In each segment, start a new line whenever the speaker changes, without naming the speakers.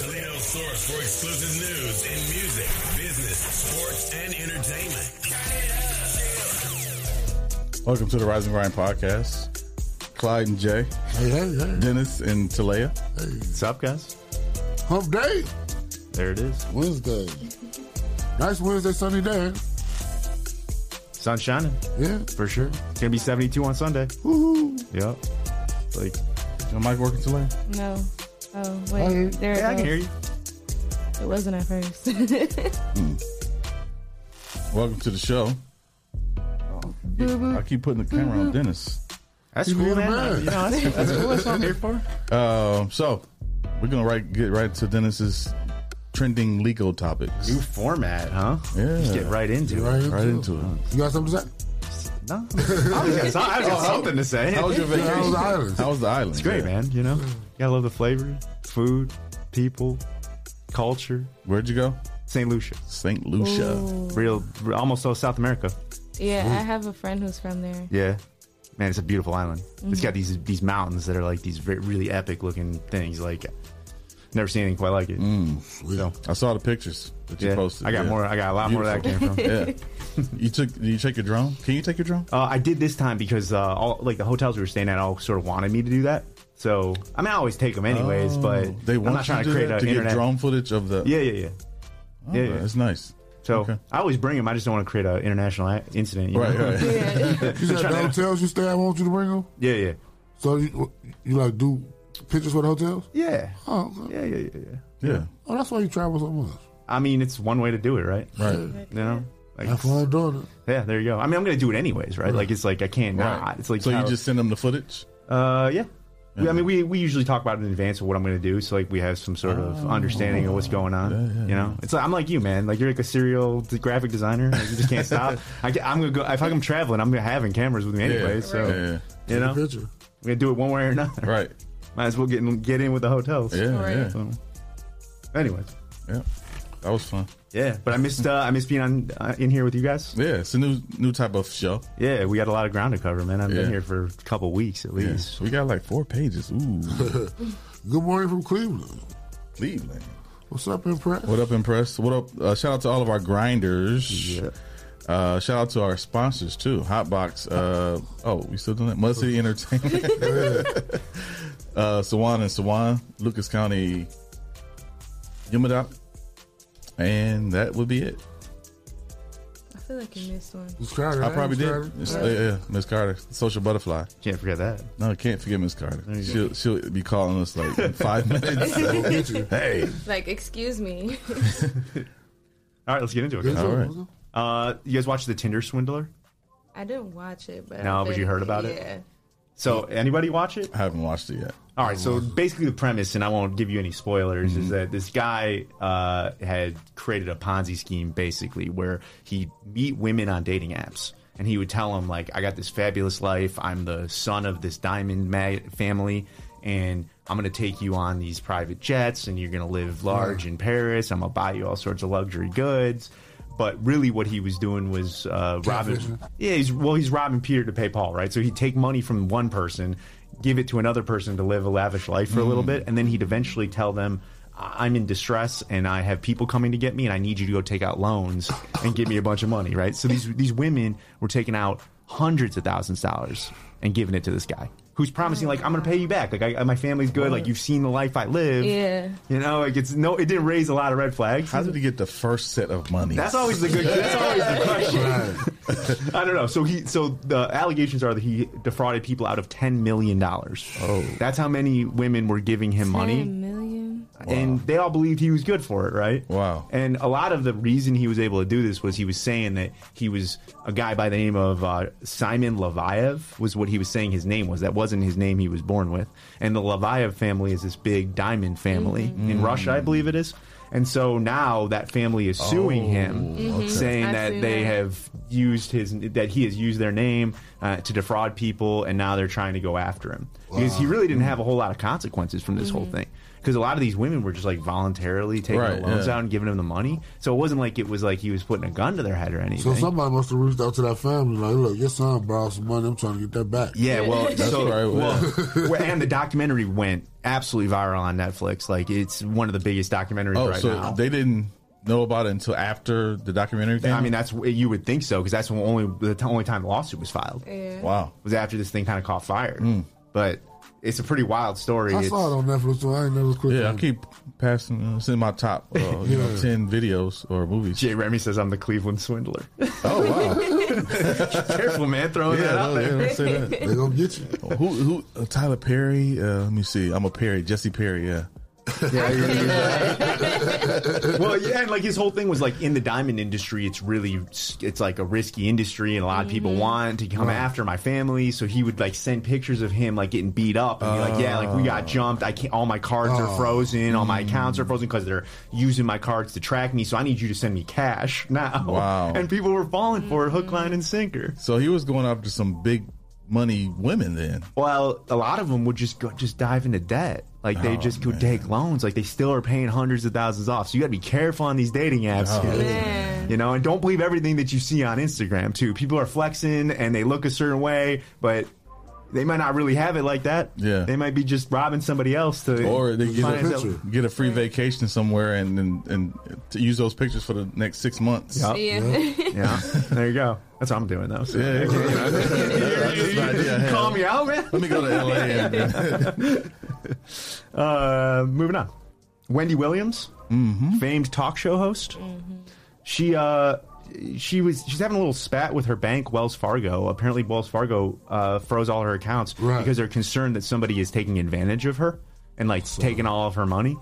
source for exclusive news in music, business, sports, and entertainment.
Welcome to the Rising Grind podcast. Clyde and Jay,
Hey, hey, hey.
Dennis and Talea.
What's up, guys?
Hump day,
There it is.
Wednesday. Nice Wednesday, sunny day.
Sun shining
Yeah.
for sure. It's gonna be 72 on Sunday.
Woohoo.
Yep. It's Like,
Your mic working, Talea?
No. Oh,
I hear you.
wait. There
hey, I can
it
hear
goes.
you.
It wasn't at first.
Welcome to the show. I keep putting the camera on Dennis.
That's
You
cool,
need a
man.
man.
You know, that's, that's cool. That's what I'm here for.
Um, so we're gonna right get right to Dennis's trending legal topics.
New format, huh?
Yeah.
Just get right Oh, into it.
Right,
Right into it.
You got something to say?
No, I always got, some- I always got something to say.
How was your vacation?
How was the island?
How was the island?
It's great,
Yeah.
man. You know, you gotta love the flavor, food, people, culture.
Where'd you go?
St. Lucia,
Saint Lucia.
Ooh.
real, real almost all South America.
yeah, I have a friend who's from there.
Yeah, man, it's a beautiful island. It's
Mm-hmm.
got these these mountains that are like these re- really epic looking things. Like, never seen anything quite like it.
Mm,
So,
I saw the pictures that you
yeah,
posted.
I got
Yeah.
more. I got a lot more where that came
Beautiful. Yeah.
from.
You took? Did you take your drone? Can you take your drone?
Uh, I did this time because uh, all like the hotels we were staying at all sort of wanted me to do that. So I mean, I always take them anyways, but
Oh. they
I'm
want
not trying
you
to
to, do
create
that
an
to get
internet.
drone footage of the.
Yeah, yeah, yeah.
Oh,
yeah, yeah.
that's nice.
So
Okay.
I always bring them. I just don't want to create an international a- incident. You
Right,
know?
right.
You said the hotels you stay at want you to bring them?
Yeah, yeah,
So you, you like do pictures for the hotels?
yeah,
Oh, okay.
yeah, yeah, yeah, yeah.
Yeah,
oh that's why you travel so much.
I mean, it's one way to do it, right?
right.
You know, like,
Have fun doing it.
yeah. There you go. I mean, I'm gonna do it anyways, right? Like, it's like I can't
Right.
not. It's like
so you
how-
just send them the footage.
Uh, yeah. We- I mean, we, we usually talk about it in advance of what I'm going to do, so like we have some sort of understanding of what's going on.
Oh. yeah,
you know, it's like I'm like you, man. Like you're like a serial d- graphic designer. Like, you just can't stop. I, ca- I'm gonna go if I'm traveling. I'm gonna having cameras with me anyway.
yeah.
So
yeah,
you know, we're
Picture.
gonna do it one way or another.
right.
Might as well get in, get in with the hotels.
Yeah,
Right.
yeah,
So, anyways,
yeah. That was fun.
yeah. But I missed uh, I missed being on uh, in here with you guys.
Yeah, it's a new new type of show.
Yeah, we got a lot of ground to cover, man. I've
Yeah.
been here for a couple weeks at
Yeah.
least.
We got like four pages. Ooh,
Good morning from Cleveland.
Cleveland.
What's up, Impress?
What up, Impress? What up? Uh, shout out to all of our grinders.
Yeah.
Uh, shout out to our sponsors too. Hotbox. Uh, oh, we still doing that? Mud City Entertainment. uh, Sawan and Sawan, Lucas County, Yumadop, and that would be it.
I feel like I missed one.
It's Carter.
I
Hey,
probably
Carter.
did. It's- uh, Yeah, yeah, Miss Carter, Social Butterfly.
Can't forget that.
No, I can't forget Miss Carter.
you
She'll she'll be calling us like in five minutes.
Go get you.
hey,
Like, excuse me.
All right, let's get into it.
Get
guys.
All
you.
right.
Uh, you guys watch the Tinder Swindler?
I didn't watch it, but
No,
I
but you
bet-
heard about it?
Yeah.
So anybody watch it?
I haven't watched it yet.
All right. So basically, the premise, and I won't give you any spoilers, is that this guy uh, had created a Ponzi scheme, basically, where he'd meet women on dating apps, and he would tell them like, "I got this fabulous life. I'm the son of this diamond mag- family, and I'm gonna take you on these private jets, and you're gonna live large in Paris. I'm gonna buy you all sorts of luxury goods." But really, what he was doing was uh, robbing. Yeah, he's well, he's robbing Peter to pay Paul, right? So he'd take money from one person, give it to another person to live a lavish life for a little bit, and then he'd eventually tell them, "I- "I'm in distress, and I have people coming to get me, and I need you to go take out loans and give me a bunch of money." Right? So these these women were taking out hundreds of thousands of dollars and giving it to this guy who's promising, "Like I'm going to pay you back. Like I, my family's good. Like you've seen the life I live.
Yeah.
you know, like it's no, it didn't raise a lot of red flags.
How did he get the first set of money?
That's always the good. That's always the question. I don't know. So he. So the allegations are that he defrauded people out of ten million dollars. Oh, that's how many women were giving him
Ten
money,
million?
and they all believed he was good for it, right?
Wow.
And a lot of the reason he was able to do this was he was saying that he was a guy by the name of uh, Simon Levayev was what he was saying his name was. That wasn't his name he was born with. And the Levayev family is this big diamond family
Mm-hmm.
in Russia, I believe it is. And so now that family is suing him, saying
I've
that
seen
they
that.
have used his that he has used their name uh, to
Mm-hmm.
defraud people, and now they're trying to go after him because he really didn't have a whole lot of consequences from this whole thing. because a lot of these women were just like voluntarily taking
Right,
the loans
yeah.
out and giving them the money. So it wasn't like it was like he was putting a gun to their head or
So
anything.
somebody must have reached out to that family like, look, your son borrowed some money. I'm trying to get that back.
Yeah, well, so,
right,
well, well, and the documentary went absolutely viral on Netflix. Like it's one of the biggest documentaries
Oh,
right
so
now.
they didn't know about it until after the documentary came.
I mean, that's you would think so because that's the only the t- only time the lawsuit was filed
Yeah.
wow.
was after this thing kind of caught fire. But it's a pretty wild story.
I
It's-
saw it on Netflix, so I ain't never clicked
Yeah, I
on it.
keep passing. Uh, it's in my top, uh, you know,
Yeah.
ten videos or movies.
Jay Remy says I'm the Cleveland swindler.
Oh wow!
Careful, man, throwing
yeah,
that out
no,
there.
yeah, don't say that.
They gonna get you.
who who uh, Tyler Perry? Uh, let me see. I'm a Perry, Jesse Perry. Yeah.
well, yeah, and like his whole thing was like in the diamond industry, it's really it's like a risky industry, and a lot of people want to come after my family. So he would like send pictures of him like getting beat up, and be like, yeah, like we
Oh.
got jumped. I can't. All my cards are frozen. All my accounts
Mm.
are frozen because they're using my cards to track me. So I need you to send me cash now.
Wow.
And people were falling for it, hook, line, and sinker.
So he was going after some big money women then.
Well, a lot of them would just go, just dive into debt. Like they
Oh,
just could
man.
take loans. Like they still are paying hundreds of thousands off. So you got to be careful on these dating apps.
Oh,
kids.
Man.
You know, and don't believe everything that you see on Instagram too. People are flexing and they look a certain way, but they might not really have it like that.
Yeah.
they might be just robbing somebody else to
Or they get
finance
a,
out-
picture.
get a free vacation somewhere and, and and to use those pictures for the next six months.
Yup.
Yeah.
Yeah, there you go. That's what I'm doing though. So.
Yeah,
You-
an idea I
you
had.
Call me out, man.
Let me go to LA. And,
Uh, moving on. Wendy Williams, famed talk show host. She uh, she was she's having a little spat with her bank, Wells Fargo. Apparently, Wells Fargo uh, froze all her accounts
Right.
because they're concerned that somebody is taking advantage of her and like taking all of her money.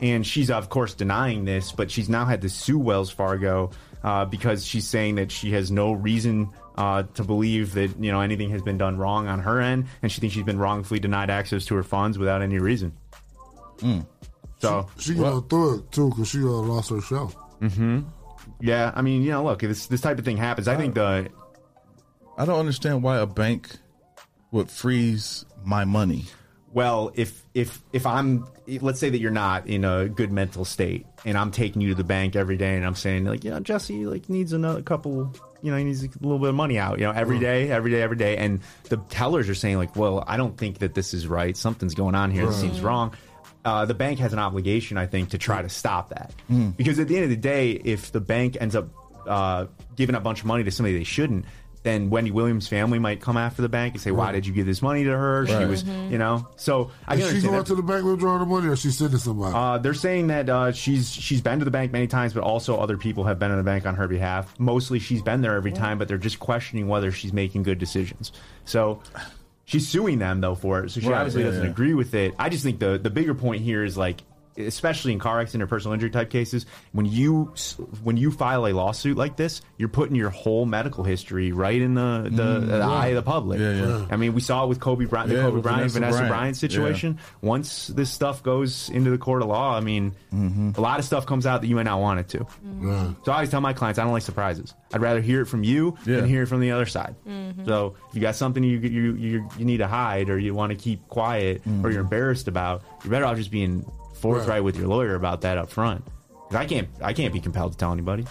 And she's of course denying this, but she's now had to sue Wells Fargo uh, because she's saying that she has no reason uh, to believe that you know anything has been done wrong on her end, and she thinks she's been wrongfully denied access to her funds without any reason. So
She going through it too, cause she uh, lost her show.
yeah, I mean, you know, look, if this this type of thing happens, I think the
I don't understand why a bank would freeze my money.
well, if if if I'm let's say that you're not in a good mental state, and I'm taking you to the bank every day, and I'm saying like, you know, Jesse like needs another couple, you know, he needs a little bit of money out, you know, every day, every day, every day, and the tellers are saying like, well, I don't think that this is right. Something's going on here. This seems wrong. Uh, the bank has an obligation, I think, to try to stop that because at the end of the day, if the bank ends up uh, giving a bunch of money to somebody they shouldn't. Then Wendy Williams' family might come after the bank and say, "Why did you give this money to her? She
Right.
was, you know." So I
Is
can
she
understand
going
that.
to the bank withdrawing the money, or she sending somebody?
Uh, they're saying that uh, she's she's been to the bank many times, but also other people have been to the bank on her behalf. Mostly, she's been there every time, but they're just questioning whether she's making good decisions. So. She's suing them though for it, so she
Right,
obviously
yeah,
doesn't
yeah.
agree with it. I just think the the bigger point here is like, especially in car accident or personal injury type cases, when you s- when you file a lawsuit like this, you're putting your whole medical history right in the the, the eye of the public.
Mm. Yeah, yeah.
I mean, we saw it with Kobe Bryant, the
Yeah,
Kobe
with
Bryant,
Vanessa
Vanessa,
Bryant.
Bryant
Yeah.
situation once this stuff goes into the court of law, I mean,
Mm-hmm.
a lot of stuff comes out that you may not want it to.
Right.
So I always tell my clients, I don't like surprises. I'd rather hear it from you
Yeah.
than hear it from the other side. So if you got something you you you, you need to hide or you want to keep quiet or
Mm-hmm.
you're embarrassed about, you're better off just being forthright
Right.
with your lawyer about that up front. 'Cause I can't I can't be compelled to tell anybody.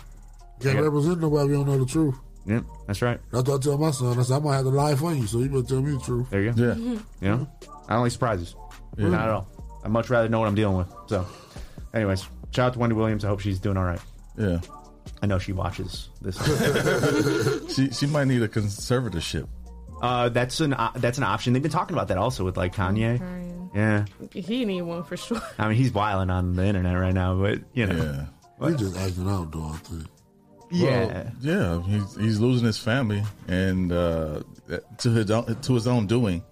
Can't represent nobody. We don't know the truth.
Yeah, that's right.
That's what I tell my son. I said I might have to lie for you, so you better tell me the truth.
There you go.
Yeah.
You know, I don't like surprises. Not at all. I'd much rather know what I'm dealing with. So, anyways, shout out to Wendy Williams. I hope she's doing all right.
Yeah.
I know she watches this.
She she might need a conservatorship.
uh, that's an uh, that's an option. They've been talking about that also with like Kanye.
Brian.
Yeah,
He need one for sure.
I mean he's wilding on the internet right now, but you know,
Yeah.
We just acting out doing our thing.
yeah.
Well, yeah. He's he's losing his family and uh, to his own, to his own doing,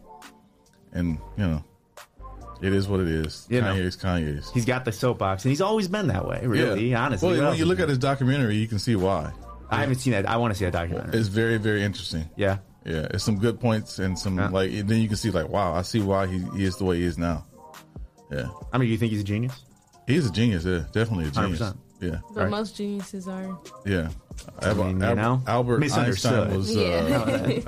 and you know, it is what it is.
You know.
Kanye's Kanye's.
he's got the soapbox, and he's always been that way. Really, honestly.
Well,
What
when
else
you
is
look
new?
at his documentary, you can see why.
I haven't seen that. I want to see that documentary.
It's very very interesting.
yeah,
Yeah, it's some good points and some
Yeah.
like. And then you can see like, wow, I see why he, he is the way he is now. Yeah,
I mean, you think he's a genius?
he's a genius. Yeah, definitely a genius.
100%.
Yeah.
But
Right.
most geniuses are.
Yeah. Albert,
mean, you
Albert-
know,
Albert Einstein
misunderstood.
was
Yeah.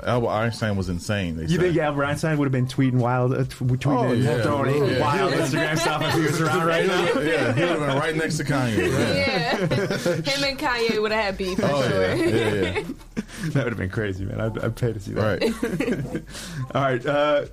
uh, Albert Einstein was insane. They
You
said.
think Albert Einstein would have been tweeting wild, uh, tw- tweeting,
Oh,
and
yeah.
throwing
Yeah.
wild Instagram stuff if he was around right now?
Oh, yeah, he would have been right next to Kanye. Yeah.
Yeah. Him and Kanye would have had beef for
Oh
sure.
yeah, yeah, yeah.
That would have been crazy, man. I'd, I'd pay to see that.
Right.
All right. Uh,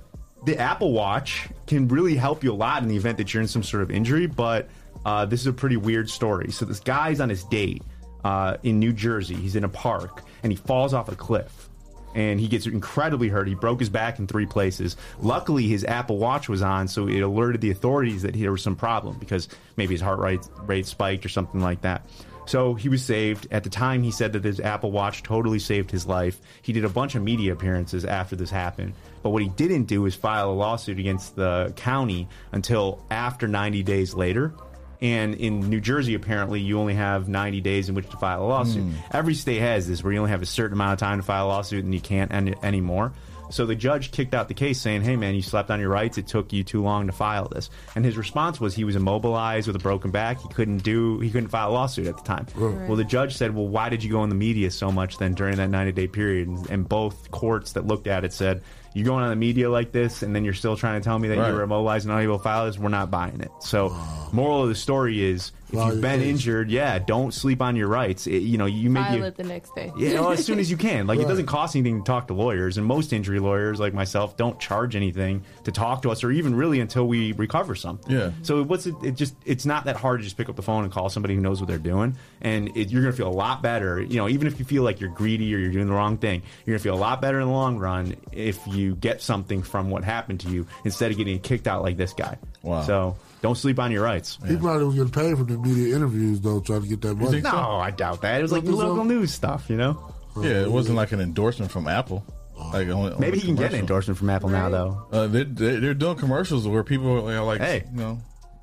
the Apple Watch can really help you a lot in the event that you're in some sort of injury, but uh, this is a pretty weird story. So, this guy's on his date uh, in New Jersey. He's in a park and he falls off a cliff and he gets incredibly hurt. He broke his back in three places. Luckily, his Apple Watch was on, so it alerted the authorities that there was some problem because maybe his heart rate, rate spiked or something like that. So he was saved. At the time, he said that his Apple Watch totally saved his life. He did a bunch of media appearances after this happened. But what he didn't do is file a lawsuit against the county until after 90 days later. And in New Jersey, apparently, you only have 90 days in which to file a lawsuit. Every state has this, where you only have a certain amount of time to file a lawsuit and you can't end it anymore. So the judge kicked out the case saying, hey, man, you slept on your rights. It took you too long to file this. And his response was he was immobilized with a broken back. He couldn't do, he couldn't file a lawsuit at the time. Well, the judge said, well, why did you go in the media so much then during that 90 day period? And, and both courts that looked at it said, you're going on the media like this, and then you're still trying to tell me that
Right.
you were immobilized and unable to file this. We're not buying it. So, moral of the story is, if
File
you've
your
been
case.
injured, yeah, don't sleep on your rights. It- you know, you make
File
you-
it the next day.
yeah, oh, well, as soon as you can. Like, it
Right.
doesn't cost anything to talk to lawyers, and most injury lawyers, like myself, don't charge anything to talk to us, or even really until we recover something.
Yeah.
So what's it? It just it's not that hard to just pick up the phone and call somebody who knows what they're doing, and it, you're gonna feel a lot better. You know, even if you feel like you're greedy or you're doing the wrong thing, you're gonna feel a lot better in the long run if you get something from what happened to you instead of getting kicked out like this guy.
Wow.
So don't sleep on your rights.
He probably was getting paid for the media interviews though, trying to get that money.
think so?
No, I doubt that. It was like
Don't do
local
so.
news stuff, you know.
Yeah, it wasn't like an endorsement from Apple. Like only,
Maybe
only
he can get an
commercial.
endorsement from Apple now,
Right.
though.
Uh, they're, they're they're doing commercials where people are like,
Hey.
you know,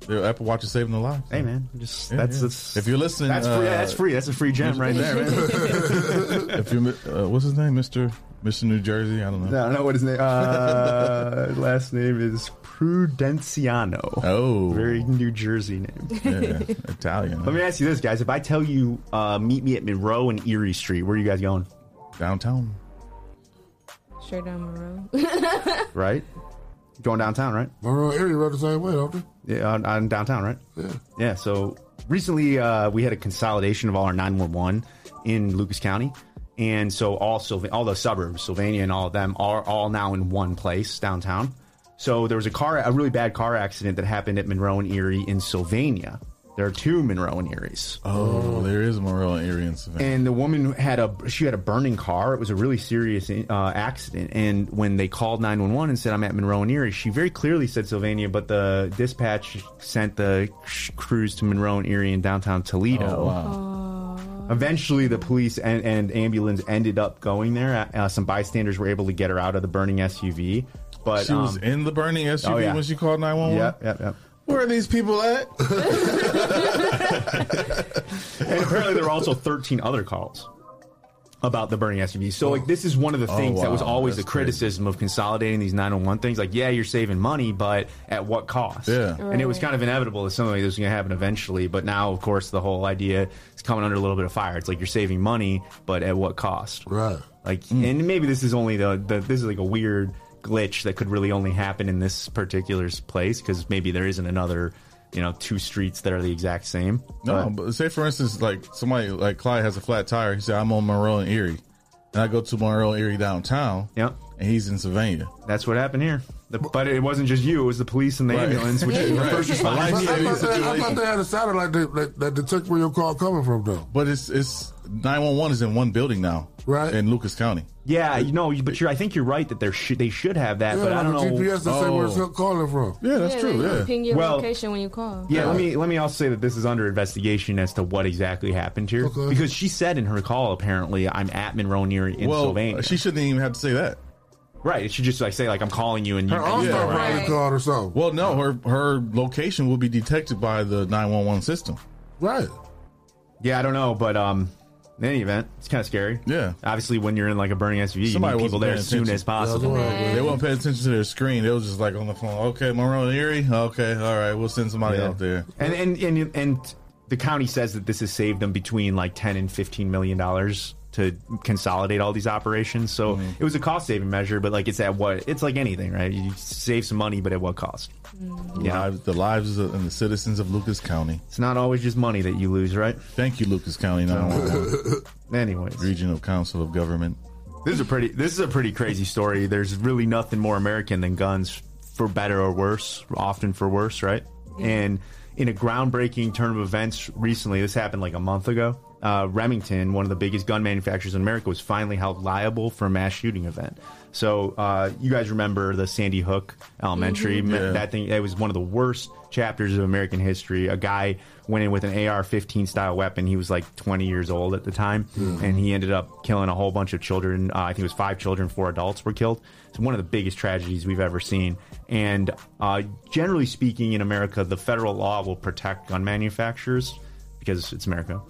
their Apple Watch is saving their lives.
Hey, man, just
Yeah,
that's,
yeah.
that's
if you're listening,
that's
uh,
free. Yeah, that's free. That's a free gem right there.
if you uh, what's his name, Mister Mister New Jersey, I don't know.
I don't know what his name. Uh, last name is Prudenciano.
Oh,
Very New Jersey name.
yeah, Italian.
Let me ask you this, guys. If I tell you, uh, meet me at Monroe and Erie Street, where are you guys going?
downtown.
Straight down the road.
Right? Going downtown, right?
Monroe area run the same way, don't they?
Yeah, on, on downtown, right? Yeah. Yeah. So recently, uh, we had a consolidation of all our 911 in Lucas County, and so all Sylv- all the suburbs, Sylvania, and all of them are all now in one place downtown. So there was a car, a really bad car accident that happened at Monroe and Erie in Sylvania. There are two Monroe and Erie's
Oh, there is a Monroe area in Savannah.
and the woman had a she had a burning car. It was a really serious uh, accident. And when they called nine one one and said I'm at Monroe and Erie, she very clearly said Sylvania, but the dispatch sent the sh- crews to Monroe and Erie in downtown Toledo.
oh, wow.
Eventually, the police and, and ambulance ended up going there. Uh, some bystanders were able to get her out of the burning SUV, but
She was
um,
in the burning SUV
oh, yeah.
when she called 911?
yeah, yeah, yeah.
Where are these people at?
and apparently there were also 13 other calls about the burning SUV. So like this is one of the things that was
Oh, wow.
always
That's
the criticism of consolidating these 911 things like yeah you're saving money but at what cost?
Yeah.
And it was
Right.
kind of inevitable that something like this was going to happen eventually, but now of course the whole idea is coming under a little bit of fire. It's like you're saving money but at what cost?
Right.
Like
Hmm.
and maybe this is only the, the this is like a weird glitch that could really only happen in this particular place cuz maybe there isn't another you know, two streets that are the exact same.
No, but say for instance, like somebody like Clyde has a flat tire. He said, "I'm on Monroe and Erie," and I go to Monroe and Erie downtown.
Yep.
and he's in Savannah.
That's what happened here. The, but it wasn't just you; it was the police and the
Right.
ambulance, which is the
Right.
first
I
I
like
responders.
Yeah, it.
thought, they, I
situation.
thought they had a satellite that, that, that detects where your call coming from, though.
But it's it's nine one one is in one building now,
Right.
in Lucas County.
Yeah, you know, but you're, I think you're right that there should they should have that,
Yeah,
but I
like
don't
a
know.
GPS that say where
Oh.
it's calling from.
Yeah, that's
Yeah,
true.
they
Yeah,
Ping your
Well-
location when you call.
Yeah, let me let me also say that this is under investigation as to what exactly happened here,
Okay.
because she said in her call apparently I'm at Monroe near in
well, uh,
Sylvania.
she shouldn't even have to say that.
right? It should just like say like I'm calling you and you.
Her all
and you
star
go
probably
around.
Right.
called or something.
Well, no, her her location will be detected by the nine one one system.
Right.
Yeah, I don't know, but um, in any event, it's kind of scary.
Yeah.
obviously when you're in like a burning SUV,
Somebody
you need people
wasn't
there
paying
as soon
attention.
as possible.
That's what I
Right.
They won't pay attention to their screen. They was just
Oh,
like on the phone. Okay, Monroe and Erie. Okay, all right, we'll send somebody out there.
And and and and the county says that this has saved them between like 10 and 15 million dollars to consolidate all these operations. So it was a cost saving measure, but like it's at what it's like anything, right? You save some money, but at what cost? You know,
Lives, the lives of, and the citizens of Lucas County.
it's not always just money that you lose, right?
Thank you, Lucas County 911
Anyways,
Regional Council of Government.
this is a pretty this is a pretty crazy story. There's really nothing more American than guns, for better or worse, often for worse, right? And in a groundbreaking turn of events recently, this happened like a month ago. Uh, Remington, one of the biggest gun manufacturers in America, was finally held liable for a mass shooting event. So uh, you guys remember the Sandy Hook Elementary? ma-
Yeah.
That thing it was one of the worst chapters of American history. A guy went in with an AR-15 style weapon. He was like 20 years old at the time, and he ended up killing a whole bunch of children. Uh, I think it was five children, four adults were killed. It's one of the biggest tragedies we've ever seen. And uh, generally speaking, in America, the federal law will protect gun manufacturers because it's America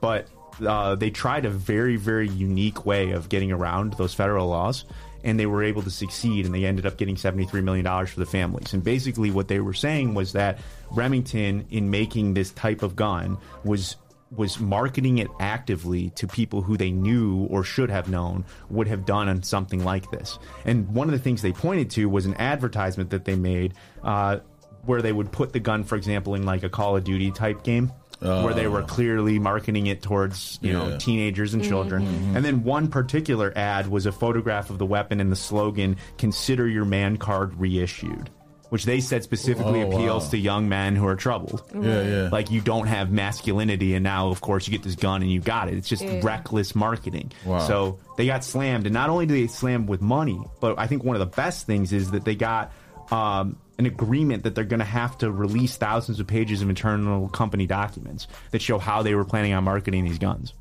but uh, they tried a very, very unique way of getting around those federal laws, and they were able to succeed, and they ended up getting $73 million for the families. And basically, what they were saying was that Remington, in making this type of gun, was was marketing it actively to people who they knew or should have known would have done on something like this. And one of the things they pointed to was an advertisement that they made uh, where they would put the gun, for example, in like a Call of Duty type game. where they were clearly marketing it towards you know
Oh. Yeah.
teenagers and children and then one particular ad was a photograph of the weapon and the slogan consider your man card reissued which they said specifically
Oh,
appeals
wow.
to young men who are troubled
Yeah, yeah.
like you don't have masculinity, and now of course you get this gun and you got it. It's just
Yeah.
reckless marketing.
Wow.
So they got slammed, and not only did they slam with money, but I think one of the best things is that they got um, an agreement that they're going to have to release thousands of pages of internal company documents that show how they were planning on marketing these guns.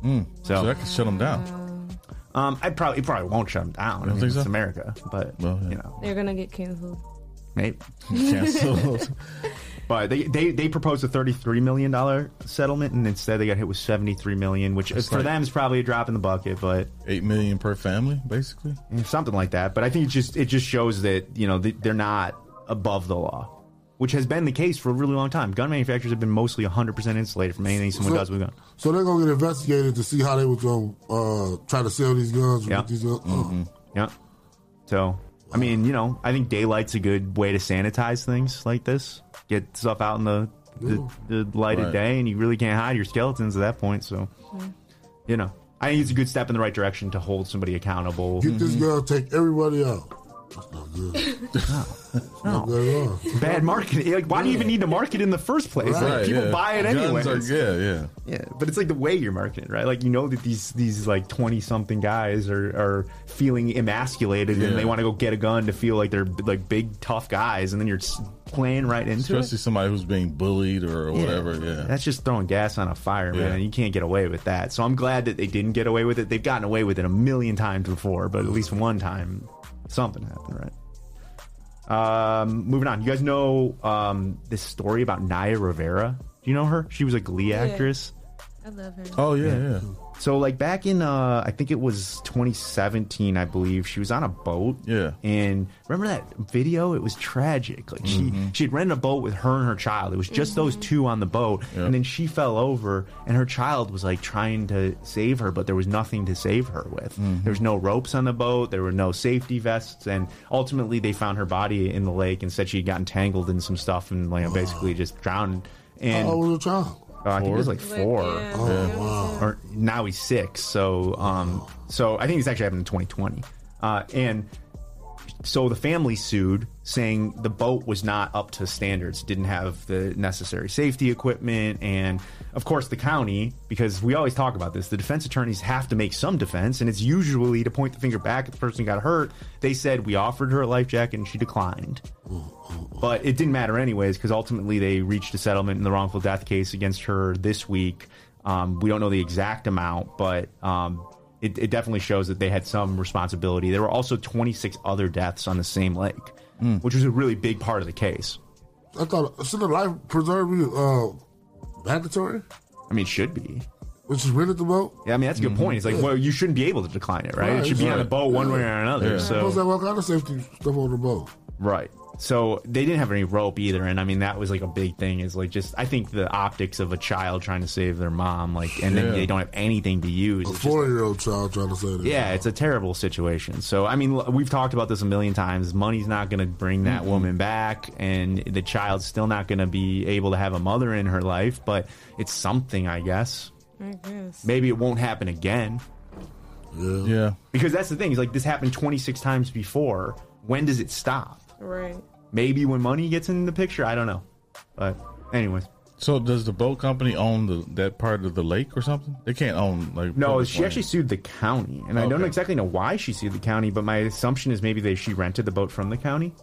so
So
that could shut them down.
um, I probably it probably won't shut them down. I mean,
think
it's
so?
America, but
Well, yeah.
you know,
They're gonna get canceled.
maybe.
Canceled.
But they, they they proposed a thirty three million dollar settlement, and instead they got hit with seventy three million, which for
like-
them is probably a drop in the bucket, but
Eight million per family, basically.
something like that. But I think it just it just shows that you know th- they're not above the law, which has been the case for a really long time. Gun manufacturers have been mostly one hundred percent insulated from anything someone
So-
does with a gun.
So they're gonna get investigated to see how they was gonna uh, try to sell these guns.
Yeah.
With these guns.
Mm-hmm. Yeah. So I mean, you know, I think daylight's a good way to sanitize things like this. Get stuff out in the the, the light
Right.
of day, and you really can't hide your skeletons at that point. So, you know, I think it's a good step in the right direction to hold somebody accountable.
Get this girl, take everybody out. That's not good. Not
No.
good at all.
Bad marketing. Like, why do you even need to market in the first place? Like,
Right,
people
yeah.
buy it anyway.
Guns are- yeah,
Yeah, but it's like the way you're marketing, it, right? Like you know that these these like twenty something guys are are feeling emasculated
Yeah.
and they want to go get a gun to feel like they're like big tough guys, and then you're s- playing right into
Especially somebody who's being bullied or
it.
whatever. Yeah.
that's just throwing gas on a fire, man.
Yeah.
You can't get away with that. So I'm glad that they didn't get away with it. They've gotten away with it a million times before, but at least one time something happened, right? Um, moving on. You guys know um, this story about Naya Rivera? Do you know her? She was a Glee
Yeah.
actress.
I love her.
Oh yeah, yeah.
So like back in uh I think it was 2017 I believe she was on a boat.
Yeah.
And remember that video? It was tragic. Like
Mm-hmm.
she she had rented a boat with her and her child. It was just those two on the boat
Yeah.
and then she fell over and her child was like trying to save her but there was nothing to save her with.
Mm-hmm.
There was no ropes on the boat, there were no safety vests and ultimately they found her body in the lake and said she had gotten tangled in some stuff and like basically just drowned. And
How old was the child?
uh, I think it was
Four?
like 4
Yeah,
Oh,
yeah.
wow.
or now he's six. So, um, so I think it's actually happened in 2020. Uh, and so the family sued, saying the boat was not up to standards, didn't have the necessary safety equipment, and of course the county, because we always talk about this. The defense attorneys have to make some defense, and it's usually to point the finger back at the person who got hurt. They said we offered her a life jacket, and she declined but it didn't matter anyways because ultimately they reached a settlement in the wrongful death case against her this week. Um, we don't know the exact amount, but um, it, it definitely shows that they had some responsibility. There were also 26 other deaths on the same lake, which was a really big part of the case.
I thought should the life preserve be uh, mandatory?
I mean, it should be.
Which is rented the boat.
Yeah, I mean that's a good point. It's like, well, you shouldn't be able to decline it, right?
Right,
it should be on a
right.
boat one way or another.
Yeah.
Supposed to
So
have all kind of safety stuff on the boat.
Right. So they didn't have any rope either, and I mean that was like a big thing. Is like just I think the optics of a child trying to save their mom, like, and
Yeah.
then they don't have anything to use.
A
It's just-
four year old child trying to say that.
yeah, it's a terrible situation. So I mean, l- we've talked about this a million times. Money's not going to bring that woman back, and the child's still not going to be able to have a mother in her life. But it's something, I guess.
I guess.
Maybe it won't happen again.
Yeah.
Because that's the thing. Is like this happened 26 times before. When does it stop?
Right.
Maybe when money gets in the picture, I don't know. But anyways,
So does the boat company own the that part of the lake or something? They can't own like
no,
public
she
land.
actually sued the county, and I don't
Okay.
exactly know why she sued the county. But my assumption is maybe they she rented the boat from the county.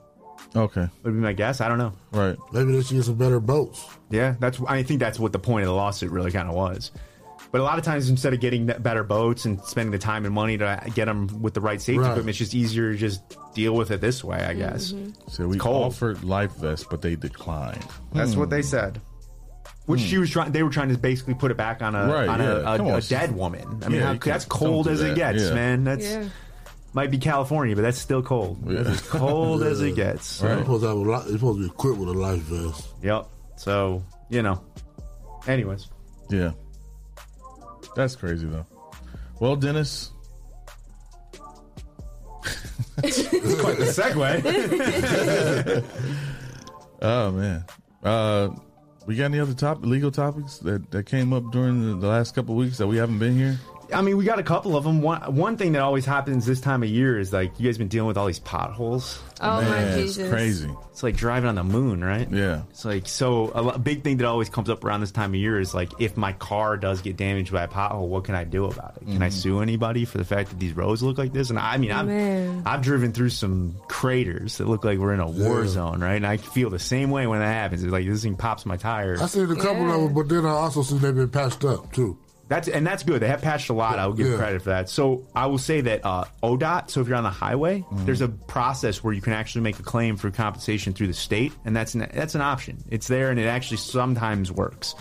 Okay.
Would be my guess. I don't know.
Right.
Maybe they should get some better boats.
Yeah, that's. I think that's what the point of the lawsuit really kind of was. But a lot of times, instead of getting that better boats and spending the time and money to get them with the right safety
Right.
equipment, it's just easier to just deal with it this way. I guess
So we
cold.
offered life vests, but they declined.
that's what
Hmm.
they said. Which she was trying. They were trying to basically put it back on a
Right,
on
yeah,
a,
come
a,
on.
a dead woman. I mean,
Yeah,
how-
you can't-
that's cold
don't do
as it
that,
gets,
yeah.
man. That's
Yeah.
might be California, but that's still cold.
Yeah.
It's cold as it gets. So-
You're supposed to have a lot. You're supposed to be equipped with a life vest.
Yep. So you know. Anyways,
Yeah. That's crazy though. Well, Dennis,
quite the segue.
Oh man, uh, we got any other top legal topics that, that came up during the, the last couple of weeks that we haven't been here?
I mean, we got a couple of them. One, one thing that always happens this time of year is like you guys been dealing with all these potholes.
Oh my
Man,
Jesus.
it's crazy.
It's like driving on the moon, right?
Yeah.
It's like so a lo- big thing that always comes up around this time of year is like if my car does get damaged by a pothole, what can I do about it? Can I sue anybody for the fact that these roads look like this? And I mean, I've
Man.
I've driven through some craters that look like we're in a war
Yeah.
zone, right? And I feel the same way when that happens. It's like this thing pops my tire.
I seen a couple
Yeah.
of them, but then I also see they've been patched up too.
That's and that's good. They have patched a lot. I will give
Yeah.
credit for that. So I will say that uh, ODOT. So if you're on the highway, there's a process where you can actually make a claim for compensation through the state, and that's an, that's an option. It's there, and it actually sometimes works.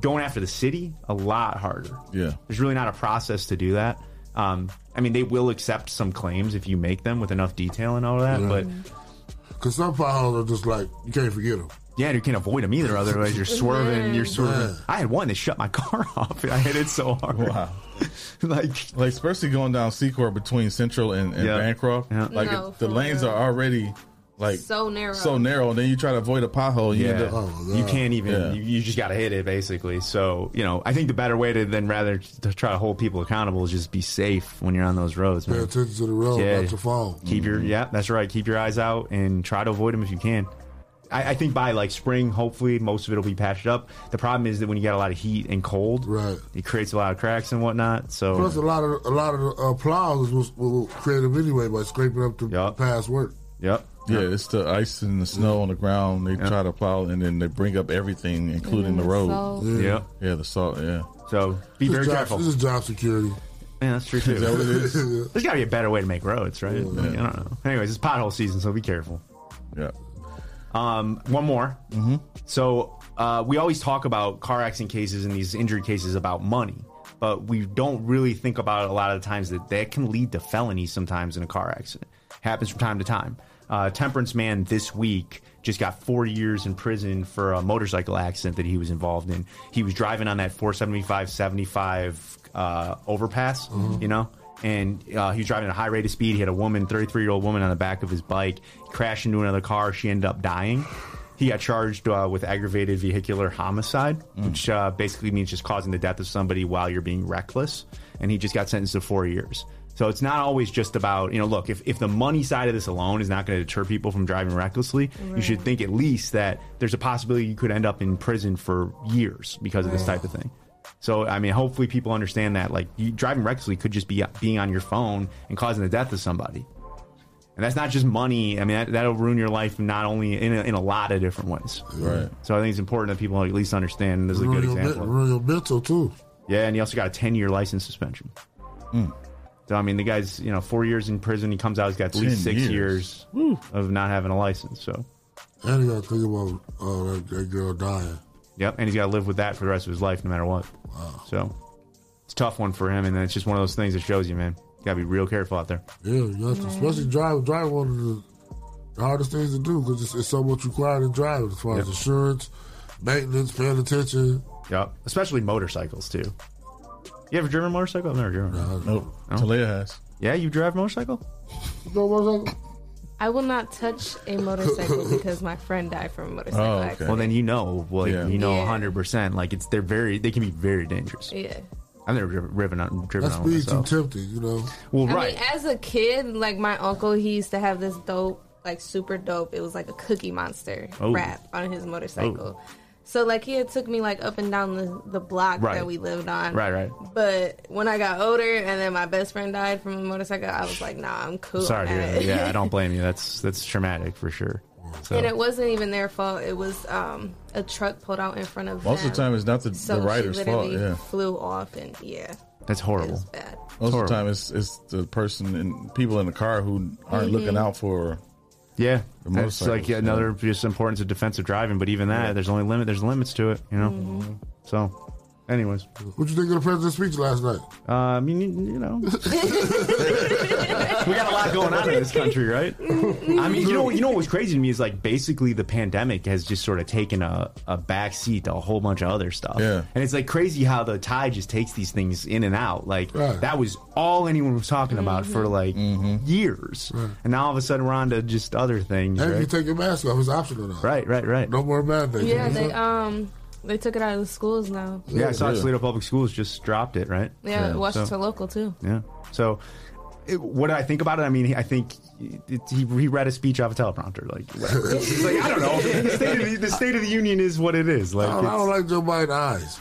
Going after the city, a lot harder.
Yeah.
there's really not a process to do that. Um, I mean, they will accept some claims if you make them with enough detail and all that, but
Cause some potholes are just like you can't forget them.
yeah, and you can't avoid them either. Otherwise, you're swerving. You're swerving.
Yeah.
I had one that shut my car off. I hit it so hard.
Wow.
like
Like especially going down Secor between Central and, and
Yeah.
Bancroft,
Yeah.
like
No,
if the
for
lanes
real.
are already like
So narrow.
so narrow, and then you try to avoid a pothole, you end
Yeah.
up
Oh, my God.
you can't even,
Yeah.
you, you just got to hit it basically. So, you know, I think the better way to then rather to try to hold people accountable is just be safe when you're on those roads,
Pay
man.
attention to the road,
Mm. Yeah.
not your phone.
Keep your, yeah, that's right. Keep your eyes out and try to avoid them if you can. I, I think by like spring, hopefully, most of it will be patched up. The problem is that when you got a lot of heat and cold,
Right.
it creates a lot of cracks and whatnot. So,
Plus, a lot of a lot of the uh, plows was, was creative anyway by scraping up the
Yup.
past work.
yep.
yeah, it's the ice and the snow on the ground. They try to plow, and then they bring up everything, including the road.
So,
Yep.
Yeah, the salt. Yeah,
So be
This
very
is job,
careful.
This is job security.
Yeah, that's true too.
that what it is?
There's got to be a better way to make roads, right? Like, I don't know. Anyways, it's pothole season, so be careful.
yeah.
Um, one more. Mm-hmm. So uh, we always talk about car accident cases and these injury cases about money, but we don't really think about it a lot of the times that that can lead to felonies sometimes in a car accident. Happens from time to time. Uh, temperance man this week just got four years in prison for a motorcycle accident that he was involved in. He was driving on that 475 75 uh, overpass, you know, and uh, he was driving at a high rate of speed. He had a woman, 33 year old woman, on the back of his bike, crashed into another car. She ended up dying. He got charged uh, with aggravated vehicular homicide, which uh, basically means just causing the death of somebody while you're being reckless. And he just got sentenced to four years. So it's not always just about, you know, look, if, if the money side of this alone is not going to deter people from driving recklessly, you should think at least that there's a possibility you could end up in prison for years because of this type of thing. So, I mean, hopefully people understand that, like, you, driving recklessly could just be uh, being on your phone and causing the death of somebody. And that's not just money. I mean, that, that'll ruin your life not only in a, in a lot of different ways.
Right.
So I think it's important that people at least understand. This is a
Ruin
good
your, men-
example.
ruin your mental too.
Yeah, and he also got a 10 year license suspension.
Mm.
So, I mean, the guy's, you know, four years in prison. He comes out, he's got at
10
least six
years.
years, of not having a license. So,
And you got to think about uh, that, that girl dying.
yep. And he's got to live with that for the rest of his life, no matter what. So, it's a tough one for him. And then it's just one of those things that shows you, man, you got to be real careful out there.
Yeah, you got to, especially drive drive one of the the hardest things to do because it's, it's so much required in driving as far as
Yep.
insurance, maintenance, paying attention.
Yep. Especially motorcycles too. You ever driven a motorcycle? I've never driven. one.
Nope.
Oh.
Talia has.
Yeah, you drive a motorcycle?
You know what I'm saying?
I will not touch a motorcycle because my friend died from a motorcycle
Oh, okay.
accident.
Well, then you know, like
Yeah.
you know,
Yeah.
hundred percent. Like it's they're very they can be very dangerous.
yeah.
I've never driven driven on driven
That
on one
speed's too
myself.
tempting, you know.
well,
I
right.
mean, as a kid, like my uncle, he used to have this dope, like super dope. It was like a Cookie Monster
Oh.
rap on his motorcycle. So like he had took me like up and down the, the block
Right.
that we lived on.
Right, right.
But when I got older and then my best friend died from a motorcycle, I was like, nah, I'm cool.
Sorry,
on
to
that.
hear that. yeah, I don't blame you. That's that's traumatic for sure. So,
And it wasn't even their fault. It was um, a truck pulled out in front of
Most
them.
of the time, it's not the,
so
the writer's
she
fault.
literally
Yeah.
flew off and yeah,
that's
it was
horrible.
bad.
Most of
horrible.
the time, it's it's the person and people in the car who
Mm-hmm.
aren't looking out for.
Yeah,
most
that's like
cycles, yeah.
another just importance of defensive driving. But even that, there's only limit. There's limits to it, you know.
Mm-hmm.
So, anyways,
What you think of the president's speech last night?
um, you, you know, we got a lot going on in this country, right? I mean, you know, you know what was crazy to me is like basically the pandemic has just sort of taken a a backseat to a whole bunch of other stuff.
Yeah.
and it's like crazy how the tide just takes these things in and out. Like
Right.
that was all anyone was talking about for like years, and now all of a sudden we're on to just other things.
And
right?
if you take your mask off, it's optional now.
Right, right, right.
No more mandates.
Yeah,
you know?
they um they took it out of the schools now.
Yeah, I saw
Yeah.
Toledo Public Schools just dropped it, right?
Yeah, Washington
so-
local too.
Yeah. So, it, what do I think about it? I mean, I think it, he, he read a speech off a teleprompter. Like, whatever. It's just like, I don't know. The state, of the, the State of the Union is what it is. Like,
I, don't, I don't
it's-
like Joe Biden's eyes.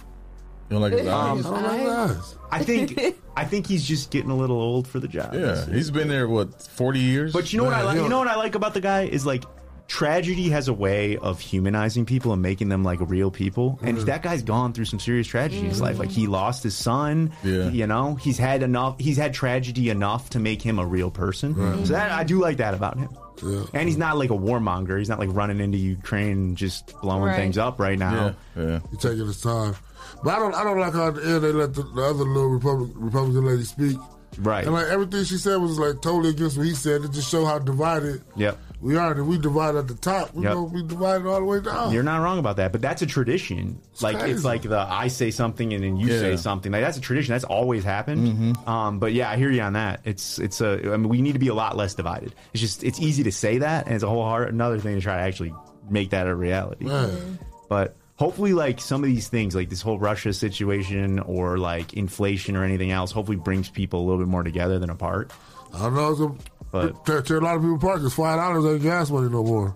You know, like um, his
I
eyes.
don't like his eyes.
I think I think he's just getting a little old for the job.
Yeah, he's been there what forty years.
But you know what I
Man,
like?
you
You
know-
know what I like about the guy is like tragedy has a way of humanizing people and making them like real people. And
Mm.
that guy's gone through some serious tragedy in his life. Like he lost his son.
Yeah.
You know, he's had enough. He's had tragedy enough to make him a real person. So that I do like that about him.
Yeah.
And he's not like a warmonger. He's not like running into Ukraine and just blowing
Right.
things up right now.
Yeah, yeah.
He's taking his time. But I don't I don't like how at the end they let the, the other little Republic, Republican lady speak.
Right.
And like everything she said was like totally against what he said. It just show how divided
Yep.
we are. And if we divide at the top, we're
Yep.
gonna be divided all the way down.
You're not wrong about that, but that's a tradition. like
crazy.
it's like the I say something and then you
Yeah.
say something. Like that's a tradition. That's always happened. Um, but yeah, I hear you on that. It's it's a. I mean, we need to be a lot less divided. It's just it's easy to say that, and it's a whole hard another thing to try to actually make that a reality.
Man.
But hopefully, like some of these things, like this whole Russia situation or like inflation or anything else, hopefully brings people a little bit more together than apart.
I don't know. It's a,
But-
tear, tear a lot of people apart because five dollars ain't gas money no more.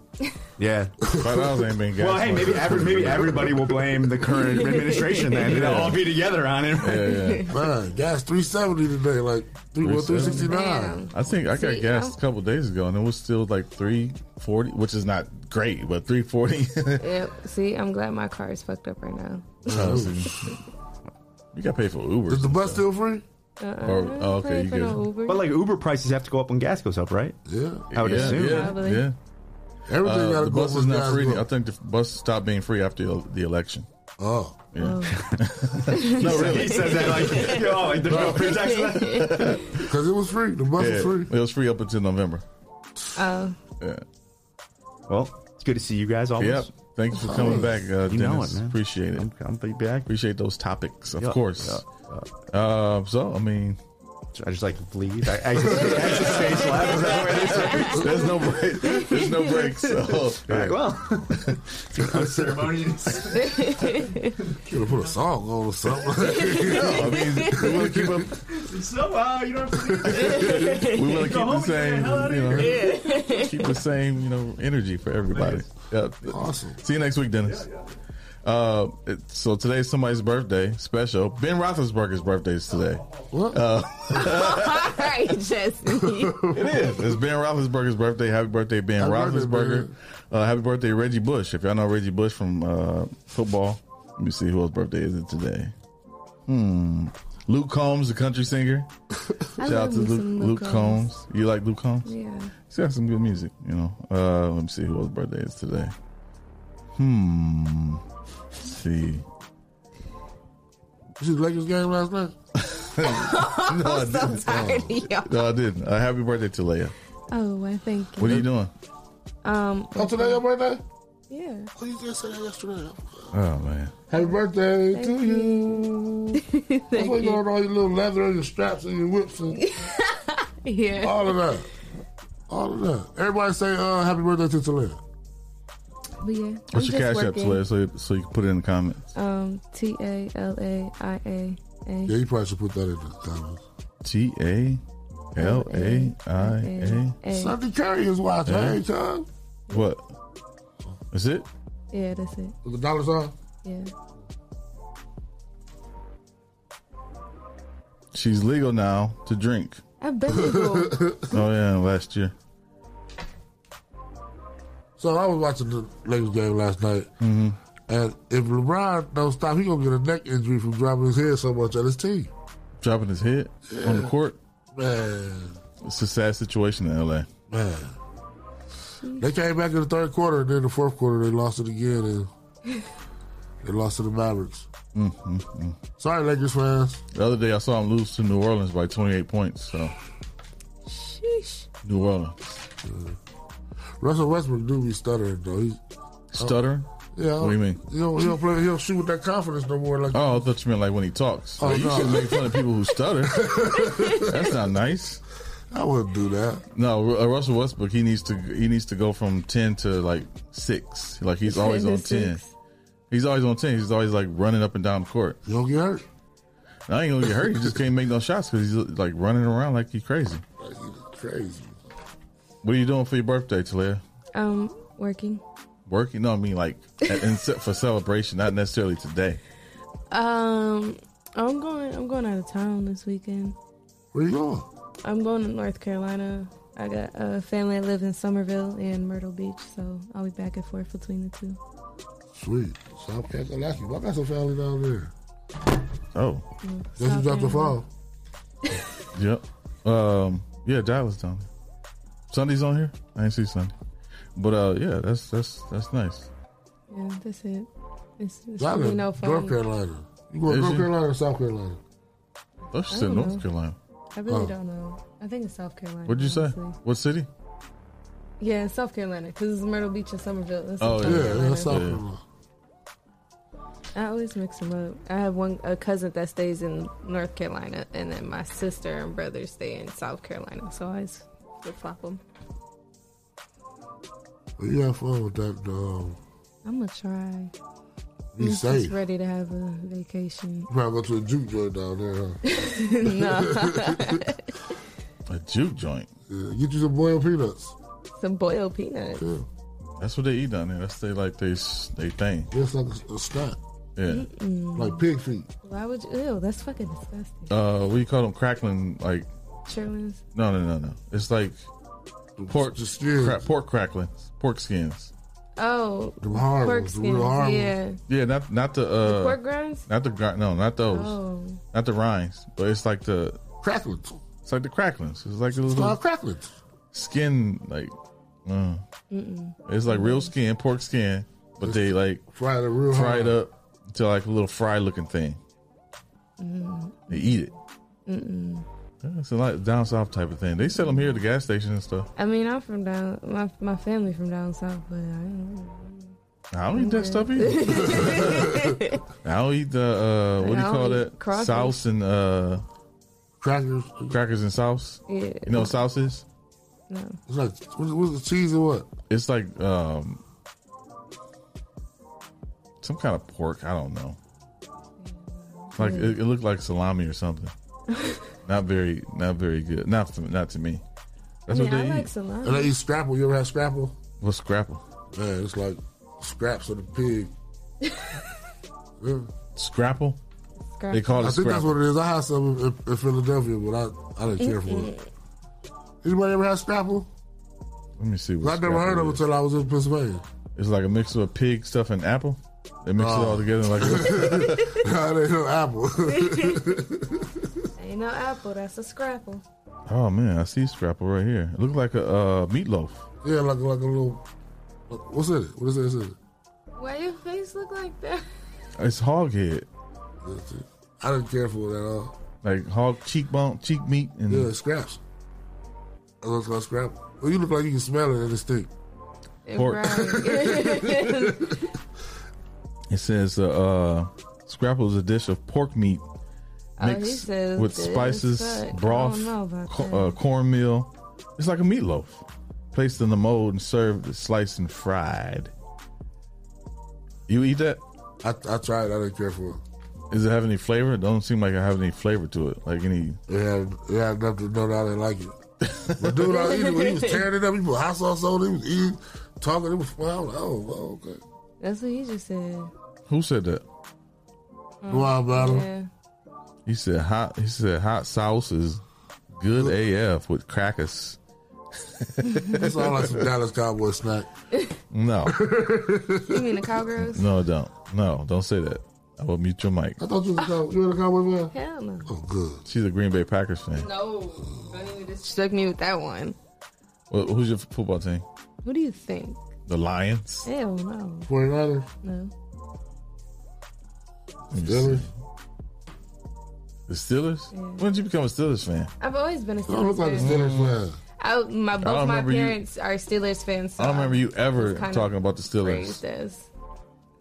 Yeah.
Five dollars ain't been. gas
Well, hey,
money.
maybe every, maybe everybody will blame the current administration then. They'll all be together on it. right?
Yeah, yeah.
Man, gas three seventy today, like three well three sixty
370.
nine.
Damn.
I think I got
See,
gas
I'm-
a couple days ago, and it was still like three forty, which is not great, but three forty.
Yep. See, I'm glad my car is fucked up right now.
you got to pay for Uber.
Is the bus still free?
Or, oh, okay, you
Uh-uh. For no
good?
Uber.
But like Uber prices have to go up when gas goes up, right?
Yeah.
I would
yeah,
assume.
yeah,
Probably.
yeah.
Everything
Uh,
gotta
the
go
bus
with
is not
gas
free.
go-
I think the bus stopped being free after the, the election.
Oh.
No, really.
He says that like, yo, like there's no pretext. for that.
Because it was free. The bus
Yeah,
was free.
it was free up until November.
oh,
Yeah.
Well, it's good to see you guys. Always.
Yep. Thanks for coming back, uh,
You know
Dennis.
it, man.
Appreciate it.
I'm, I'm back.
Appreciate those topics, of
Yeah,
course.
yeah, yeah.
Uh, so, I mean,
I just like leave. I, I just, I just stage left. Is that what it is?
there's no break. There's no break. So,
All right, well, it's kind of ceremonious.
Should have put a song on or something.
I mean, we want to keep up.
So, uh, you don't have to leave.
We want to keep
Go
the
home and get the
same.
hell out of
You know, keep the same. You know, energy for everybody. Yeah.
awesome.
See you next week, Dennis. Uh, it, so today's somebody's birthday special. Ben Roethlisberger's birthday is today.
What?
all right, Jesse.
It is. It's Ben Roethlisberger's birthday. Happy birthday, Ben
Happy birthday,
Roethlisberger.
Ben.
uh, happy birthday, Reggie Bush. If y'all know Reggie Bush from uh, football, let me see who else's birthday is it today. Hmm. Luke Combs, the country singer.
I
Shout out
love
to
me
Luke,
some
Luke Combs. You like Luke Combs?
Yeah.
He's got some good music, you know. Uh, let me see who else's birthday is today. Hmm. Let's see.
You see the Lakers game last night?
No, I
So
didn't. Oh.
tired of y'all.
No, I didn't. Uh, happy birthday to Leia.
Oh, I thank you.
What are you doing?
Um,
Oh, today your birthday?
yeah.
Oh, you just said that yesterday.
Oh man.
Happy birthday to
Thank
you. That's why you got all your little leather and your straps and your whips and
Yeah.
all of that. All of that. Everybody say uh, happy birthday to Talia.
But yeah.
What's your
I'm just
cash app,
working.
Slayer? So, so you can put it in the comments.
Um, T A L A I A
Yeah,
A
you probably should put that in the comments.
T A L A I A.
A.
Sunday Curry is watching.
Yeah.
Hey, Tom.
What? Is it?
Yeah, that's it.
The dollar sign.
Yeah.
She's legal now to drink.
I've been legal.
Oh yeah, last year.
So I was watching the Lakers game last night,
Mm-hmm.
and if LeBron don't stop, he gonna get a neck injury from dropping his head so much at his team.
Dropping his head on the court.
Man,
It's a sad situation in LA.
man. They came back in the third quarter, and then the fourth quarter they lost it again, and they lost to the Mavericks.
Mm-hmm.
Sorry, Lakers fans.
The other day I saw him lose to New Orleans by 28 points. So
Sheesh.
New Orleans
Russell Westbrook do be stuttering though. He,
stuttering.
yeah,
What do you mean?
He don't, he don't play. He don't shoot with that confidence no more. Like
Oh, I thought you meant like when he talks.
Oh,
Like, you
no.
shouldn't make fun of people who stutter. That's not nice.
I wouldn't do that.
No, Ru- uh, Russell Westbrook. He needs to. He needs to go from ten to like six. Like he's always on
Goodness
ten.
sakes.
He's always on ten. He's always like running up and down the court.
You don't get hurt.
I ain't gonna get hurt. He just can't make no shots because he's like running around like he's crazy.
Like, he's crazy.
What are you doing for your birthday, Talia?
Um, working.
Working? No, I mean like at- and se- for celebration, not necessarily today.
Um, I'm going. I'm going out of town this weekend.
Where you going?
I'm going to North Carolina. I got a family that lives in Somerville and Myrtle Beach, so I'll be back and forth between the two.
Sweet. South Carolina. I got some family down there.
Oh,
This
South
is dropped the
Carolina.
fall.
yep. Um, yeah, Dallas down. there. Sunday's on here. I ain't see Sunday, but uh, yeah, that's that's that's nice.
Yeah, that's it. It's, it's
Y'all
really
in
no fun.
North Carolina. You going
Is
to North
it?
Carolina or South Carolina?
Oh, she
I
said
don't
North
know.
Carolina.
I really
Oh.
don't know. I think it's South Carolina.
What'd you say?
honestly.
What city?
Yeah, it's South Carolina, because it's Myrtle Beach and Somerville. That's
Oh,
in
yeah.
South
Yeah,
Carolina.
that's South
Yeah.
Carolina.
I always mix them up. I have one a cousin that stays in North Carolina, and then my sister and brother stay in South Carolina. So I always flip flop them.
Well, you have fun with that. Um,
I'm gonna try.
be
I'm
safe.
just ready to have a vacation.
You probably go to a juke joint down there. Huh?
no,
A juke joint.
Yeah, get you some boiled peanuts.
some boiled peanuts.
Yeah,
That's what they eat down there. That's they like they s- they thing.
that's like a, a snack,
Yeah.
like pig feet.
Why would you? Ew, that's fucking disgusting.
Uh, what do you call them? Crackling? Like
Chillings.
no, no, no, no. It's like pork,
the skins.
cra- pork cracklings, pork skins.
Oh,
Them hard
pork
ones, the real
skins.
hard ones.
Yeah,
Yeah, not not the uh,
pork grinds.
not the gri- no, not those,
Oh,
not the rinds, but it's like the
Cracklings.
it's like the cracklings. It's like the
It's
little
called cracklings.
skin, like uh, it's like real skin, pork skin, but they like
Fried it real
fry
hard.
it up to like a little fry looking thing.
Mm.
They eat it. Yeah, it's a like down south type of thing. They sell them here at the gas station and stuff.
I mean, I'm from down. My my family from down south, but I don't know.
I don't eat
Mm-hmm.
that stuff either. I don't eat the uh, what do you
I don't
call
eat
that?
crackers.
Sauce and uh,
Crackers.
crackers and sauce.
Yeah,
You know what sauce is?
no.
It's like what's, what's the cheese or what?
It's like um, some kind of pork. I don't know. Like it, it looked like salami or something. not very, not very good. Not to, not to me. That's
I mean,
what they
I like
eat.
salami.
And they eat scrapple. You ever had scrapple?
What's scrapple?
Man, it's like scraps of the pig. Yeah.
Scrapple?
Scrap-
They call
I
it
think that's
scrapple.
what it is. I had some in, in Philadelphia, but I, I didn't care for it. Anybody ever had scrapple?
Let me see.
'Cause
What
I never heard of
scrapple
it
is.
until I was in Pennsylvania.
It's like a mix of pig stuff and apple. They mix it all together like. A,
I didn't know apple.
Ain't no apple. That's a scrapple.
Oh man, I see scrapple right here. It look like a uh, meatloaf.
yeah, like like a little. What's in it? What is it? What's in it?
Why your face look like that?
It's hog head,
That's it? I didn't care for it at all.
like hog cheekbone, cheek meat, and
Mm. Yeah, scraps. I look like scrapple. Well, you look like you can smell it and it stink.
And
Pork.
fry it.
It says uh, uh, scrapple is a dish of pork meat
Oh, he
mixed
says
with
this,
spices,
but I don't
broth,
know about
co- uh,
that.
cornmeal. It's like a meatloaf, placed in the mold and served sliced and fried. You eat that?
I, I tried. I didn't care for it.
Does it have any flavor? It don't seem like it have any flavor to it. Like any
It had, it had enough to know that I didn't like it. But dude, I was eating, when he was tearing it up, he put hot sauce on it, he was eating, talking, it was fun. I was like, oh, oh, okay.
That's what he just said.
who said that?
Wild battle.
Mm, Yeah.
He said hot. He said hot sauce is good AF with crackers.
That's all like some Dallas Cowboy snack.
No,
You mean the cowgirls?
no, don't. No, don't say that. I will mute your mic.
I thought you was a Cowboy, you were a Cowboy fan?
Hell no.
Oh, good.
She's a Green Bay Packers fan.
No. Don't even disrespect me with that one.
Well, who's your football team?
What do you think?
The Lions.
Hell no.
49ers?
No.
Steelers?
The Steelers? When did you become a Steelers fan?
I've always been a
I don't
Steelers
look like a
fan.
Steelers fan.
I, my both my
remember you-
parents are Steelers fans. So
I don't remember you ever
It's kind of
talking about the Steelers.
Raised as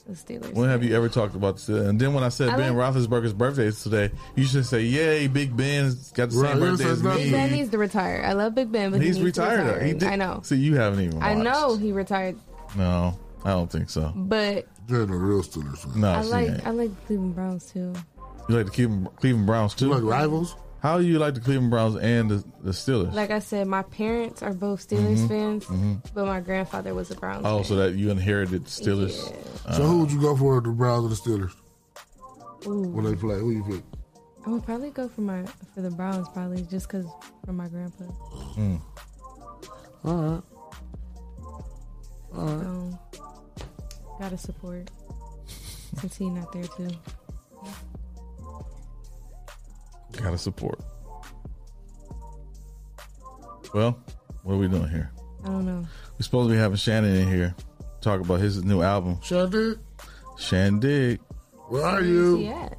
a Steelers.
When have
fan.
you ever talked about the Steelers? And then when I said
I
Ben Roethlisberger's birthday is today, you should say, "Yay, Big Ben's got the
Right,
same
you
birthday
said
as
nothing.
Big Ben
me."
needs to retire. I love Big Ben, but
He's
he needs To
retired.
retire.
He did-
I know.
See, you haven't even. Watched.
I know he retired,
No, I don't think so.
but
You're the real Steelers fan.
No,
I
she
like
ain't.
I like the Cleveland Browns too.
You like the Cleveland, Cleveland Browns too?
You like rivals?
How do you like the Cleveland Browns and the, the Steelers?
Like I said, my parents are both Steelers fans, but my grandfather was a Browns.
Mm-hmm. oh,
fan.
so that you inherited Steelers?
So who would you go for the Browns or the Steelers when they play? Who you pick?
I would probably go for my for the Browns, probably just because for my grandpa.
All right.
Um, gotta support since he not there too.
Gotta support. Well, what are we doing here?
I don't know.
We're supposed to be having Shannon in here talk about his new album,
Shandy,
Shandig.
where are
Where's he
you?
at?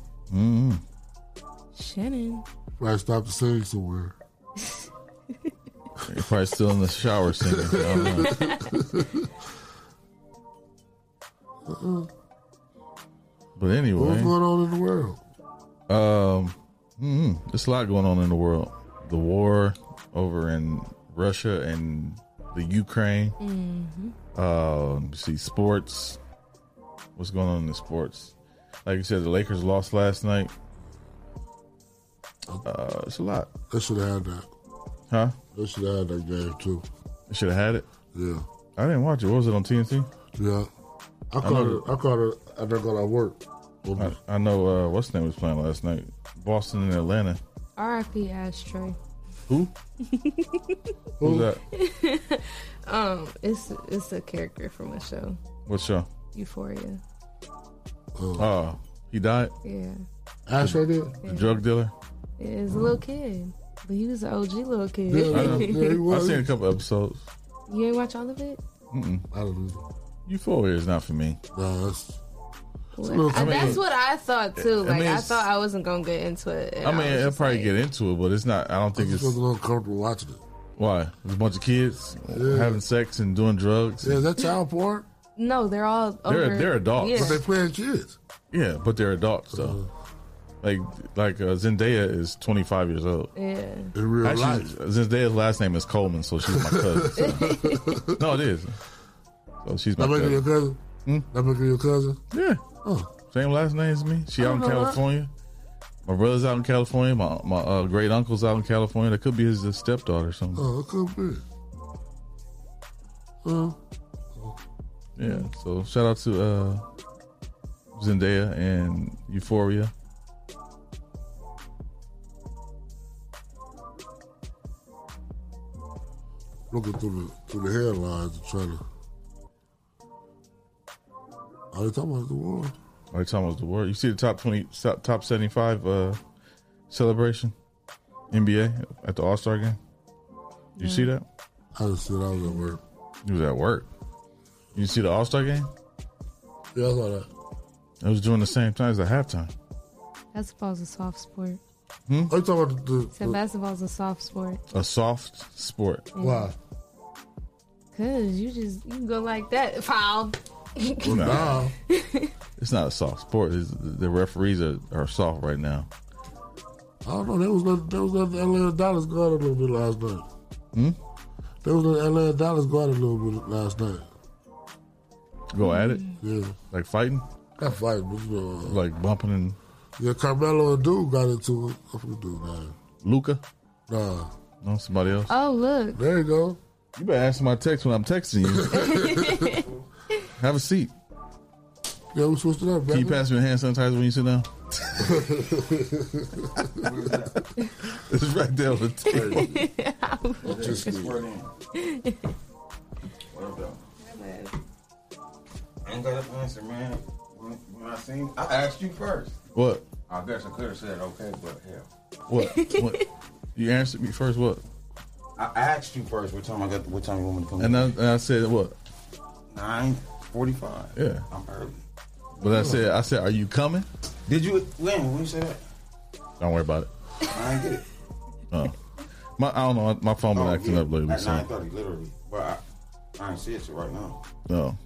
Shannon.
Probably stop the singing somewhere.
You're probably still in the shower singing. I don't know. But
What's
anyway,
going on in the world?
um, mm, there's a lot going on in the world. The war over in Russia and the Ukraine. Um, you see sports. What's going on in the sports? Like you said, the Lakers lost last night. Uh, it's a lot,
They should have had that.
huh?
They should have had that game too.
Should have had it.
Yeah,
I didn't watch it. What was it on TNT?
yeah. I caught it. I caught it. I didn't go to work.
I, I know uh, what's the name was playing last night. Boston and Atlanta.
R.I.P. Ashtray.
Who? Who's that?
It's it's a character from a show,
What show?
Euphoria.
Oh, he died.
Yeah,
Asher did.
The drug dealer.
it is a little kid, but he was an OG little kid.
Yeah, yeah, yeah, he
I've
was.
seen a
I
couple episodes.
You ain't watch all of it.
don't know.
Euphoria is not for me.
No, that's
Well,
I mean-
that's what I thought too.
I
Like I,
mean, it's-
thought I wasn't gonna get into it. and
I mean,
was
I'll
just
probably
like,
get into it, but it's not. I don't
I
think
just
it's
wasn't uncomfortable watching it.
why. There's a bunch of kids having sex and doing drugs.
Yeah, is that child porn?
No, they're all
They're-
over.
they're adults.
Yeah.
But they playing kids.
Yeah, but they're adults though.
Uh-huh.
Like like uh, Zendaya is 25 years old.
yeah.
In real
Actually,
life.
Zendaya's last name is Coleman, so she's my cousin. so. no, it is. So she's my
That make her
cousin.
your cousin?
Hmm?
That make her your cousin?
Yeah.
Oh.
Same last name as me. She out in
Uh-huh.
California. My brother's out in California. My my uh, great uncle's out in California. That could be his uh, stepdaughter or something.
Oh, it could be. Oh,
Yeah. So shout out to uh, Zendaya and Euphoria.
looking through the through the headlines and trying to. Are you talking about the war?
Are you talking about the word? You see the top twenty, top, top seventy-five uh, celebration, NBA at the All Star game. You see that?
I just said I was at work.
You was at work. You see the All Star game?
Yeah, I saw that.
It was doing the same time as the halftime.
Basketball's a soft sport.
Are you talking about the,
So
the,
basketball's a soft sport
A soft sport.
why?
Cause you just you can go like that, foul.
No.
Nah.
It's not a soft sport. It's, the referees are, are soft right now.
I don't know. There was no, there was no LA Dallas guard a little bit last night. Hmm? There was no LA Dallas guard a little bit last night.
Go at it,
Yeah,
like fighting,
that fight, but you know, uh,
like bumping and
yeah, Carmelo and dude got into it. I forget dude name.
Luca.
Nah,
No, somebody else.
Oh look,
there you go.
You better answer my text when I'm texting you. Have a seat.
Yeah, we switched it up.
Can you
baby.
pass me a hand sanitizer when you sit down? it's right there on the table.
Just
It's
do it.
word in. Whatever. though. I ain't got an answer, man. When, when I seen, I asked you first.
What?
I guess I could have said okay, but hell,
What? What? You answered me first. What?
I asked you first. What time I got? What time you want me to come?
And I, and I said what?
Nine forty-five.
Yeah.
I'm early.
But I said I said, are you coming?
Did you when? When you say that?
Don't worry about it.
I ain't get it.
My I don't know. My phone been
Oh,
acting
yeah,
up lately.
At nine
So
thirty, literally. But I, I ain't see it till right now.
no.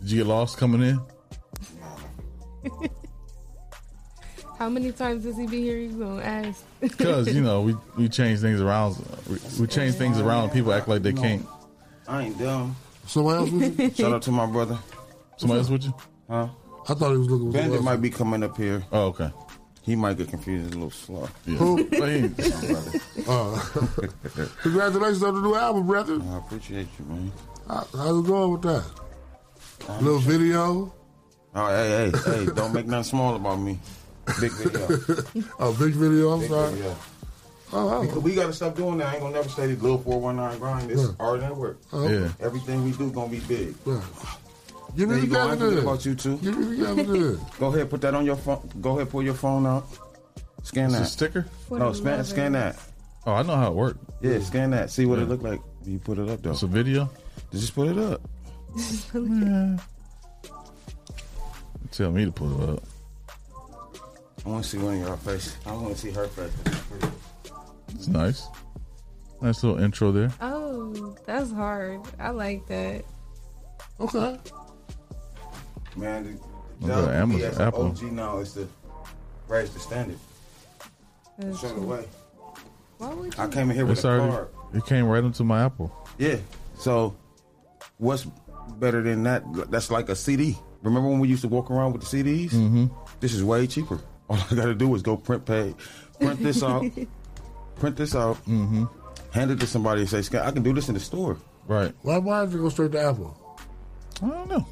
Did you get lost coming in?
how many times does he be here? You gonna ask?
Oh,
Because you know we we change things around. We, we change things around. and People act like they
No.
can't.
I ain't dumb.
Someone else with you?
Shout out to my brother.
Somebody else with you?
Huh?
I thought he was looking for
Bandit
someone
might
else.
be coming up here.
Oh, okay.
He might get confused and a little slow.
Yeah.
Who?
Well, he-
Oh. Congratulations on the new album, brother.
I appreciate you, man.
How- How's it going with that? Little video,
Oh, hey, hey, hey, don't make nothing small about me. Big video.
a big video. I'm
Big
sorry.
video.
Oh,
Because
oh,
we got to stop doing that. I ain't going to never say this little 419 grind. This is our network.
oh.
yeah.
Everything we do going to be big.
yeah. Give
There
me
you
the
go. I
Gavin
ain't forget
Hood.
about you, too.
Give me the Gavin Hood.
Go ahead, put that on your phone. Go ahead, pull your phone out. Scan
It's a
that.
sticker.
What
No,
a
scan,
lover.
scan that.
Oh, I know how it works.
Yeah, scan that. See what it look like. You put it up, though.
It's a video.
Just put it up.
Tell me to pull it up.
I want to see one of your face. I want to see her face.
It's nice. Nice little intro there.
Oh, that's hard. I like that.
Okay.
Man, the E
Look at
job
Amazon,
we as an
Apple.
OG now is to raise the standard.
That's
Show the way.
Why would you?
I came in here with
It's
a
already.
card.
It came right into my Apple.
Yeah. So, what's better than that? That's like a CD. Remember when we used to walk around with the CDs? Mm-hmm. This is way cheaper. All I got to do is go print pay, print this out, print this out, mm-hmm. hand it to somebody and say, "Scott, I can do this in the store."
Right.
Why mine have to go straight to Apple?
I don't know.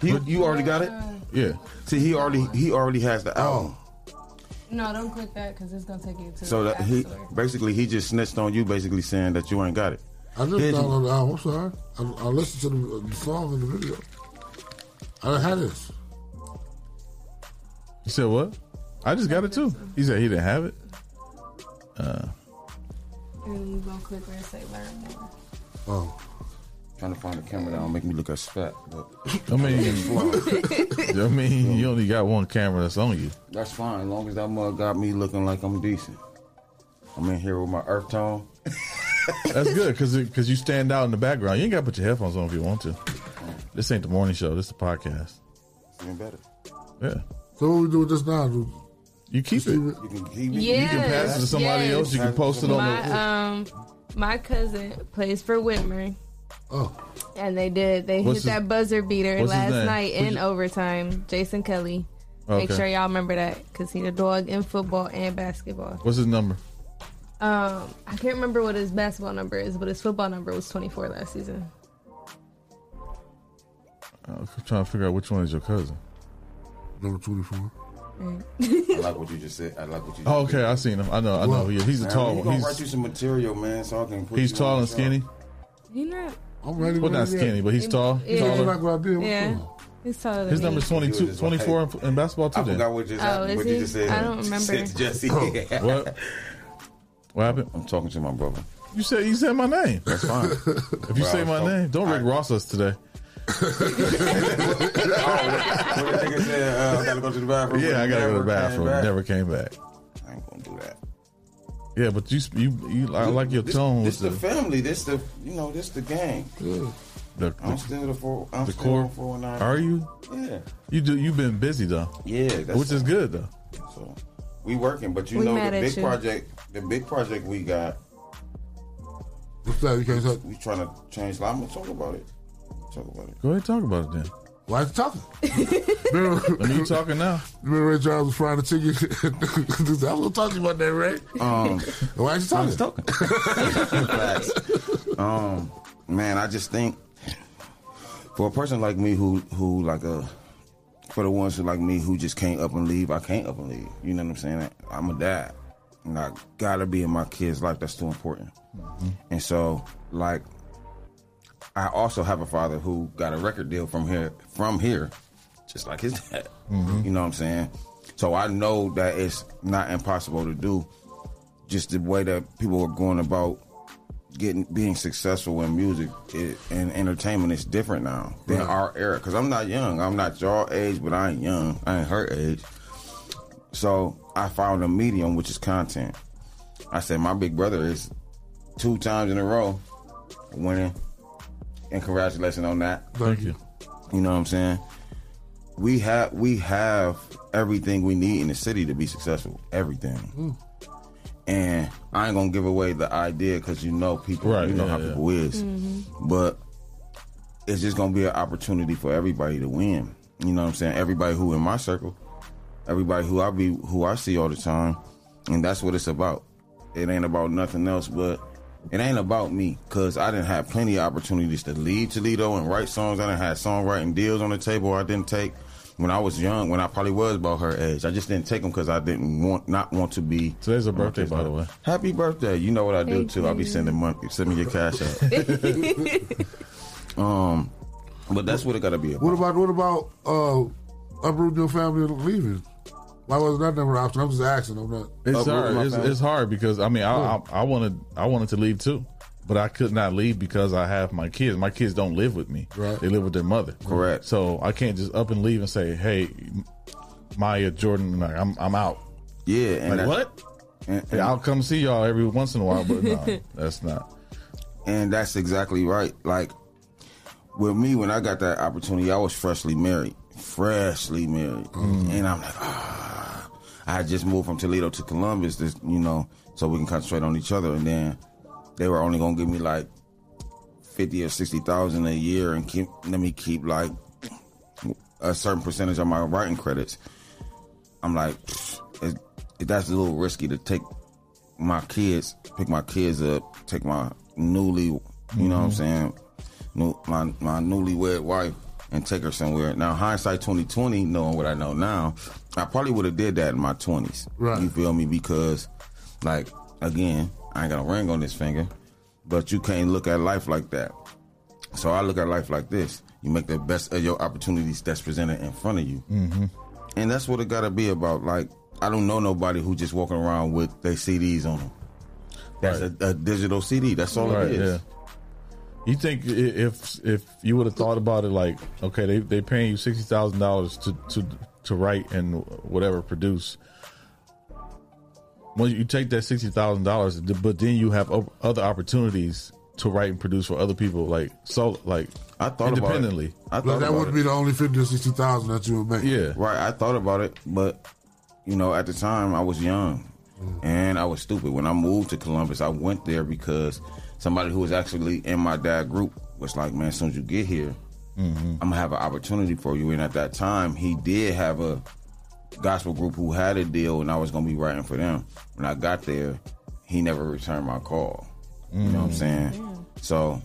He, you already got it.
Uh,
Yeah.
See, he already he already has the album.
No, don't click that because it's gonna take you to
So
the
that
app
he
store.
basically he just snitched on you, basically saying that you ain't got it.
I just
Did you-
downloaded the album. I'm sorry. I, I listened to the, uh, the song in the video. I done had this.
You said what? I just got it too. He said he didn't have it.
And you gonna click where it say learn more.
Oh.
Trying to find a camera that don't make me look as fat. But
I mean, I mean, you only got one camera that's on you.
that's fine, as long as that mug got me looking like I'm decent. I'm in here with my earth tone.
That's good because because you stand out in the background. You ain't got to put your headphones on if you want to. This ain't the morning show. This is the podcast.
It's even better.
Yeah,
So what we do with this now? Do,
you keep it.
You can keep it.
Yeah.
You can pass it to somebody
Yes.
else. You can post it on the.
My um, my cousin plays for Whitmer,
oh.
and they did. They
What's
hit
his-
that buzzer beater
what's his
last
name?
night
Who'd
in
you-
overtime. Jason Kelly. Make
Okay.
sure y'all remember that because he the dog in football and basketball.
What's his number?
Um, I can't remember what his basketball number is, but his football number was 24 last season.
I'm trying to figure out which one is your cousin.
Number 24.
I like what you just said. I like what you. Just
Oh, okay, I seen him. I know, I know. who he is. he's a
Man,
tall
he
one.
gonna write you
He's
some material, man, so I can. Put
he's
you
tall
on
and
the show.
skinny.
He not.
I'm ready.
Well,
when
not
you're
skinny,
ready.
but he's tall.
Yeah.
Tell me
Taller.
like what I did. What's
Yeah,
going on?
he's taller. than
His
me.
number's
He
22,
was just
24 in basketball
I
too.
forgot
Then
what just
Oh,
happened.
is
What
he?
you just said.
I don't remember.
Said Jesse.
what? What happened?
I'm talking to my brother.
You said you said my name.
That's fine.
If you
Bro,
say my
so-
name, don't Rick
I-
Ross us today.
What that nigga said, uh, I gotta go to the bathroom.
Yeah, I gotta go to the
Never came
bathroom. Never came
back.
back.
I ain't gonna do that.
Yeah, but you you, you I like your
This-
tone
This,
with the
the family. This the you know. This the gang.
the,
I'm
the,
still the four. I'm
the
still
core.
four nine.
Are you?
Yeah.
You do. You've been busy though,
Yeah. That's
which is good though.
So we working, but you
We
know
mad
the
at
big
you.
project. The big project we got.
What's that? You can't talk.
We trying to change. I'm gonna talk about it. Talk about it.
Go ahead, and talk about it then.
Why is it talking? remember,
When you talking now,
remember Ray Charles was frying the chicken? I was going to talk to you about that, Ray.
Um,
Why is it talking?
Facts. um, man, I just think for a person like me who who like uh for the ones who like me who just can't up and leave, I can't up and leave. You know what I'm saying? I'm a dad, and I gotta be in my kids' life. That's too important. And so, like, I also have a father who got a record deal from here from here, just like his dad. You know what I'm saying? So I know that it's not impossible to do. Just the way that people are going about getting being successful in music it, and entertainment is different now than our era. Because I'm not young. I'm not your age, but I ain't young. I ain't her age. So I found a medium, which is content. I said my big brother is two times in a row winning, and congratulations on that.
thank you.
You know what I'm saying? We have we have everything we need in the city to be successful. Everything.
Hmm.
And I ain't gonna give away the idea because you know people,
Right,
you know
yeah,
how
yeah.
people is. But it's just gonna be an opportunity for everybody to win. You know what I'm saying? Everybody who in my circle, everybody who I be who I see all the time, and that's what it's about. It ain't about nothing else, but it ain't about me because I didn't have plenty of opportunities to lead Toledo and write songs. I didn't have songwriting deals on the table. I didn't take when I was young, when I probably was about her age. I just didn't take them because I didn't want not want to be.
Today's her birthday, by the way.
Happy birthday! You know what I do
Thank
too. I'll be
you.
sending money. Send me your cash out. um, but that's what it got to be.
What
About.
about what about uh, uprooting your family and leaving? Why wasn't that never an option? I'm just asking. I'm not.
It's
Uproot
hard.
my
It's,
family.
it's hard because I mean, I, I I wanted I wanted to leave too, but I could not leave because I have my kids. My kids don't live with me.
Right.
They live with their mother.
Correct.
So I can't just up and leave and say, "Hey, Maya Jordan, like, I'm I'm out."
Yeah, and
Like
that-
what?
And, and-
I'll come see y'all every once in a while, but no, that's not.
And that's exactly right. Like with me, when I got that opportunity, I was freshly married, freshly married, and I'm like, ah, I had just moved from Toledo to Columbus, this, you know, so we can concentrate on each other. And then they were only gonna give me like fifty or sixty thousand a year, and keep let me keep like a certain percentage of my writing credits. I'm like, it, it, that's a little risky to take my kids, pick my kids up, take my newly, you know what I'm saying, new, my my newlywed wife, and take her somewhere. Now hindsight 2020, knowing what I know now, I probably would have did that in my 20s.
Right.
You feel me? Because, like, again, I ain't got a ring on this finger, but you can't look at life like that. So I look at life like this: you make the best of your opportunities that's presented in front of you, mm-hmm. and that's what it got to be about. Like I don't know nobody who just walking around with their CDs on them. That's
Right.
a, a digital CD. That's all
Right?
it is.
Yeah. You think i- if if you would have thought about it, like okay, they they paying you sixty thousand dollars to to to write and whatever produce. Once you take that sixty thousand dollars, but then you have o- other opportunities to write and produce for other people, like so, like
I thought
independently.
about it. I thought
Like, that
about
wouldn't
it.
be the only fifty or sixty thousand that you would make.
Yeah,
Right, I thought about it, but you know, at the time I was young
Mm.
and I was stupid. When I moved to Columbus, I went there because somebody who was actually in my dad group was like, "Man, as soon as you get here,
Mm-hmm.
I'm gonna have an opportunity for you." And at that time, he did have a gospel group who had a deal, and I was gonna be writing for them. When I got there, he never returned my call. You know what I'm saying? So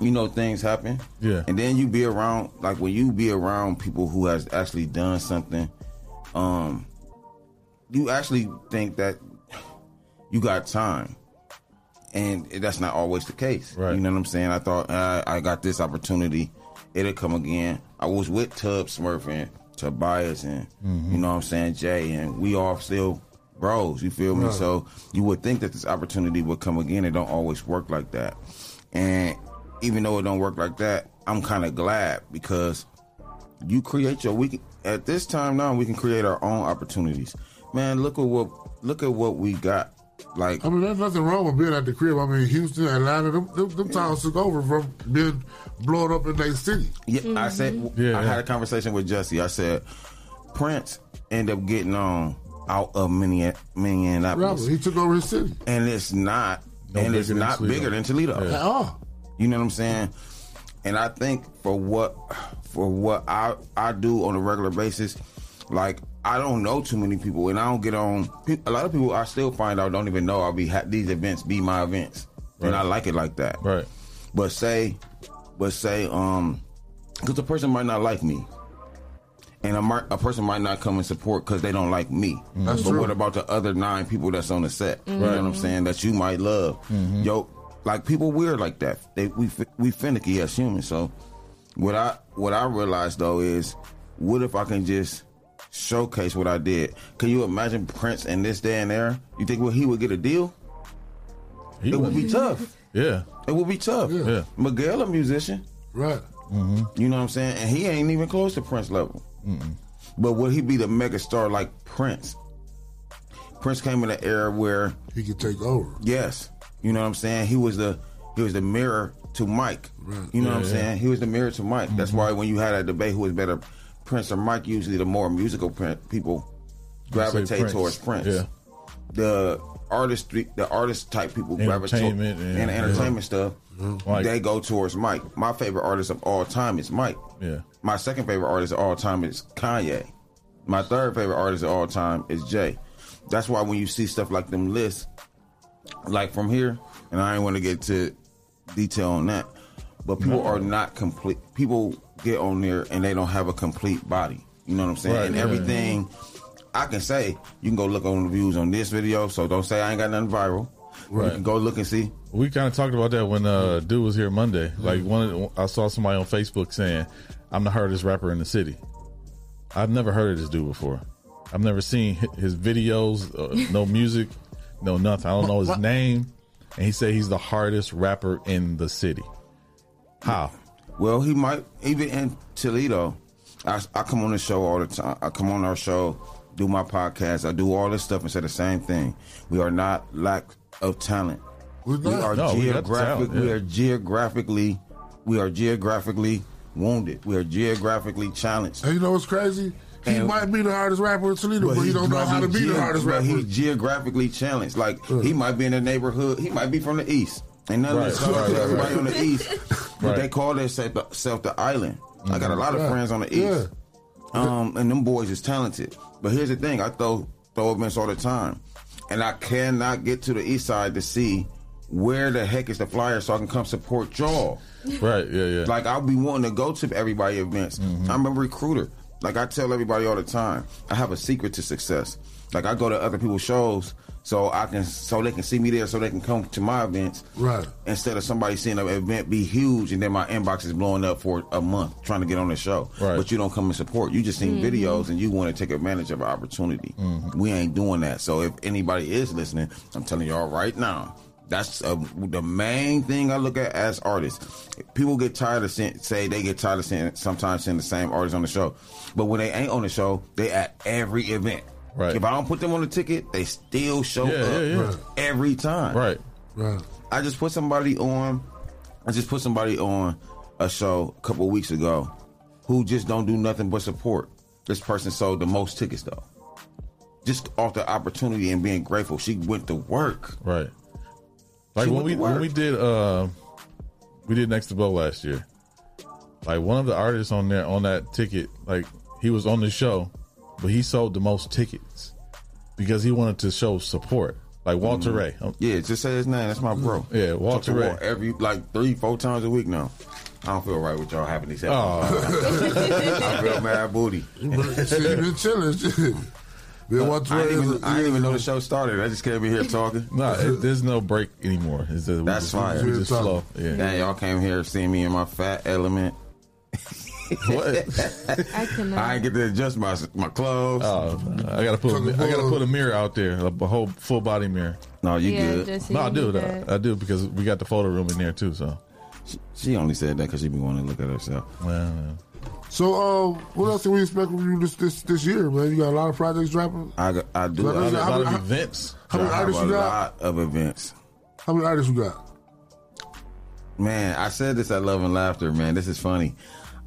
you know things happen.
Yeah.
And then you be around like when you be around people who has actually done something, um, you actually think that you got time. And that's not always the case.
Right.
You know what I'm saying? I thought uh, I got this opportunity. It'll come again. I was with Tub Smurf and Tobias and you know what I'm saying, Jay, and we all still bros, you feel me?
Right.
So you would think that this opportunity would come again. It don't always work like that. And even though it don't work like that, I'm kinda glad because you create your we can, at this time now we can create our own opportunities man look at what look at what we got Like
I mean, there's nothing wrong with being at the crib. I mean, Houston, Atlanta, them, them, them towns took over from being blown up in their city.
Yeah, I said
Yeah.
I had a conversation with Jesse. I said Prince ended up getting on out of Minne- Minneapolis,
Robert, he took over his city.
and it's not,
No
and it's
bigger than
not
Toledo.
bigger than Toledo.
At all.
You know what I'm saying? And I think for what for what I I do on a regular basis, like I don't know too many people, and I don't get on. A lot of people I still find out don't even know I'll be ha- these events be my events, and I
Right.
like it like that.
Right.
But say, but say, um, because the person might not like me, and a, mar- a person might not come and support because they don't like me.
Mm-hmm. That's
but
true.
what about the other nine people that's on the set? You know what I'm saying? That you might love,
Mm-hmm.
yo. Like people weird like that. They we fi- we finicky as humans. So what I what I realized though is, what if I can just showcase what I did? Can you imagine Prince in this day and there? You think well, he would get a deal?
He
It
was-
would
Mm-hmm.
be tough.
yeah.
It would be tough.
Yeah.
Miguel, a musician,
Right.
you know what I'm saying? And he ain't even close to Prince level. But would he be the mega star like Prince? Prince came in an era where,
He could take over.
yes, you know what I'm saying? He was the he was the mirror to Mike.
Right.
You know what I'm
Yeah, Mm-hmm. yeah.
saying? He was the mirror to Mike. That's why when you had a debate who was better, Prince or Mike, usually the more musical prin- people gravitate
Prince.
towards Prince.
Yeah.
The artistry, the artist type people gravitate
Entertainment and-
and entertainment stuff.
Mike.
They go towards Mike. My favorite artist of all time is Mike.
Yeah.
My second favorite artist of all time is Kanye. My third favorite artist of all time is Jay. That's why when you see stuff like them lists, like from here, and I ain't want to get to detail on that, but people are not complete. People get on there and they don't have a complete body. You know what I'm saying?
Right,
and
yeah.
everything I can say, you can go look on the views on this video. So don't say I ain't got nothing viral. You
Right.
can go look and see.
We kind of talked about that when uh, dude was here Monday. Like one, of the- I saw somebody on Facebook saying, "I'm the hardest rapper in the city." I've never heard of this dude before. I've never seen hi- his videos, uh, no music, no nothing. I don't know his name, and he said he's the hardest rapper in the city. How?
Well, he might even in Toledo. I, I come on the show all the time. I come on our show, do my podcast. I do all this stuff and say the same thing. We are not lack of talent.
We're
We
not.
are
No, we got the
geographic.
talent,
We
yeah.
are geographically. We are geographically wounded. We are geographically challenged.
and you know what's crazy? He
And-
might be the hardest rapper in Toledo, but, he
he's
don't know how to be
ge-
the hardest
but
rapper.
He's geographically challenged. Like he might be in the neighborhood. He might be from the east. And none
Right,
of this stuff
right,
to
right,
everybody on the east. But
Right.
they call themselves the, self the island. I got a lot of
Right.
friends on the east.
Mm-hmm. Yeah.
Um, and them boys is talented. But here's the thing: I throw throw events all the time, and I cannot get to the east side to see where the heck is the flyer so I can come support y'all.
Right? Yeah, yeah.
Like I'll be wanting to go to everybody events. I'm a recruiter. Like I tell everybody all the time, I have a secret to success. Like I go to other people's shows so I can so they can see me there so they can come to my events.
Right.
Instead of somebody seeing an event be huge and then my inbox is blowing up for a month trying to get on the show.
Right.
But you don't come and support. You just seen videos and you want to take advantage of an opportunity.
Mm-hmm.
We ain't doing that. So if anybody is listening, I'm telling y'all right now, that's uh the main thing I look at as artists. People get tired of seeing, say they get tired of seeing sometimes seeing the same artist on the show, but when they ain't on the show, they at every event.
Right.
If I don't put them on the ticket, they still show
Yeah,
up
yeah, yeah.
every time.
right?
right.
I just put somebody on. I just put somebody on a show a couple weeks ago, who just don't do nothing but support. This person sold the most tickets though, just off the opportunity and being grateful. She went to work.
Right. Like
She
when
went
we
to
when
work.
we did uh we did next to blow last year. Like one of the artists on there on that ticket, like he was on the show, but he sold the most tickets because he wanted to show support. Like Walter
Mm-hmm.
Ray. Um,
Yeah, just say his name. That's my bro.
Mm-hmm. Yeah, Walter
Talk to
Ray.
Walt Every like three, four times a week now. I don't feel right with y'all having these. episodes.
Oh,
I feel mad booty.
But shit, he been chilling. shit. Been watching
I didn't,
Ray's-
even, I didn't even know the show started. I just came in here talking.
no, it, there's no break anymore. It's just, we
That's
just,
fire.
We just
Good
flow. Yeah.
Dang, y'all came here seeing me in my fat element.
What?
I cannot.
I ain't get to adjust my my clothes.
Oh, I gotta put a, mi- I gotta put a mirror out there, a whole full body mirror.
no, you
yeah,
good.
Jesse,
No, I
you
do.
need
I,
that.
I do because we got the photo room in there too. So,
She only said that because she be wanting to look at herself.
well,
So, um, what else can we expect from you this this this year, man? You got a lot of projects dropping.
I, got- I do.
Well,
I,
there's
A
How
lot
many-
of
how-
events.
How many
I have
artists
a
you got?
lot of events.
How many artists you got?
Man, I said this at Love and Laughter, man. This is funny.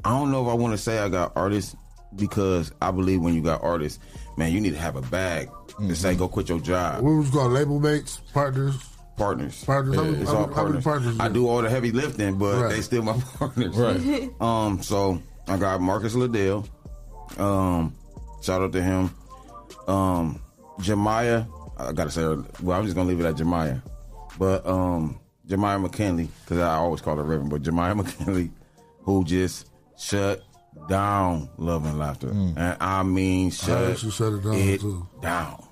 I don't know if I want to say I got artists because I believe when you got artists, man, you need to have a bag to
Mm-hmm.
say go quit your job.
What was it called? Label mates, partners.
Partners.
Partners. How
Yeah,
many-
it's
how
all
many- how many
partners.
partners you
I
got?
do all the heavy lifting, but
Right.
they still my partners.
Right.
Um, so I got Marcus Liddell. Um, shout out to him. Um, Jemiah, I gotta say, her- well, I'm just gonna leave it at Jemiah, but um, Jemiah McKinley, because I always call her Reverend, but Jemiah McKinley, who just shut down Love and Laughter,
Hmm.
and I mean shut,
actually shut it down, too.
down.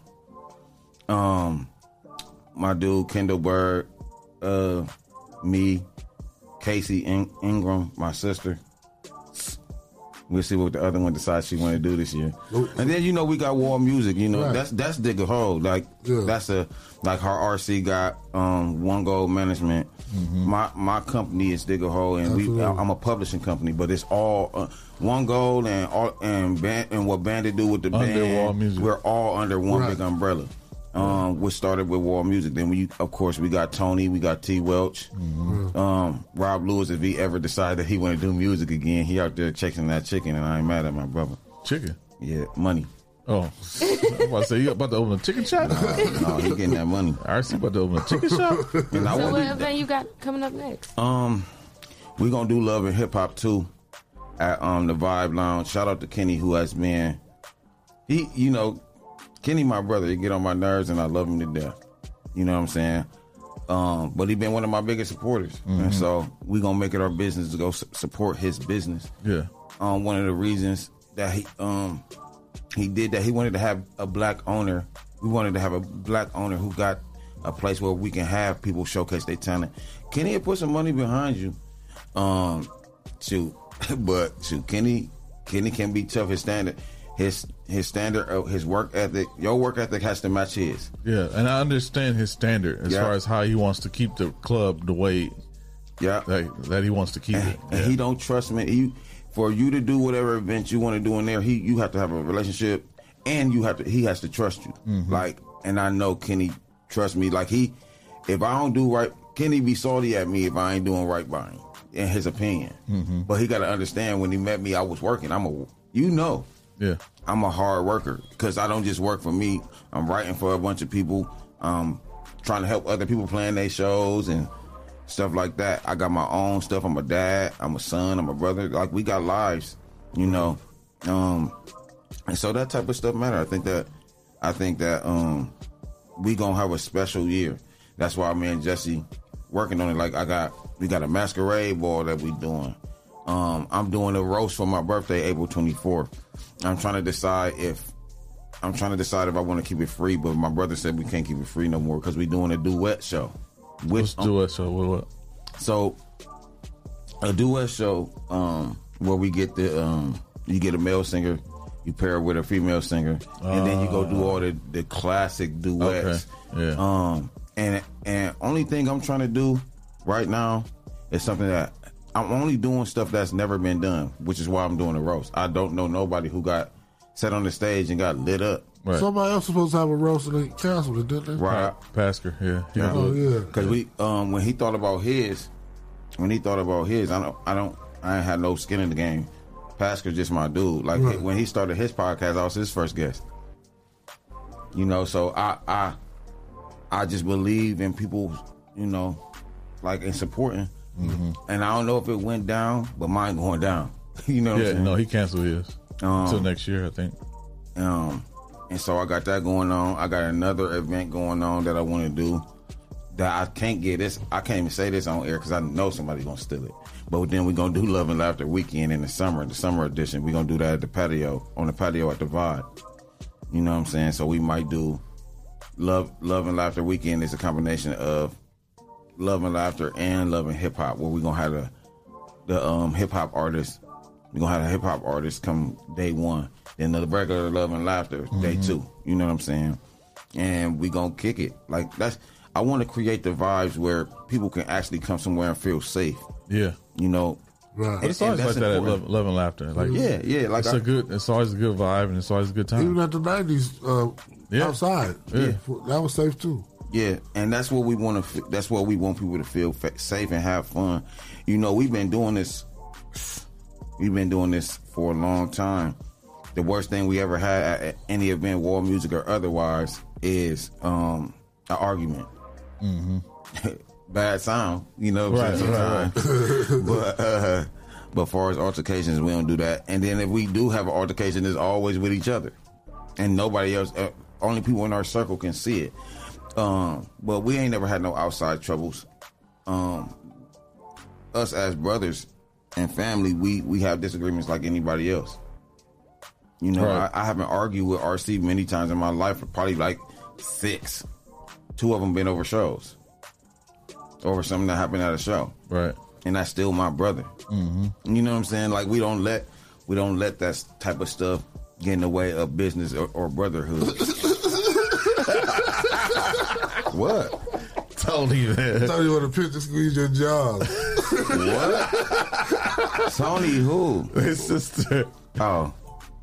Um, my dude Kendall Bird, uh, me, Casey In- Ingram, my sister. We'll see what the other one decides she want to do this year.
Nope.
And then you know we got war music. You know
Right.
that's that's dig a hole. Like
Yeah.
that's a like her RC got um, one goal management. My my company is dig a hole, and we
Mm-hmm. Absolutely.
I'm a publishing company, but it's all uh, one goal and all and band, and what bandit do with the band.
Underwall Music.
We're all under one
Right.
big umbrella. Um, which started with War Music. Then we, of course, we got Tony, we got T. Welch, um, Rob Lewis. If he ever decides that he want to do music again, he out there chasing that chicken, and I ain't mad at my brother.
Chicken.
Yeah, money.
Oh, I'm about to say you about to open a chicken shop.
Uh, no, he getting that money.
RC about to open a chicken shop.
And I
So
won't
what
be-
event you got coming up next?
Um, we gonna do love and hip hop too at um the Vibe Lounge. Shout out to Kenny who has been he you know Kenny my brother. He get on my nerves and I love him to death. You know what I'm saying? Um, but he been one of my biggest supporters, and so we gonna make it our business to go su- support his business
Yeah.
um, one of the reasons that he um, he did that. He wanted to have a black owner. We wanted to have a black owner who got a place where we can have people showcase their talent. Kenny had put some money behind you. Um, shoot, but shoot, Kenny, Kenny can be tough. His standard, his his standard of his work ethic. Your work ethic has to match his.
Yeah, and I understand his standard as
Yeah.
far as how he wants to keep the club the way
Yeah.
that, that he wants to keep it.
and he don't trust me. You for you to do whatever event you want to do in there, he you have to have a relationship, and you have to he has to trust you. Like, and I know Kenny trust me. Like he, if I don't do right, Kenny be salty at me if I ain't doing right by him. In his opinion, but he got to understand when he met me, I was working. I'm a you know.
Yeah.
I'm a hard worker because I don't just work for me. I'm writing for a bunch of people, um, trying to help other people plan their shows and stuff like that. I got my own stuff. I'm a dad. I'm a son. I'm a brother. Like we got lives, you know. Um, and so that type of stuff matter. I think that I think that um, we gonna have a special year. That's why me and Jesse working on it. Like I got we got a masquerade ball that we doing. Um, I'm doing a roast for my birthday, April 24th. I'm trying to decide if I'm trying to decide if I want to keep it free, but my brother said we can't keep it free no more because we doing a duet show.
Let's
Which
do it. So what? what?
so a duet show um, where we get the um, you get a male singer, you pair with a female singer, and then you go do all the, the classic duets.
Okay, yeah.
Um, and and only thing I'm trying to do right now is something that I'm only doing stuff that's never been done, which is why I'm doing the roast. I don't know nobody who got set on the stage and got lit up.
Right.
Somebody else supposed to have a roast and they canceled it, didn't they?
Right.
Pasker. Yeah. He
Yeah.
Oh
do it.
yeah.
Cause we, um, when he thought about his, when he thought about his, I don't, I don't, I ain't had no skin in the game. Pascal's just my dude. Like
Right.
when he started his podcast, I was his first guest. You know, so I, I, I just believe in people. You know, like in supporting.
Mm-hmm.
And I don't know if it went down, but mine going down. you know, what
Yeah,
I'm saying?
no, he canceled his
Um,
until next year, I think.
Um, and so I got that going on. I got another event going on that I want to do that I can't get this. I can't even say this on air because I know somebody's gonna steal it. But then we're gonna do Love and Laughter weekend in the summer, the summer edition. We're gonna do that at the patio, on the patio at the VOD. You know what I'm saying? So we might do Love Love and Laughter weekend is a combination of Love and Laughter and Love and Hip Hop, where we're gonna have the the um hip hop artists. We're gonna have a hip hop artist come day one. Then the regular love and laughter day two. You know what I'm saying? And we gonna kick it. Like that's I wanna create the vibes where people can actually come somewhere and feel safe.
Yeah.
You know,
Right.
But it's always like
that's
that at
important.
love, love and laughter. Like
Yeah, yeah. Like
it's
I-
a good. It's always a good vibe and it's always a good time.
Even at the nineties, uh,
Yeah.
outside,
Yeah.
that was safe too.
Yeah, and that's what we want to. That's what we want people to feel fa- safe and have fun. You know, we've been doing this. We've been doing this for a long time. The worst thing we ever had at at any event, war music or otherwise, is um an argument. Bad sound, you know. what I'm saying,
Mm-hmm. Right,
sometimes. but uh, but far as altercations, we don't do that. And then if we do have an altercation, it's always with each other, and nobody else. Uh, only people in our circle can see it. Um, but we ain't never had no outside troubles. Um, us as brothers and family, we we have disagreements like anybody else. You know,
Right.
I, I haven't argued with RC many times in my life, probably like six. Two of them been over shows, over something that happened at a show,
Right.
and that's still my brother. Mm-hmm. You know what I'm saying? Like we don't let we don't let that type of stuff get in the way of business or, or brotherhood. what?
Totally, man.
Thought you want to pitch to squeeze your jaws.
What? Tony who?
His sister.
Oh.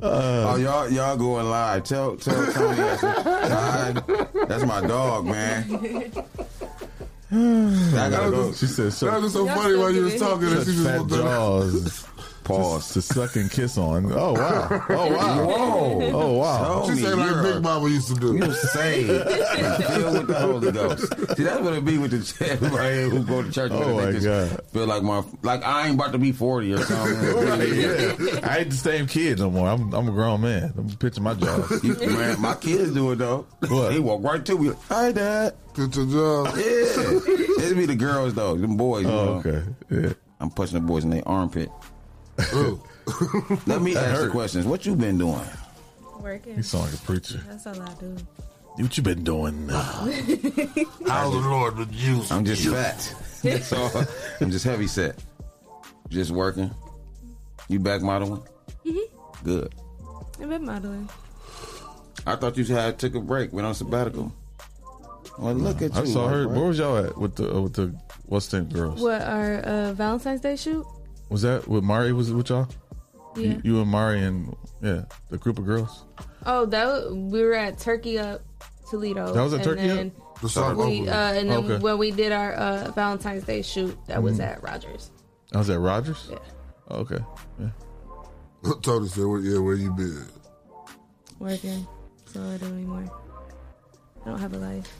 oh y'all y'all going live. Tell tell Tony that's, God, that's my dog, man. I gotta go.
She said,
That
"Such,
was so
Y'all
funny while you was
so
talking.
such
And she just
fat
walked out.
jaws."
Pause.
To suck and kiss on. Oh wow. Oh wow.
Whoa.
Oh wow.
Tony,
She said like
you're
Big Mama used to do.
You're saved and filled with the Holy Ghost. See, that's what it be with the everybody who go to church.
Oh,
but
my
they just
God.
Feel like my like I ain't about to be forty or something.
Yeah. I ain't the same kid no more. I'm I'm a grown man. I'm pitching my jaws.
You- man, my kids do it though.
What?
They walk right to me. Like, Hi, Dad.
Pitch your jaws.
Yeah, it be the girls though. Them boys. You
Oh,
know?
okay. Yeah.
I'm pushing the boys in their armpit.
Ooh.
Let me ask
hurt.
the questions. What you been doing?
Working.
You sound like a preacher.
That's all I do.
What you been doing? Uh,
How the Lord would use
I'm just fat. That's all. I'm just heavy set. Just working. You back modeling? Good.
I've been modeling.
I thought you had took a break. Went on sabbatical. Well, look at you.
I saw
like,
her.
right?
Where was y'all at with the uh, with the what's the girls?
What our uh, Valentine's Day shoot?
Was that with Mari? Was it with y'all?
Yeah.
You, you and Mari and yeah, the group of girls.
Oh, that wa- we were at Turkey Up, Toledo.
That was at
and
Turkey Up?
then
the song
We, uh,
over.
and then
Oh, Okay. Mm.
when we did our uh, Valentine's Day shoot, that was at Rogers.
I was at Rogers.
Yeah.
Oh, okay. Yeah.
Tony said, "Where- "Yeah, where you been?"
Working. That's all I do anymore. I don't have a life.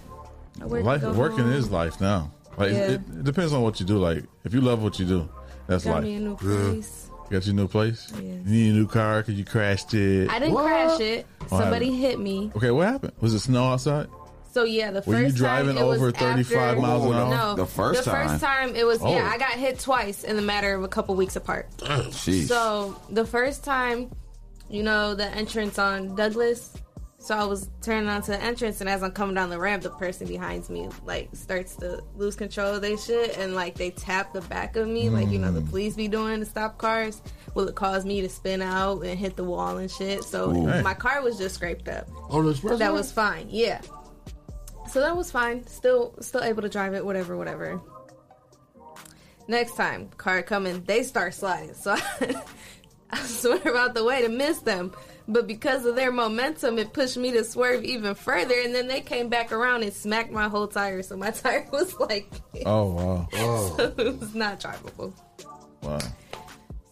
I work,
Life
go
working
home,
is life now. Like
Yeah.
it, it depends on what you do. Like if you love what you do, that's
Got
life.
me a new place.
Got your new place.
Yes.
You need a new car because you crashed it.
I didn't crash it. Somebody
happened?
hit me.
okay, what happened? Was it snow outside?
So yeah, the
Were you
first
driving
time it
over
was
35
after,
miles
an hour?
No,
The first
the
time?
first time it was yeah.
Oh.
I got hit twice in the matter of a couple weeks apart.
Sheesh.
So the first time, you know, the entrance on Douglas. So I was turning onto the entrance, and as I'm coming down the ramp, the person behind me like starts to lose control of their shit, and like they tap the back of me, like you know the police be doing to stop cars. Will it cause me to spin out and hit the wall and shit? So
Hey.
my car was just scraped up.
On the express.
That was
Uh-huh.
fine. Yeah. So that was fine. Still, still able to drive it. Whatever, whatever. Next time, car coming, they start sliding. So I, I swerve out the way to miss them. But because of their momentum, it pushed me to swerve even further. And then they came back around and smacked my whole tire. So my tire was like,
Oh wow,
it was not drivable.
wow.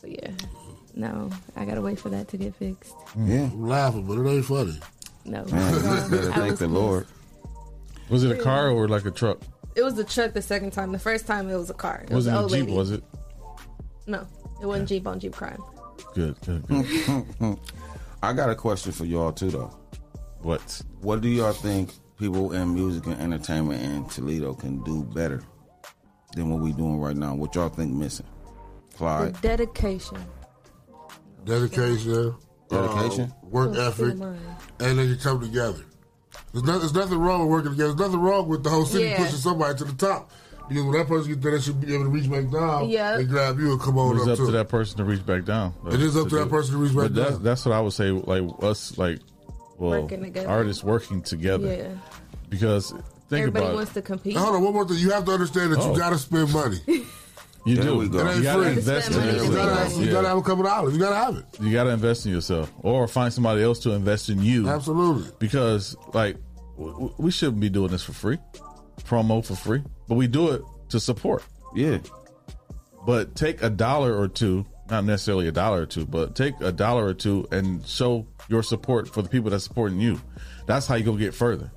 So yeah. No, I gotta wait for that to get fixed.
yeah.
I'm laughing, but it ain't funny.
No,
Man, you better
uh, I
thank
was
the
pissed.
Lord.
Was it a car or like a truck?
It was the truck the second time. The first time it was a car. It was,
Wasn't
an
a
old
jeep?
lady.
Was it?
No, it wasn't Jeep on Jeep crime.
Good, good,
Mm.
good.
I got a question for y'all too, though.
what?
What do y'all think people in music and entertainment in Toledo can do better than what we doing right now? What y'all think missing? Clyde,
The dedication.
Dedication,
Oh.
Dedication?
uh, work
Goes to the
ethic,
mind.
and they can come together. There's, no, there's nothing wrong with working together. There's nothing wrong with the whole city
Yeah.
pushing somebody to the top. Because when that person gets there, they should be able to reach back down
Yeah.
and grab you and come on
It
up,
is up to
too.
that person to reach back down.
It is up to that
do-
person to reach back
But that's,
down.
that's what I would say. Like us, like well,
Working together.
artists working together.
Yeah.
Because think
Everybody
about
wants
it.
to compete.
Hold on, one more thing. You have to understand that
Oh.
you got to spend money.
You
There
do.
we go. It ain't
You gotta
free.
invest in
Spend money
You
to
gotta, have,
yourself.
buy
you gotta
Yeah.
have a couple dollars. You gotta have it.
You gotta invest in yourself, or find somebody else to invest in you.
Absolutely.
because like w- w- we shouldn't be doing this for free promo for free but we do it to support
Yeah.
but take a dollar or two not necessarily a dollar or two but take a dollar or two and show your support for the people that's supporting you that's how you go get further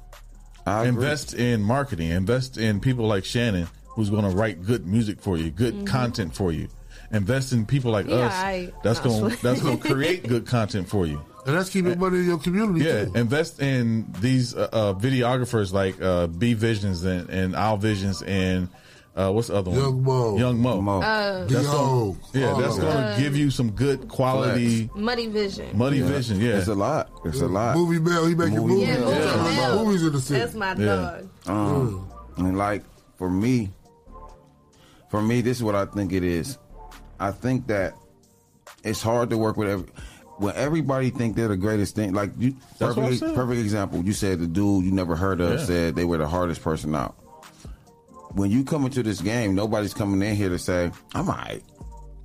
I agree.
invest in marketing invest in people like shannon who's going to write good music for you good content for you invest in people like
Mm-hmm. Yeah,
us
I-
that's going
actually.
to that's going to create good content for you
And that's keeping money in your community.
yeah,
too.
invest in these uh, uh, videographers like uh, B Visions and, and Owl Visions and uh, what's the other one?
Young Mo. Oh,
Young Mo.
Come on.
Uh,
Yo,
gonna- yeah,
all
that's
of
going
that.
to give you some good quality
Muddy Vision.
muddy vision. Yeah,
It's a lot. It's a lot.
Movie Bell, he making
Movie
movies.
yeah,
Mel.
Movie
He's making
Mel.
Movies in the city.
That's my
Yeah.
dog.
Um,
Hmm.
and like for me, for me, this is what I think it is. I think that it's hard to work with every when everybody think they're the greatest thing. Like you,
That's what I
perfect,
said.
perfect example. You said the dude you never heard of
Yeah.
said they were the hardest person out. When you come into this game, nobody's coming in here to say I'm alright.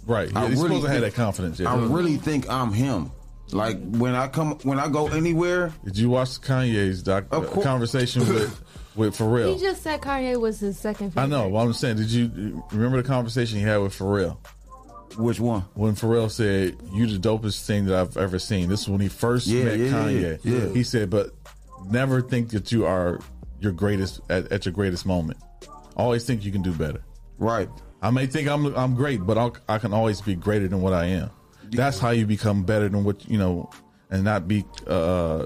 right. Yeah,
I
you're
really
supposed to have that
think-
confidence. Yeah.
I really think I'm him. Like when I come, when I go anywhere,
Did you watch Kanye's doc- uh,
Of course.
conversation with with
He
Pharrell?
just said Kanye was his second favorite.
I know. Well, I'm saying, did you remember the conversation he had with Pharrell?
which one?
when Pharrell said, "You the dopest thing that I've ever seen." This is when he first
Yeah,
met
yeah,
Kanye.
yeah, yeah.
He said, "But never think that you are your greatest at, at your greatest moment. Always think you can do better.
Right.
I may think I'm I'm great, but I'll, I can always be greater than what I am. That's how you become better than what you know, and not be uh,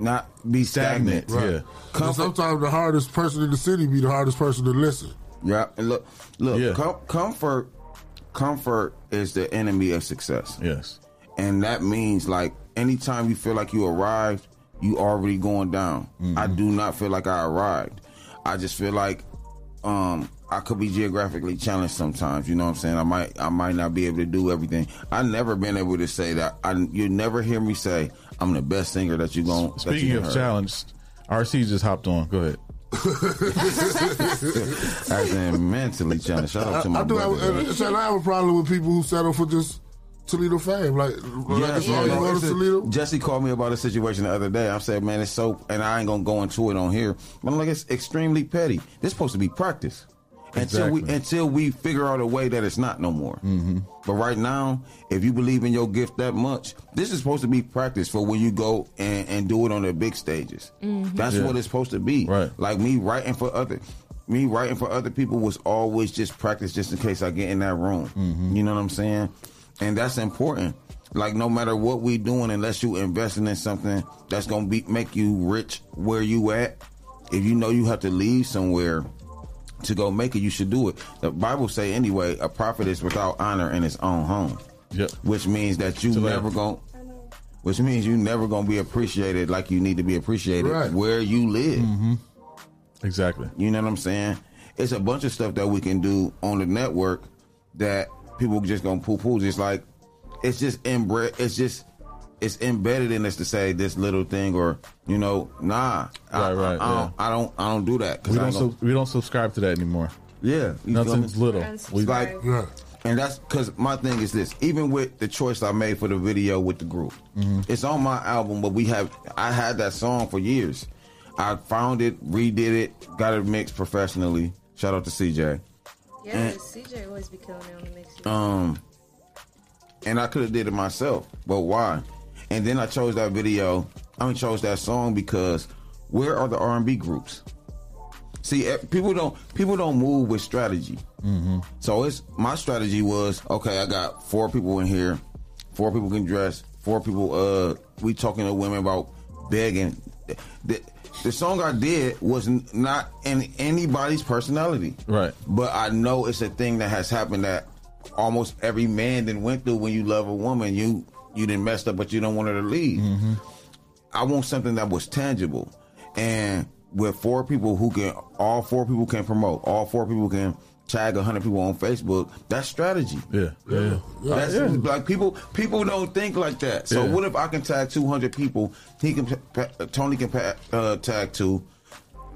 Not be stagnant.
stagnant.
Right.
Come-
And sometimes the hardest person in the city be the hardest person to listen.
Yeah, and look, look,
Yeah.
com- comfort, comfort is the enemy of success,
Yeah. Yes.
and that means like anytime you feel like you arrived, you already going down. I
Mm-hmm.
do not feel like I arrived. I just feel like um I could be geographically challenged sometimes. You know what I'm saying? I might I might not be able to do everything. I never been able to say that. I you'll never hear me say I'm the best singer that you going.
Speaking of challenged, RC just hopped on. Go ahead.
as in mentally challenged. Shout out to my
I do have,
brother.
and, and I have a problem with people who settle for just Toledo fame. Like, like it's
Yeah,
all you
no,
want is
it's a-
Toledo.
Jesse called me about a situation the other day. I said, man, it's so, and I ain't gonna go into it on here, but I'm like, it's extremely petty. This supposed to be practice until we
Exactly.
until we figure out a way that it's not no more. Mm-hmm. But right now, if you believe in your gift that much, this is supposed to be practice for when you go and, and do it on the big stages. That's
Yeah.
what it's supposed to be.
Right.
Like me writing for other. Me writing for other people was always just practice, just in case I get in that room.
Mm-hmm.
You know what I'm saying? And that's important. Like no matter what we doing, unless you investing in something that's gonna be make you rich where you at. If you know you have to leave somewhere to go make it, you should do it. The Bible say anyway, a prophet is without honor in his own home,
Yep.
which means that you
To that.
never going which means you never gonna be appreciated like you need to be appreciated
Right.
where you live.
Mm-hmm. Exactly.
You know what I'm saying? It's a bunch of stuff that we can do on the network that people just gonna poo poo. Just like it's just inbred. It's just it's embedded in us to say this little thing or you know, nah. I,
Right, right,
I, I don't, I don't. I don't do that. 'cause
We
I
don't
ain't gonna-
sub- we don't subscribe to that anymore.
yeah. you feel me?
Nothing's little. We,
like-
Yeah.
And that's because my thing is this. Even with the choice I made for the video with the group, it's on my album. But we have I had that song for years. I found it, redid it, got it mixed professionally. Shout out to CJ.
Yeah, CJ always be killing it on the mix.
Um, and I could have did it myself, but why? And then I chose that video. I mean, chose that song because where are the R and B groups? See, eh, people don't people don't move with strategy. So it's my strategy was okay. I got four people in here. Four people can dress. Four people. Uh, we talking to women about begging. The, the song I did was n- not in anybody's personality,
Right.
But I know it's a thing that has happened that almost every man then went through when you love a woman. You you didn't messed up, but you don't want her to leave. I want something that was tangible. And with four people who can, all four people can promote, all four people can tag 100 people on Facebook, that's strategy.
yeah. Yeah. yeah.
That's like people people don't think like that. So
Yeah.
what if I can tag 200 people, he can pa- Tony can pa- uh, tag two,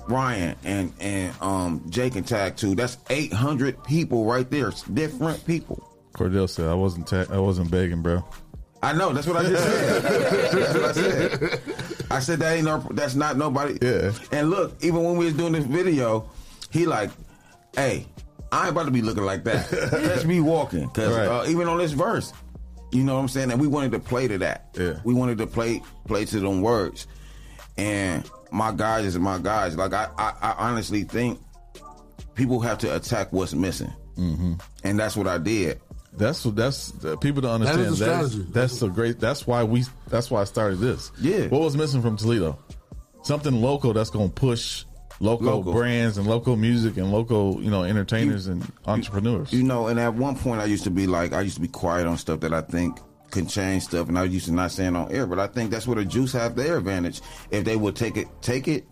Ryan and and um Jake and Tag too. That's eight hundred people right there. It's different people.
Cordell said, "I wasn't ta- I wasn't begging, bro."
I know. That's what I just said. that's what I said. I said that ain't no. That's not nobody.
Yeah.
And look, even when we was doing this video, he like, hey, I ain't about to be looking like that. Catch me walking. Because
Right.
uh, even on this verse, you know what I'm saying. And we wanted to play to that.
Yeah.
We wanted to play play to them words. And my guys is my guys. Like I, I, I honestly think people have to attack what's missing. Mm-hmm. And that's what I did.
That's what that's uh, people don't understand.
That is a
That is-
strategy.
that's a great. That's why we. That's why I started this.
Yeah.
What was missing from Toledo? Something local that's going to push local,
Local.
brands and local music and local you know entertainers and entrepreneurs.
You know, and at one point I used to be like, I used to be quiet on stuff that I think can change stuff, and I used to not saying on air. But I think that's where the Juice have their advantage if they would take it, take it.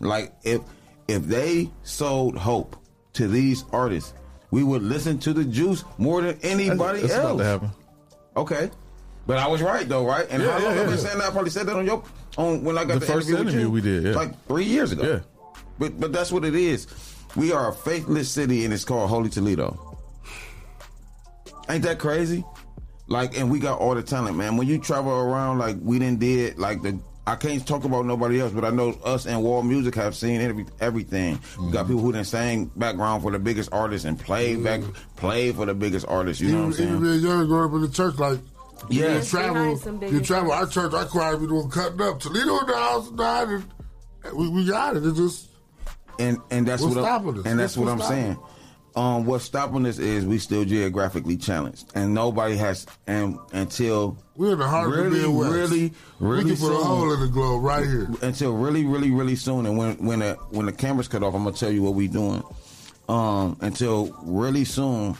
Like if if they sold hope to these artists, we would listen to the Juice more than anybody
that's about
else.
to happen.
Okay, but I was right though, right? And
Yeah,
how long
yeah,
have I
yeah.
been saying that? I probably said that on your on when I got
The
the,
first interview
with you.
we did, yeah.
like three years ago.
Yeah.
but but that's what it is. We are a faithless city, and it's called Holy Toledo. Ain't that crazy? Like, and we got all the talent, man. When you travel around, like we didn't did, like the I can't talk about nobody else, but I know us and Wall Music have seen every, everything. We
Mm-hmm.
got people who done sang background for the biggest artists and played back played for the biggest artists. You know what I'm
Even, even
saying?
being young, growing up in the church, like
Yeah.
you travel,
Behind some big
you travel. Our church, our choir, we doing cutting up. Toledo in the house, nine, and we, we got it. It just
and and that's
What's
what I'm,
stopping us?
and that's
That's
what I'm
what's
saying. Um, what's stopping us is we still geographically challenged, and nobody has and until
we're in the heart of
really,
the Midwest.
really, really
we can put a
soon.
hole in the globe right here.
until really, really, really soon. And when when the, when the cameras cut off, I'm gonna tell you what we doing. Um, until really soon,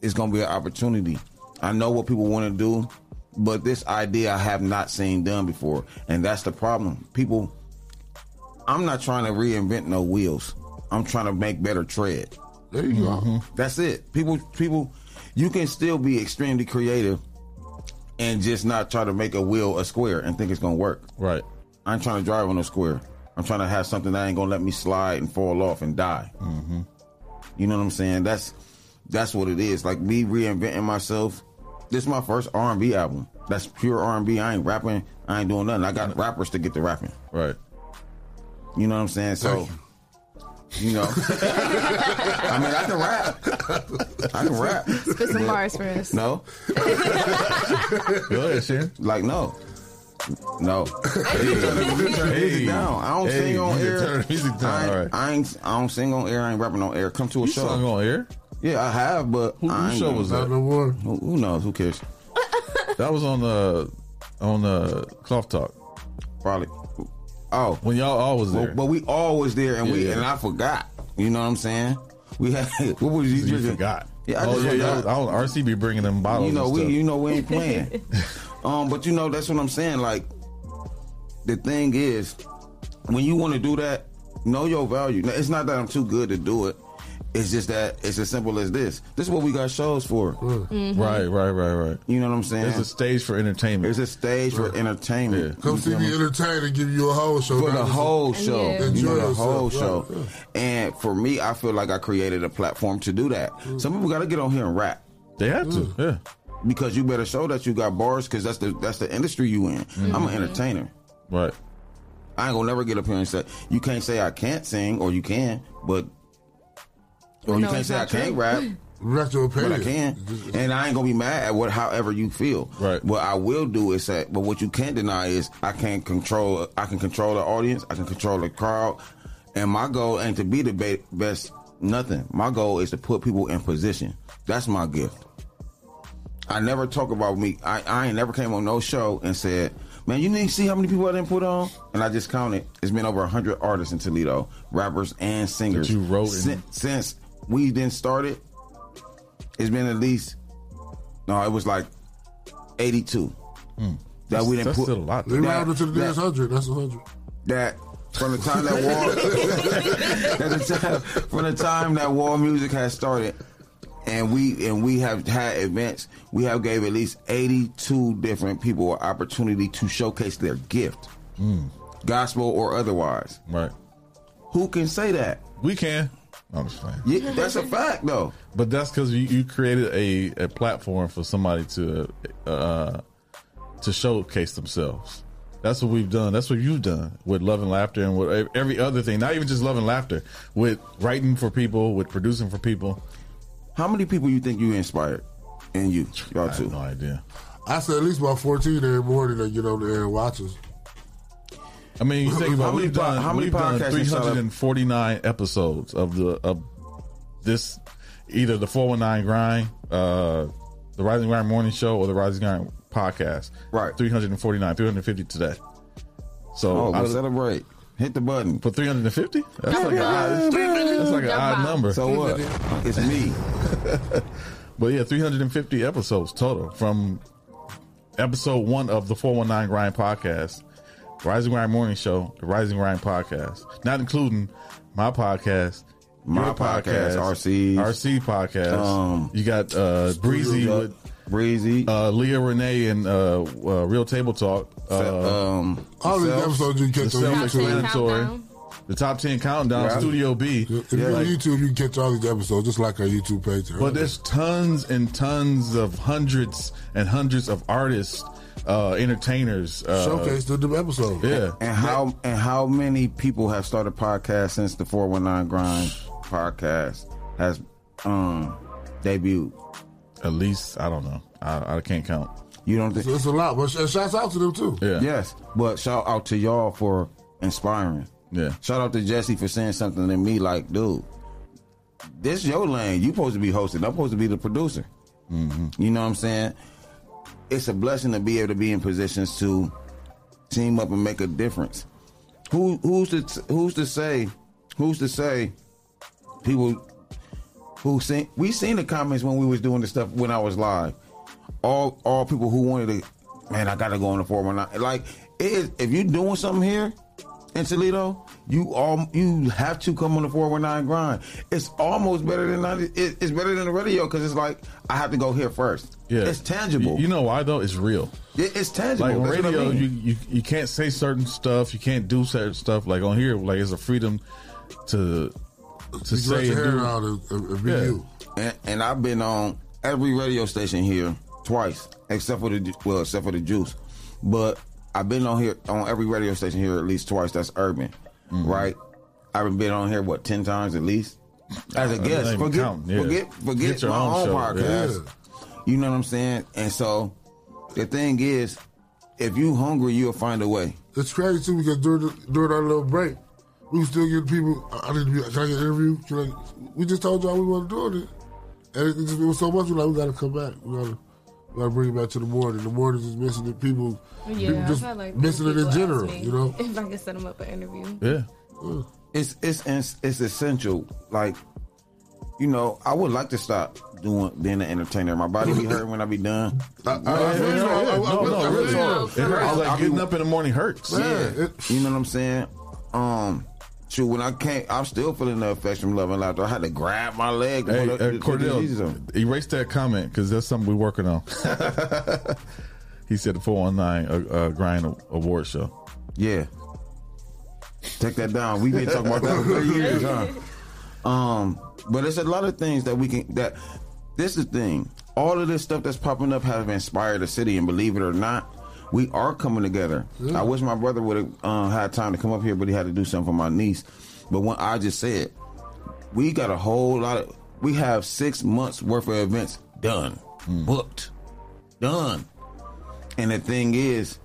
it's gonna be an opportunity. I know what people want to do, but this idea I have not seen done before, and that's the problem. People, I'm not trying to reinvent no wheels. I'm trying to make better tread.
There you go.
That's it. People, people, you can still be extremely creative and just not try to make a wheel a square and think it's gonna work.
Right.
I ain't trying to drive on a square. I'm trying to have something that ain't gonna let me slide and fall off and die. You know what I'm saying? That's that's what it is. Like me reinventing myself. This is my first R&B album. That's pure R&B. I ain't rapping. I ain't doing nothing. I got rappers to get to rapping.
Right.
You know what I'm saying? So, you know, I mean, I can rap. I can rap.
Spit some bars for us.
No,
Go ahead, Sharon.
like no, no. You turn the- you turn the music down. I don't
Hey,
sing on
you
air.
turn the music down.
I ain't,
All right.
I ain't. I don't sing on air. I ain't rapping on air. Come to a
you
show.
sung on air.
Yeah, I have, but
Who-
I
whose
ain't
show
gonna-
was
Not no more.
Who, who knows? Who cares?
That was on uh on uh Cloth Talk
Probably. Oh,
when y'all all was there.
but, but we always there, and we
Yeah.
and I forgot. You know what I'm saying? We had. What was you,
you
drinking?
forgot.
Yeah, I
oh
just
yeah,
forgot.
yeah. I was RC be bringing them bottles.
you know
and
we
stuff.
you know we ain't playing um but you know that's what i'm saying like the thing is when you want to do that know your value Now, it's not that i'm too good to do it it's just that it's as simple as this this is what we got shows for
Right, right, right, right.
you know what i'm saying
It's a stage for entertainment.
it's a stage for entertainment
Yeah.
Come see me entertain and give you a whole show.
for
Now,
the
listen,
whole show,
Yeah.
you know,
Enjoy
the whole show.
yourself, right,
And for me, I feel like I created a platform to do that.
Mm.
Some people got to get on here and rap.
They had to, yeah.
because you better show that you got bars because that's the that's the industry you in. I'm an entertainer.
Right.
I ain't gonna never get up here and say you can't say I can't sing or you can, but or you
No,
can't
it's
say I
not
can't
true.
rap,
That's your
but
opinion.
I can, and I ain't gonna be mad at what however you feel.
Right.
What I will do is that, but what you can't deny is I can't control. I can control the audience. I can control the crowd, and my goal ain't to be the ba- best. Nothing. My goal is to put people in position. That's my gift. I never talk about me. I, I ain't never came on no show and said, man, you need to see how many people I didn't put on. And I just counted. It's been over 100 artists in Toledo, rappers and singers.
That you wrote and-
Sin- since, we then started. It's been at least, no, it was like 82 that Uh,
Hmm.
we didn't
That's
put
still a lot.
They
though.
rounded to the
that-
next hundred. That's a hundred.
that from the time that war at the time, from the time that war music has started and we and we have had events we have gave at least 82 different people an
Hmm.
opportunity to showcase their gift gospel or otherwise
Right.
Who can say that?
We can. I'm just playing.
Yeah, that's a fact, though.
But that's because you, you created a, a platform for somebody to uh, to showcase themselves. That's what we've done. That's what you've done with love and laughter and with ev- every other thing. Not even just love and laughter. With writing for people, with producing for people.
How many people you think you inspired? And you,
I
y'all
have
too.
no idea.
I said at least about 14 every morning that get on there and watch us.
I mean, you think
How
about
many
we've
po-
done
how many
we've done
podcasts you saw that-
349 episodes of the of this either the 419 grind, uh, the Rising Grind Morning Show, or the Rising Grind podcast.
Right.
349, 350 today. So
Oh,
out
we
of-
celebrate. Hit the button.
for 350, that's like an odd, that's
That's
like an odd number.
So what? It's me.
But yeah, 350 episodes total from episode one of the 419 Grind podcast, Rising Grind Morning Show, the Rising Grind podcast, not including my podcast.
My
your
podcast, RC's.
RC podcast.
Um,
you got uh, Breezy with
Breezy.
uh, Leah Renee and uh, uh, Real Table Talk. Uh,
um,
All these
Self-
episodes you can catch on
Self-
YouTube.
Self- the top ten countdown,
Yeah.
Studio B.
If you're on
Like,
YouTube, you can catch all these episodes, just like our YouTube page.
But there's tons and tons of hundreds and hundreds of artists, uh, entertainers. Uh,
Showcase the new episode.
Yeah.
And how and how many people have started podcasts since the 419 Grind podcast has um debuted?
At least, I don't know. I, I can't count.
You don't think?
So it's a lot. But sh- and shouts out to them, too.
Yeah.
Yes, but shout out to y'all for inspiring.
Yeah.
Shout out to Jesse for saying something to me like, dude, this your lane. You supposed to be hosting. I'm supposed to be the producer. You know what I'm saying? It's a blessing to be able to be in positions to team up and make a difference. Who who's to who's to say who's to say people who seen we seen the comments when we was doing the stuff when I was live. All all people who wanted to man, I gotta go on the forum or not. Like it is, if you doing something here in Toledo, you all you have to come on the 419 grind. It's almost better than 90, it, it's better than the radio because it's like I have to go here first.
Yeah.
It's tangible.
You, you know why, though? It's real.
It- it's tangible.
Like on
That's what I
radio,
mean.
you, you, you can't say certain stuff. You can't do certain stuff. Like on here, like it's a freedom to to
You can let
say and
your hair uh,
do.
out and, and, and be
Yeah.
you.
and, and I've been on every radio station here twice, except for the well, except for the Juice. But I've been on here on every radio station here at least twice. That's urban,
Mm-hmm.
right? I've been on here what ten times at least as a
don't
guest.
Uh, even
Forget,
count, yeah.
forget, forget,
Get your
my
own
own,
show,
podcast. You know what I'm saying? And so the thing is, if you hungry, you'll find a way.
It's crazy, too, because during, the, during our little break, we were still getting people. I I need to be, can I get an interview? Can I, we just told y'all we weren't doing it. And it, just, it was so much, we like, we got to come back. We got to. We gotta bring it back to the morning. The morning is missing the people. people just missing it in general, you know.
If I can set them up an interview.
Yeah.
it's it's it's it's essential. Like, you know, I would like to stop doing being an entertainer. My body be hurt when I be done.
I- I- I-
Yeah, yeah,
I- I-
yeah.
I-
No,
I-
no,
I-
really.
I-
It hurts. Like getting up in the morning hurts.
Yeah. it-
You know what I'm saying? Um, shoot, when I came, I'm still feeling the effects from love and laughter. I had to grab my leg. To
Hey,
put the-
uh,
put the diseases on.
Cordell, erase that comment because that's something we're working on. he said the 419 uh, uh, Grind Award Show.
Yeah. Take that down. We've been talking about that for years, huh? Um, but it's a lot of things that we can that this is the thing. All of this stuff that's popping up have inspired the city and believe it or not, we are coming together. I wish my brother would have uh, had time to come up here, but he had to do something for my niece. But when I just said, we got a whole lot of we have six months worth of events done. Booked. Done. And the thing is,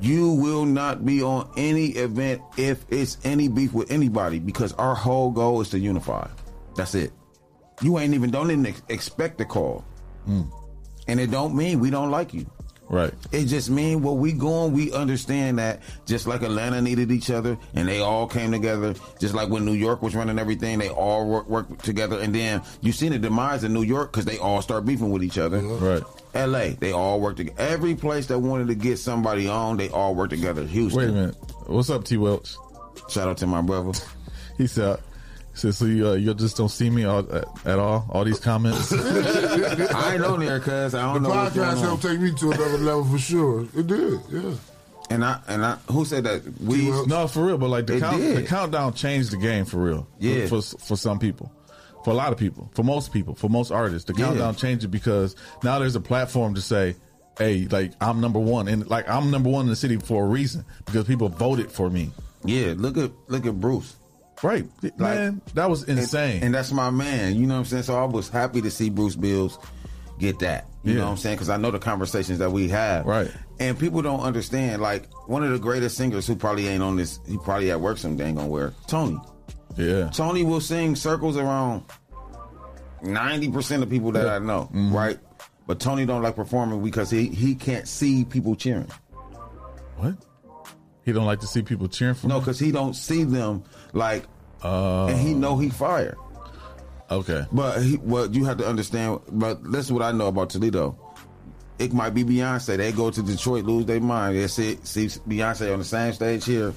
you will not be on any event if it's any beef with anybody because our whole goal is to unify. That's it. You ain't even don't even ex- expect a call, and it don't mean we don't like you.
Right.
It just mean where we going. We understand that just like Atlanta needed each other, and they all came together. Just like when New York was running everything, they all work, work together. And then you seen the demise in New York because they all start beefing with each other.
Right.
L.A. They all work together. Every place that wanted to get somebody on, they all work together. Houston.
Wait a minute. What's up, T Welch?
Shout out to my brother.
He said, he said so you, uh, you just don't see me all, at, at all, all these comments.
I ain't on there because I
The
don't know what's going
podcast
on.
helped take me to another level for sure. It did, yeah.
And I and I who said that we
No, for real. But like the,
It
count, the
did.
countdown changed the game for real.
Yeah.
For, for for some people, for a lot of people, for most people, for most artists, the
Yeah.
countdown changed it because now there's a platform to say, "Hey, like I'm number one," and like I'm number one in the city for a reason because people voted for me.
yeah look at look at Bruce
Right, man. That was
And-
insane.
and, that's my man you know what I'm saying so I was happy to see Bruce Bills get that you
Yeah.
know what I'm saying because I know the conversations that we have
Right.
and people don't understand like one of the greatest singers who probably ain't on this he probably at work someday ain't gonna wear Tony
yeah.
Tony will sing circles around ninety percent of people that I know, right? But Tony don't like performing because he he can't see people cheering.
What? He don't like to see people cheering for.
No,
him?
because he don't see them like, and he know he fire.
Okay.
Uh. But he, what you have to understand. But that's what I know about Toledo. It might be Beyonce. They go to Detroit, lose their mind. They see, see Beyonce on the same stage here.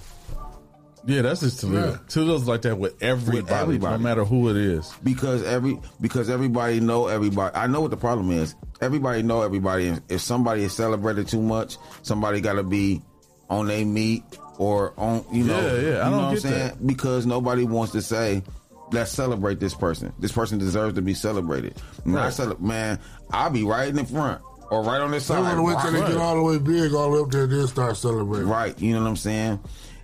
Yeah, that's just Toledo.
Yeah.
Toledo's like that with everybody, no
everybody.
matter who it is.
because every because everybody know everybody. I know what the problem is. Everybody know everybody. And if somebody is celebrated too much, somebody got to be on their meat or on you know.
Yeah, yeah, I
You
don't
know what I'm
get
saying?
that.
Because nobody wants to say. Let's celebrate this person. This person deserves to be celebrated. When I
Right.
cele- man, I'll be right in the front or right on the
They
side.
want to wait till they
Right.
get all the way big, all the way up there, then start celebrating.
Right. You know what I'm saying?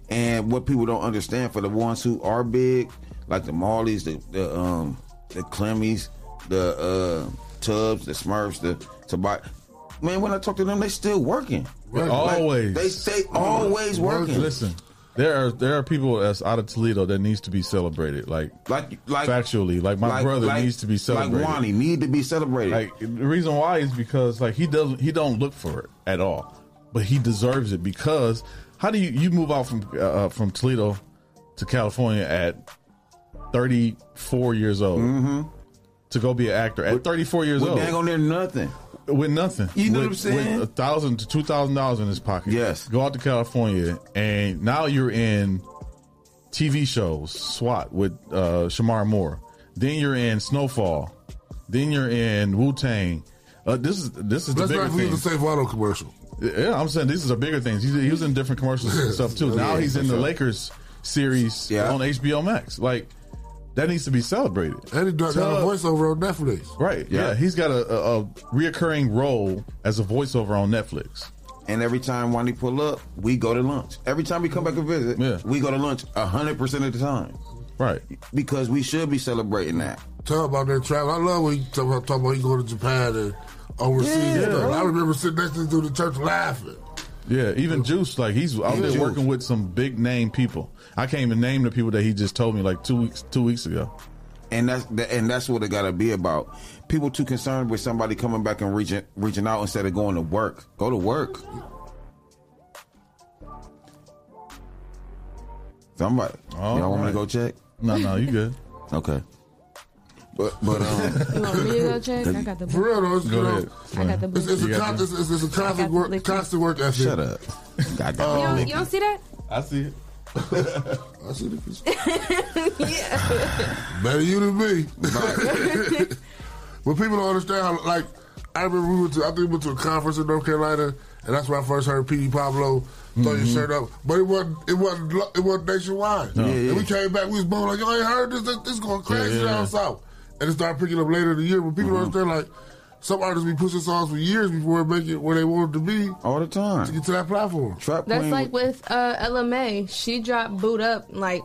And what people don't understand for the ones who are big, like the Marleys, the the um the Clemmies, the uh Tubbs, the Smurfs, the Tobias. Man, when I talk to them, they still working.
Right.
All- Always.
They stay always working.
Listen, there are there are people that's out of Toledo that needs to be celebrated. Like
Like like
factually, like my
like-
brother
like-
needs to be celebrated.
Like Wani need to be celebrated.
Like, the reason why is because like he doesn't he don't look for it at all, but he deserves it because how do you you move out from uh, from Toledo to California at thirty four years old
Mm-hmm.
to go be an actor at thirty four years
we
old
dang on there nothing.
with nothing.
You know
with,
what I'm saying?
With a thousand to two thousand dollars in his pocket.
Yes.
Go out to California, and now you're in TV shows, SWAT with uh, Shamar Moore. Then you're in Snowfall. Then you're in Wu Tang. Uh, this is this is
Let's
the bigger
not forget
thing.
the Safe Auto commercial.
yeah, I'm saying these are bigger things. He's, he was in different commercials and stuff too. Now
Yeah,
he's in
for
the
sure.
Lakers series
Yeah.
on HBO Max. Like that needs to be celebrated.
And he got got a
Tub-
voiceover on Netflix.
Right. Yeah.
Yeah.
He's got a, a, a reoccurring role as a voiceover on Netflix.
And every time Wani pull up, we go to lunch. Every time we come back and visit,
Yeah.
we go to lunch hundred percent of the time.
Right.
Because we should be celebrating that.
Tell about that travel. I love when you talk about, talk about you going to Japan and overseas.
Yeah,
and
bro.
stuff. I remember sitting next to the church laughing.
Yeah. Even Juice, like he's out
Even
there
Juice.
working with some big name people. I can't even name the people that he just told me like two weeks two weeks ago.
and that's the, and that's what it got to be about. People too concerned with somebody coming back and reaching reaching out instead of going to work. Go to work. Somebody,
All
y'all want me
right.
to go check?
No, no, you good.
Okay, but but um,
You want me to go check? I got the
For
book.
real, though. It's,
Go
you know,
ahead.
I got the
It's,
book.
it's, a,
You got
con-
that?
it's, it's, it's a
I got
constant
the
work,
liquor.
constant work ethic.
shut up. God damn
You
it.
don't, you don't see that?
I see it.
I see the picture. Better you than me. but people don't understand how, like, I remember we went to, I think we went to a conference in North Carolina, and that's when I first heard P.D. Pablo throw your shirt up. But it wasn't, it wasn't, lo- it wasn't nationwide.
Mm-hmm. No. Yeah,
yeah.
And we came back, we was blowing like, y'all ain't heard this, this, this going crazy
Yeah, Mm-hmm. yeah,
down
yeah.
south. And it started picking up later in the year, but people don't understand, like, some artists be pushing songs for years before they make it where they wanted to be
all the
to
time.
get to that platform.
Trap
That's
queen
like
with-
with uh, Ella May. She dropped Boot Up in, like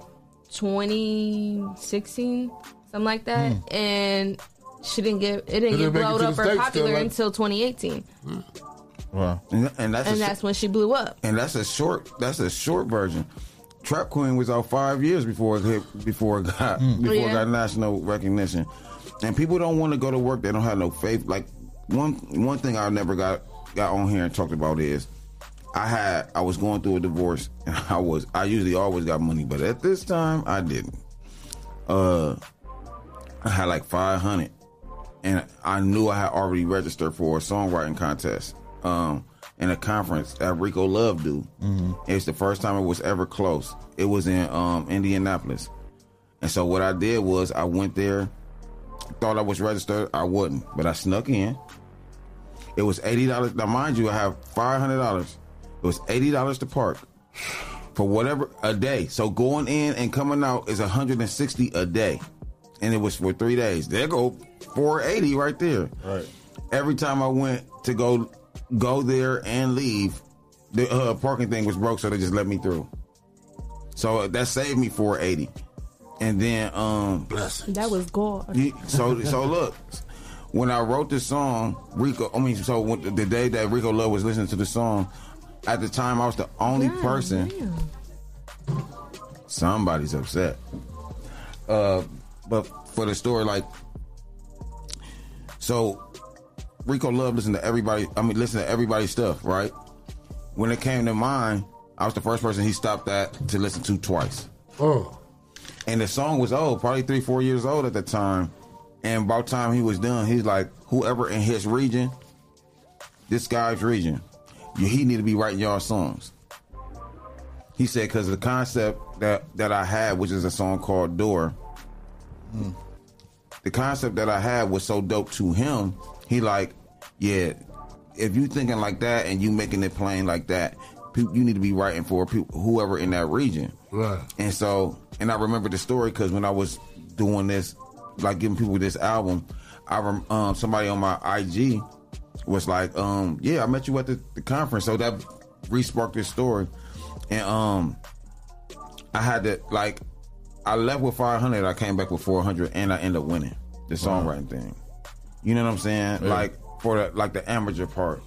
2016, something like that,
Hmm.
and she didn't get it didn't
It
get
didn't make it
blowed
to the
up or
States
popular
till, like-
until 2018,
Wow.
and, and that's
and
a,
that's when she blew up.
and that's a short that's a short version. Trap Queen was out five years before it hit, before it got before it
Yeah.
got national recognition, and people don't want to go to work. They don't have no faith. Like one one thing I never got got on here and talked about is I had I was going through a divorce and I was I usually always got money, but at this time I didn't. Uh, I had like five hundred and I knew I had already registered for a songwriting contest um, in a conference at Rico Love Do. It's the first time it was ever close. It was in um, Indianapolis, and so what I did was I went there, thought I was registered, I wasn't, but I snuck in. It was eighty dollars. Now, mind you, I have five hundred dollars. was eighty dollars to park for whatever a day. So going in and coming out is hundred and sixty a day, and it was for three days. There go four eighty right there.
Right.
Every time I went to go go there and leave, the uh, parking thing was broke, so they just let me through. So uh, that saved me four eighty, and then um.
Blessings.
That was God.
You- so so look, when I wrote this song, Rico. I mean, so when, the day that Rico Love was listening to the song, at the time I was the only
God
person.
damn.
Somebody's upset. Uh, but for the story, like, so Rico Love listened to everybody. I mean, listen to everybody's stuff, right? When it came to mine, I was the first person he stopped at to listen to twice
Oh,
and the song was old, probably three, four years old at the time. And about the time he was done, he's like, whoever in his region, this guy's region, you- he need to be writing y'all songs. He said because the concept that that I had, which is a song called Door, the concept that I had was so dope to him. He like, yeah, if you thinking like that and you making it plain like that, pe- you need to be writing for people, whoever in that region.
right.
And so, and I remember the story because when I was doing this, like giving people this album, I rem- um, somebody on my IG was like, um, "Yeah, I met you at the, the conference," so that re-sparked this story. And um, I had to like, I left with five hundred, I came back with four hundred, and I ended up winning the songwriting thing. You know what I'm saying? Like for the, like the amateur part.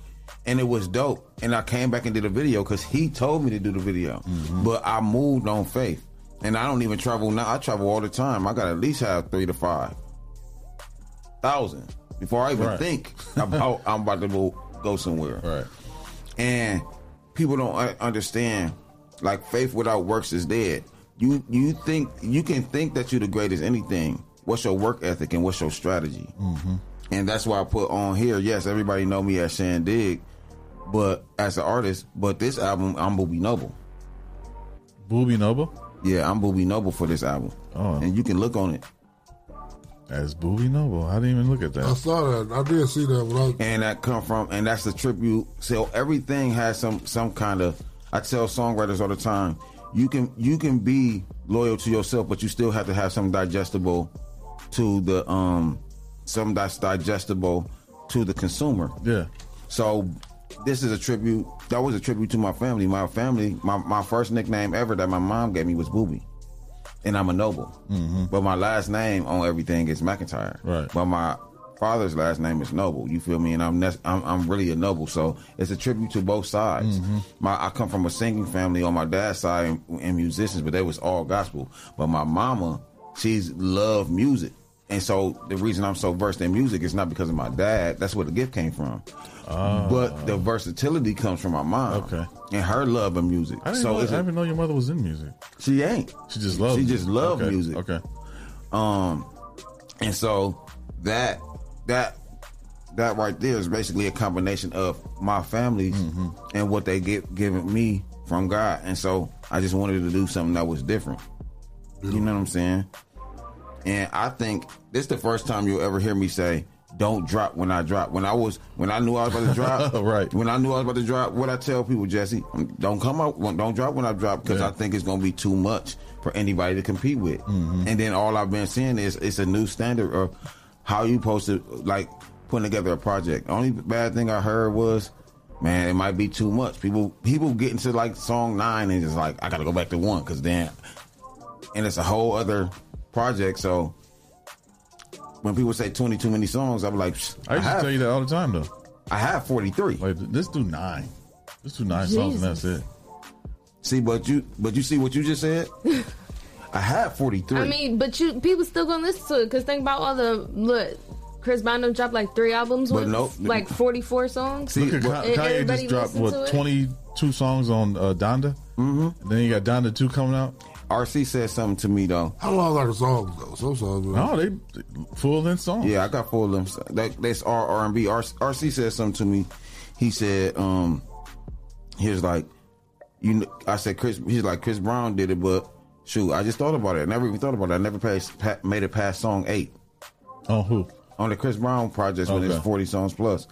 And it was dope. And I came back and did a video because he told me to do the video. But I moved on faith. And I don't even travel now. I travel all the time. I got to at least have three to five thousand before I even
Right.
think about I'm about to go, go somewhere.
All right.
And people don't un- understand like faith without works is dead. You you think you can think that you're the greatest anything. What's your work ethic and what's your strategy? Mm-hmm. And that's why I put on here. Yes, everybody know me as Shan Dig, but as an artist, but this album I'm Booby Noble.
Booby Noble
Yeah, I'm Booby Noble for this album,
Oh.
and you can look on it.
as Booby Noble. I didn't even look at
I
that.
saw that. I did see that when I was
and that come from and that's the tribute so everything has some some kind of i tell songwriters all the time you can you can be loyal to yourself but you still have to have some digestible to the um some that's digestible to the consumer
Yeah.
so this is a tribute that was a tribute to my family my family my, my first nickname ever that my mom gave me was booby and i'm a noble but my last name on everything is mcintyre
Mm-hmm. Right.
but my father's last name is noble you feel me and i'm nes- I'm, I'm really a noble so it's a tribute to both sides
Mm-hmm.
my i come from a singing family on my dad's side and, and musicians but they was all gospel but my mama she's loved music and so the reason i'm so versed in music is not because of my dad that's where the gift came from but the versatility comes from my
Ah.
mom.
Okay.
And her love of music.
I didn't,
so
know, I
it's a-
didn't even know your mother was in music.
she ain't.
She just loved.
She
it.
just loved
Okay,
music.
Okay.
Um and so that that that right there is basically a combination of my families and what they get given me from God. And so I just wanted to do something that was different. You know what I'm saying? And I think this is the first time you'll ever hear me say, "Don't drop when I drop." When I was, when I knew I was about to drop,
Right.
When I knew I was about to drop, what I tell people, Jesse, um, don't come out, well, don't drop when I drop, because
Yeah.
I think it's gonna be too much for anybody to compete with.
Mm-hmm.
And then all I've been seeing is it's a new standard of how you supposed to like putting together a project. Only bad thing I heard was. Man, it might be too much. People, people get into like song nine and it's like, I gotta go back to one because then and it's a whole other project. So when people say 20 too many songs, I'm like, "Psh,
I
I,
used to
have,
tell you that all the time though.
I have 43.
Like, let's do nine. Let's do nine songs and that's
Jesus.
it.
see, but you, but you see what you just said. I have 43.
I mean, but you people still gonna listen to it because think about all the look. Chris Bono dropped like three albums
But
with
nope.
like forty four songs.
See,
Look at
but-
Ka- Kanye
Everybody
just dropped
listen to
what
it?
twenty two songs on uh, Donda. Mm-hmm. Then you got Donda two coming out.
RC said something to me though.
How long are the songs though? Some songs. Are
No, they full length songs.
Yeah, I got four of them. That, that's R R and B. R- RC said something to me. He said, um, he was like, you. Know, I said Chris. He's like Chris Brown did it, but shoot, I just thought about it. I never even thought about it. I never passed, pa- made it past song eight.
On Oh, who?
on the Chris Brown project when it's
Okay.
40 songs plus.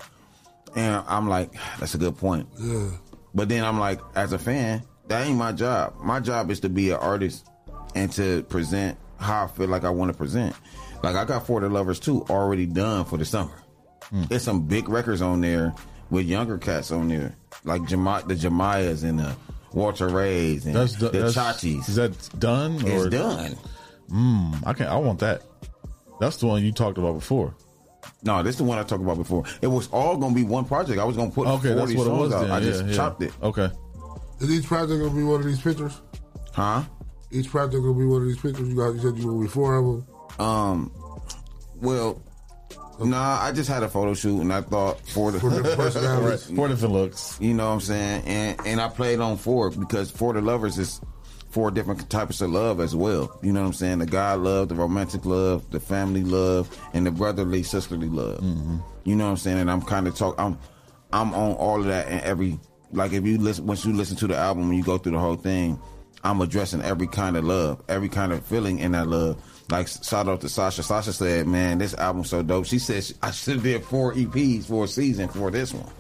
And I'm like, that's a good point.
Yeah.
But then I'm like, as a fan, that ain't my job. My job is to be an artist and to present how I feel like I want to present. Like I got For the Lovers too already done for the summer.
Hmm.
There's some big records on there with younger cats on there, like Jama- the Jemias and the Walter Rays and
That's
the
do- that's,
Chachis.
Is that done? Or
it's done.
I can not I want that. That's the one you talked about before.
No, this is the one I talked about before. It was all gonna be one project. I was gonna put
Okay, that's
forty
what it was.
songs out.
Then.
I
yeah,
just
yeah.
chopped it.
Okay.
Is each project gonna be one of these pictures?
Huh?
Each project gonna be one of these pictures. You got you said you gonna be four of them.
Um well nah, I just had a photo shoot and I thought for
For the
the
Right.
personalities.
Four different looks.
you know what I'm saying? And and I played on four because for the lovers is four different types of love as well. You know what I'm saying? The God love, the romantic love, the family love, and the brotherly, sisterly love. You know what I'm saying? And I'm kind of talk. I'm I'm on all of that and every like if you listen once you listen to the album and you go through the whole thing, I'm addressing every kind of love, every kind of feeling in that love. Like shout out to Sasha. Sasha said, "Man, this album's so dope." She said, "I should have did four EPs for a season for this one."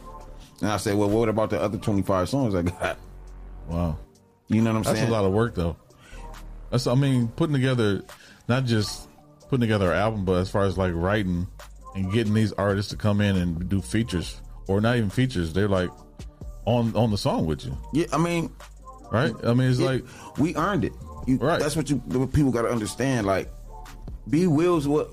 And I said, well, what about the other 25 songs I got?
Wow.
You know what I'm
That's
saying?
a lot of work, though. That's I mean, putting together not just putting together an album, but as far as like writing and getting these artists to come in and do features or not even features, they're like on on the song with you,
yeah, I mean,
right? I mean, it's
it-
like
we earned it. You,
Right.
That's what you what people got to understand. Like, B Will's what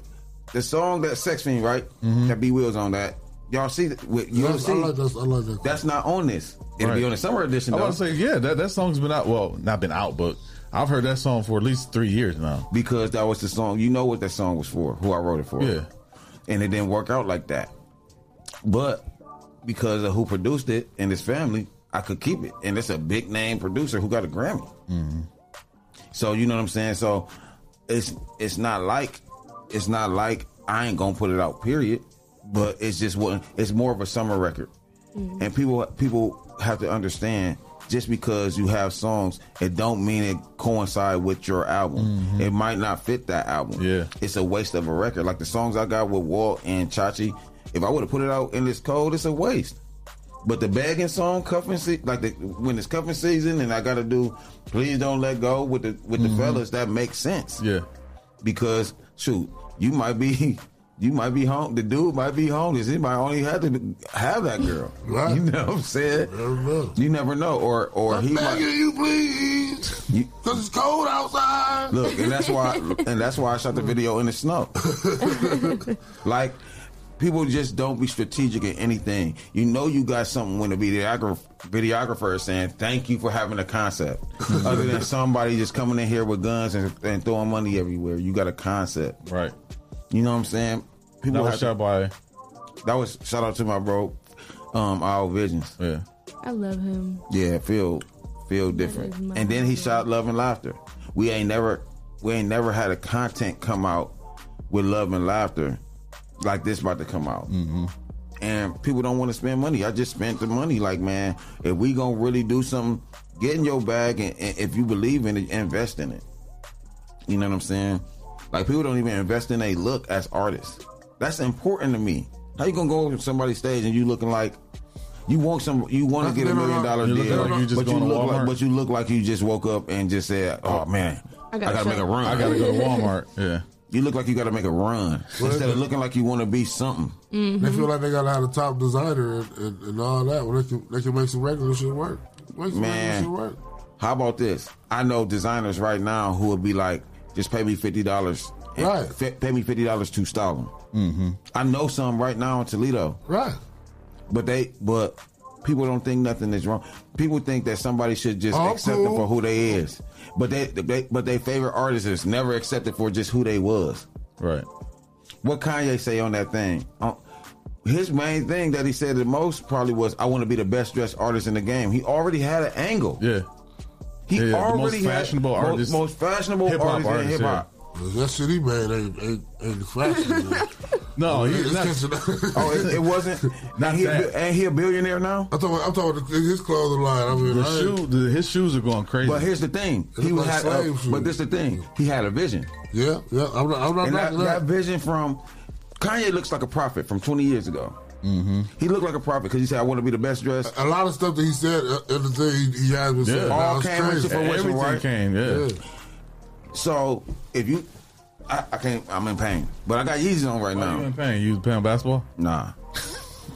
the song that Sex Fiend, right?
Mm-hmm.
That B Will's on that. Y'all see that? with- You'll
That's- I
see.
like that. I like that.
That's not on this. It'll
Right.
be on the summer edition.
I
Though,
was about to say, yeah, that, that song's been out. Well, not been out, but I've heard that song for at least three years now.
because that was the song. You know what that song was for? Who I wrote it for?
Yeah.
and it didn't work out like that. But because of who produced it and his family, I could keep it. And it's a big name producer who got a Grammy. So you know what I'm saying. So it's it's not like it's not like I ain't gonna put it out. Period. But it's just what it's more of a summer record, and people people have to understand. Just because you have songs, it don't mean it coincide with your album. It might not fit that album.
Yeah.
it's a waste of a record. Like the songs I got with Walt and Chachi, if I would have put it out in this cold, it's a waste. But the begging song, cuffing se- like the, when it's cuffing season, and I got to do, please don't let go with the with
Mm-hmm.
the fellas. That makes sense
Yeah,
because shoot, you might be you might be home. The dude might be homeless. He might only have to have that girl.
Right.
You know what I'm saying?
I don't know.
You never know, or or he
I'm begging
might.
you, please,
You,
because it's cold outside.
Look, and that's why, and that's why I shot the video in the snow. like, people just don't be strategic in anything. You know, you got something when the videographer, videographer is saying, "Thank you for having a concept." Other than somebody just coming in here with guns and, and throwing money everywhere, you got a concept.
right.
You know what I'm saying?
That
People
was
have to-
shot by
that was shout out to my bro, um, All Visions.
yeah.
I love him.
Yeah, feel feel different.
is my
And then he
idea.
shot Love and Laughter. We ain't never we ain't never had a content come out with Love and Laughter like this about to come out. Mm-hmm. And people don't want to spend money. I just spent the money. Like man, if we gonna really do something, get in your bag and, and if you believe in it, invest in it. You know what I'm saying? Like people don't even invest in a look as artists. That's important to me. How you gonna go to somebody's stage and you looking like you want some? You want to
That's
get a
been
million
on-
dollar
You look
deal,
like you just
but you
going to
look like
Walmart.
but you look like you just woke up and just said, "Oh man, I
I
gotta,
gotta
make a
shop.
run."
I gotta go to Walmart. Yeah,
you look like you gotta make a run instead of looking like you want to be something.
They feel like they gotta have a top designer and, and, and all that. Well, they can they can make some regular shit work. Make some
Man.
regular shit work.
How about this? I know designers right now who would be like, "Just pay me fifty dollars."
Right.
pay me fifty dollars to style them. Mm-hmm. I know some right now in Toledo.
Right.
But they, but people don't think nothing is wrong. People think that somebody should just
Oh,
accept them
cool.
for who they is. But they, they but their favorite artists is never accepted for just who they was.
right.
What Kanye say on that thing? On- his main thing that he said the most probably was, "I want to be the best dressed artist in the game." He already had an angle.
Yeah,
he
yeah, the most
already had-
fashionable
most-
artist-
most fashionable
hip-hop
artist, in
artist,
hip
yeah.
hop.
That shit he made ain't ain't, ain't fashionable.
no, he's
It's
not.
catching-
Oh, it, it wasn't.
Not
and, he a,
that.
bi- and he a billionaire now.
I'm talking. I'm talking about his clothing line. I mean,
The
I ain't-
shoe, the, his shoes are going crazy.
But here's the thing.
It
He
look like
had. a-
slave shoes.
but this the thing. He had a vision.
yeah, yeah. I'm not. I'm not
And that,
knocking
that
that.
vision from Kanye looks like a prophet from 20 years ago.
Mm-hmm.
He looked like a prophet because he said, "I want to be the best dressed."
A lot of stuff that he said uh, and the thing he, he has been saying.
Yeah.
now
All
it's
came
crazy.
into fruition.
Everything
right?
came, yeah.
Yeah.
So if you, I, I can't. I'm in pain, but I got Yeezys on right
You in
now.
pain? You was playing basketball?
Nah,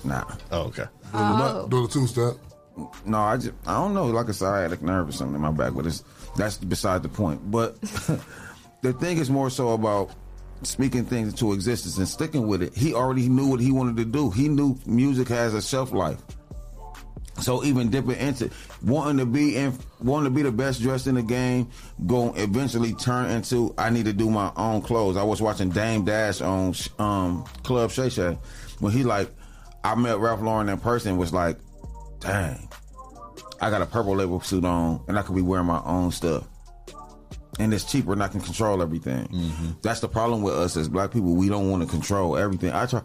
nah.
Oh, okay.
Oh.
Doing a two step.
No, I just I don't know, like a sciatic nerve or something in my back, but it's that's beside the point. But the thing is more so about speaking things into existence and sticking with it. He already knew what he wanted to do. He knew music has a shelf life. So even dipping into wanting to be in, wanting to be the best dressed in the game, going eventually turn into I need to do my own clothes. I was watching Dame Dash on um, Club Shay Shay when he like I met Ralph Lauren in person was like, dang, I got a purple label suit on and I could be wearing my own stuff. And it's cheaper and I can control everything. That's the problem with us as black people. We don't want to control everything. I try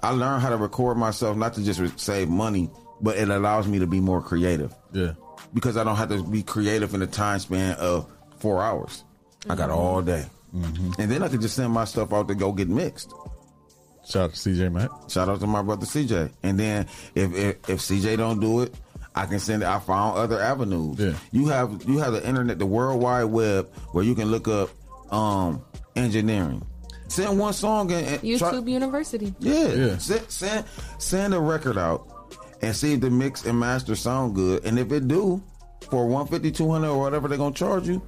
I learned how to record myself not to just re- save money, but it allows me to be more creative
Yeah.
because I don't have to be creative in a time span of four hours. I got all day. And then I could just send my stuff out to go get mixed.
Shout out to CJ Mack.
Shout out to my brother CJ. And then if if, if CJ don't do it, I can send it. I found other avenues.
Yeah.
You have you have the internet, the World Wide Web, where you can look up um engineering. Send one song and, and try-
YouTube University.
yeah.
Yeah.
Send, send send a record out and see if the mix and master sound good. And if it do, for 150, 200 or whatever they're gonna charge you,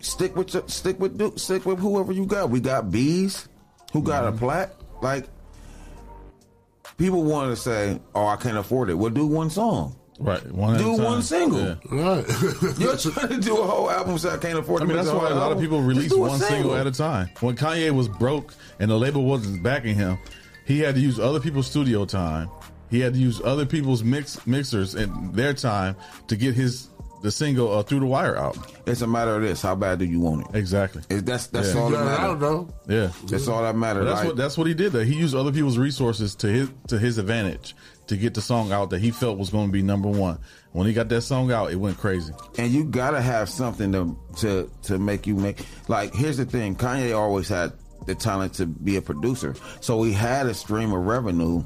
stick with your, stick with du- stick with whoever you got. We got bees, who got
Mm-hmm.
a plat. Like people want to say, "Oh, I can't afford it." Well, do one song.
Right. One at a
Do
time.
one single.
Yeah.
Right.
You're trying to do a whole album, so I can't afford.
I mean,
to make
that's
the
why a
whole
lot of
album.
people
Just
release
do a
one single at a time. When Kanye was broke and the label wasn't backing him, he had to use other people's studio time. He had to use other people's mix mixers and their time to get his the single uh, through the wire out.
It's a matter of this: how bad do you want it?
Exactly.
It's- that's that's
Yeah.
all that
I don't
matters.
know.
Yeah.
That's all that matters.
But that's
Like-
what that's what he did. That he used other people's resources to his to his advantage to get the song out that he felt was going to be number one. When he got that song out, it went crazy.
and you gotta have something to to to make you make like here's the thing kanye always had the talent to be a producer so he had a stream of revenue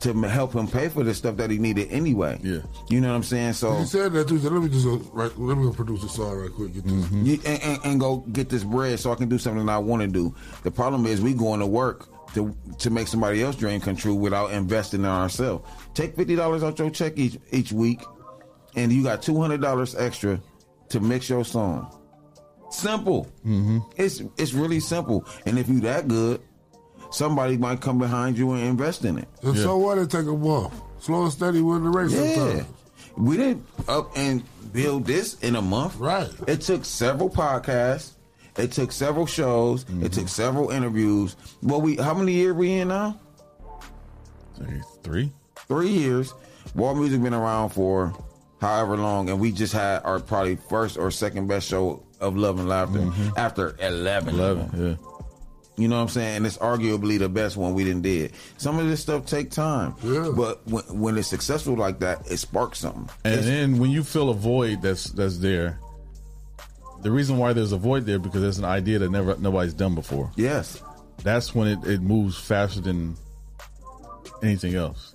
to m- help him pay for the stuff that he needed anyway
Yeah.
you know what i'm saying so
He said that too. He said, let me just go, right, let me go produce a song right quick. Get this.
you, and, and, and go get this bread so i can do something i want to do the problem is we going to work to, to make somebody else dream come true without investing in ourselves take $50 out your check each each week and you got $200 extra to mix your song Simple. Mm-hmm. It's it's really simple. And if you that good, somebody might come behind you and invest in it.
And so what? They take them off. Slow and steady win the race
Yeah.
sometimes.
We didn't up and build this in a month.
Right.
It took several podcasts. It took several shows. It took several interviews. Well, we how many years we in now?
Like, Three.
Three years. Wall music been around for however long, and we just had our probably first or second best show of love and laughter after eleven.
Eleven. Yeah.
You know what I'm saying? And it's arguably the best one we didn't did. Some of this stuff take time.
Yeah.
But when, when it's successful like that, it sparks something.
And
It's-
then when you fill a void that's that's there, the reason why there's a void there because there's an idea that never nobody's done before.
yes.
That's when it, it moves faster than anything else.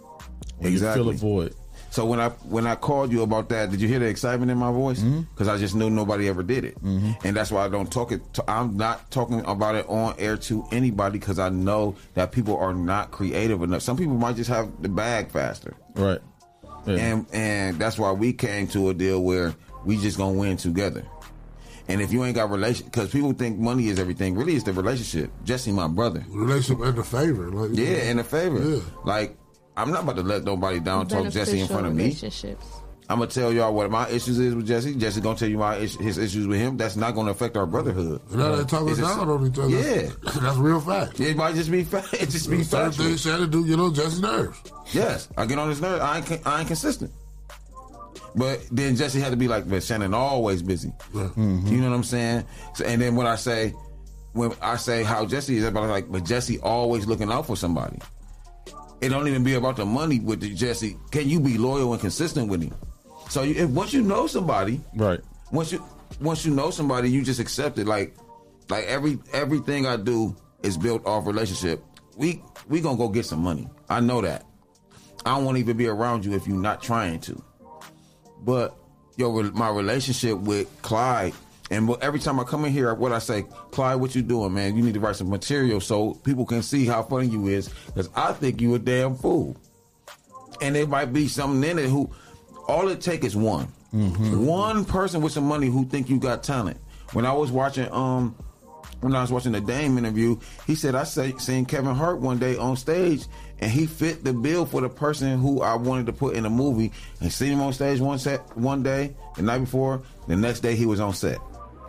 When
Exactly.
you fill a void.
So when I when I called you about that, did you hear the excitement in my voice? Because I just knew nobody ever did it, and that's why I don't talk it. To, I'm not talking about it on air to anybody because I know that people are not creative enough. Some people might just have the bag faster.
Right. Yeah.
and and that's why we came to a deal where we just gonna win together. And if you ain't got relation, because people think money is everything. Really, it's the relationship. Jesse, my brother.
Relationship and the favor. Like,
Yeah, and a favor.
Yeah.
Like I'm not about to let nobody down talk Jesse in front of me.
Relationships.
I'm gonna tell y'all what my issues is with Jesse. Jesse gonna tell you my is- his issues with him. That's not gonna affect our brotherhood.
and now they talking
It's a-
down on each other.
Yeah.
That's real fact.
It might just be fact. It just be
The Same
fact.
thing Shannon do, you know, Jesse nerves.
Yes, I get on his nerves. I ain't, con- I ain't consistent. But then Jesse had to be like, but Shannon always busy.
Mm-hmm.
You know what I'm saying? So, and then when I say, when I say how Jesse is, everybody's like, but Jesse always looking out for somebody. It don't even be about the money with the Jesse. Can you be loyal and consistent with him? So you, if, once you know somebody,
right.
once you once you know somebody, you just accept it. Like like every everything I do is built off relationship. We we gonna go get some money. I know that. I won't even be around you if you're not trying to. But your re- my relationship with Clyde, and what- every time I come in here, what I say, Clyde, what you doing, man? You need to write some material so people can see how funny you is, because I think you a damn fool. And there might be something in it who, all it take is one, one person with some money who think you got talent. When I was watching, um, when I was watching the Dame interview, he said I say, seen Kevin Hart one day on stage, and he fit the bill for the person who I wanted to put in a movie. And seen him on stage one set one day, the night before, the next day he was on set.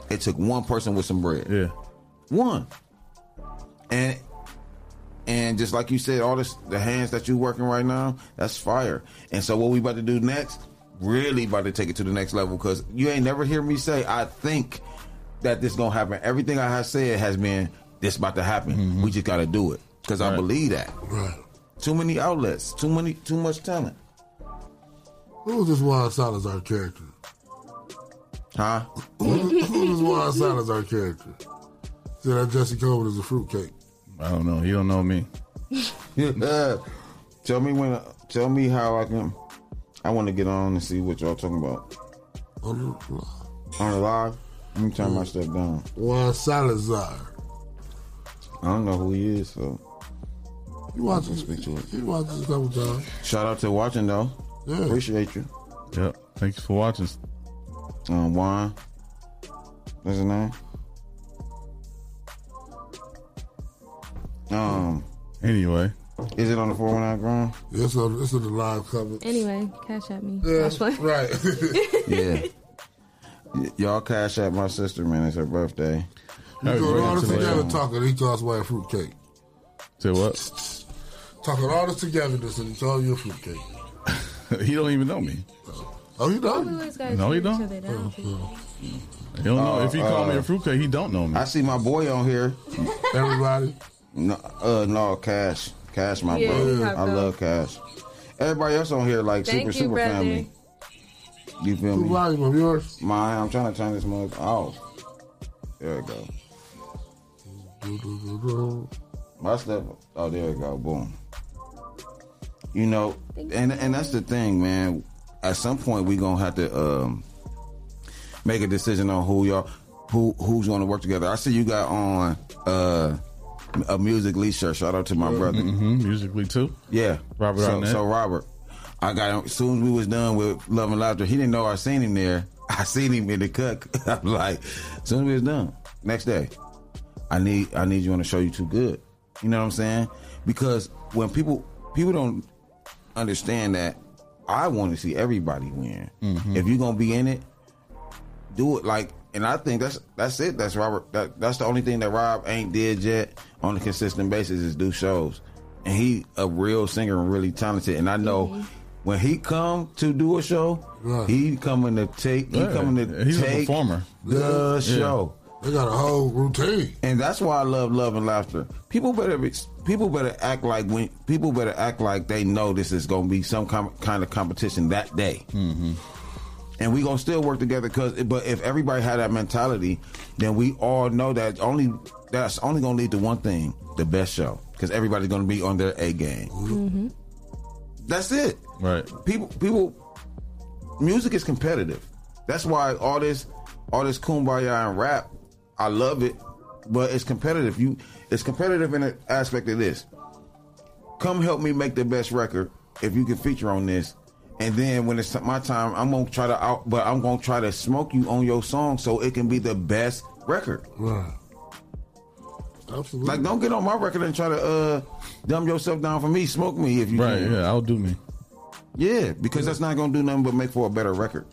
It took one person with some bread,
Yeah.
one, and and just like you said, all this the hands that you working right now, that's fire. And so what we about to do next, really about to take it to the next level because you ain't never hear me say I think that this gonna happen. Everything I have said has been this about to happen. We just gotta do it because I believe that.
Right.
Too many outlets, too many, too much talent,
Who was this Juan Salas our character?
huh?
Who was this Juan Salas our character? Said that Jesse Coleman is a fruitcake.
I don't know. He don't know me.
Uh, tell me when. Tell me how I can. I want to get on and see what y'all talking about
On the block.
on the live. Let me turn my stuff down.
Juan Salazar.
I don't know who he is, so.
You watch this.
Speak to it.
You watch this a couple times.
Shout out to watching though.
Yeah.
Appreciate you.
Yep. Thanks for watching.
Um, Juan. What's his name? Um,
Anyway,
is it on the 419 ground?
It's on. It's on the live cover.
Anyway, cash at me.
Yeah,
That's fine.
right.
Yeah. Y- y'all cash at my sister, man. It's her birthday.
All
we
right,
doing
bring
all
it
this
to the-
together, talking. He calls my fruitcake.
say what?
Talking all this togetherness, and he calls you a fruitcake.
he don't even know me.
Oh, you
We
know.
always gotta
No,
keep
you don't.
each other
Oh,
down, people.
He don't know. If he call me
uh,
a fruitcake, he don't know me.
I see my boy on here.
Everybody.
No, uh, no, Cash. Cash, my
Yeah,
brother.
he hopped
I
on.
love Cash. Everybody else on here, like
Thank
super,
you,
super
brother.
family. You feel
Two
me?
volume of yours.
My, I'm trying to turn this mug off. There we go. My stuff. Oh, there we go. Boom. You know, and and that's the thing, man. At some point, we gonna have to um, make a decision on who y'all, who who's gonna work together. I see you got on uh, a music lead shirt. Shout out to my brother.
hmm Musically too.
Yeah,
Robert
So,
Arnett.
so Robert, I got him as soon as we was done with Love and Laughter. He didn't know I seen him there. I seen him in the cut. I'm like, as soon as we was done, next day, I need I need you on the show. You too good. You know what I'm saying? Because when people people don't understand that, I want to see everybody win.
Mm-hmm.
If you're gonna be in it, do it like and I think that's that's it. That's Robert that, that's the only thing that Rob ain't did yet on a consistent basis is do shows. And he a real singer and really talented. And I know when he come to do a show,
Right.
he coming to take he
Yeah,
coming to
he's a
take
performer.
the show.
They got a whole routine.
And that's why I love love and laughter. People better be, people better act like when people better act like they know this is going to be some com- kind of competition that day. And we gonna still work together because, but if everybody had that mentality, then we all know that only that's only gonna lead to one thing: the best show. Because everybody's gonna be on their A game. That's it
Right.
people people music is competitive that's why all this all this kumbaya and rap i love it but it's competitive you it's competitive in the aspect of this come help me make the best record if you can feature on this and then when it's my time i'm gonna try to out but i'm gonna try to smoke you on your song so it can be the best record
Right. Absolutely.
like don't get on my record and try to uh dumb yourself down for me smoke me if you
Right.
can
Yeah. I'll do me.
yeah, Mm-hmm. because that's not gonna do nothing but make for a better record.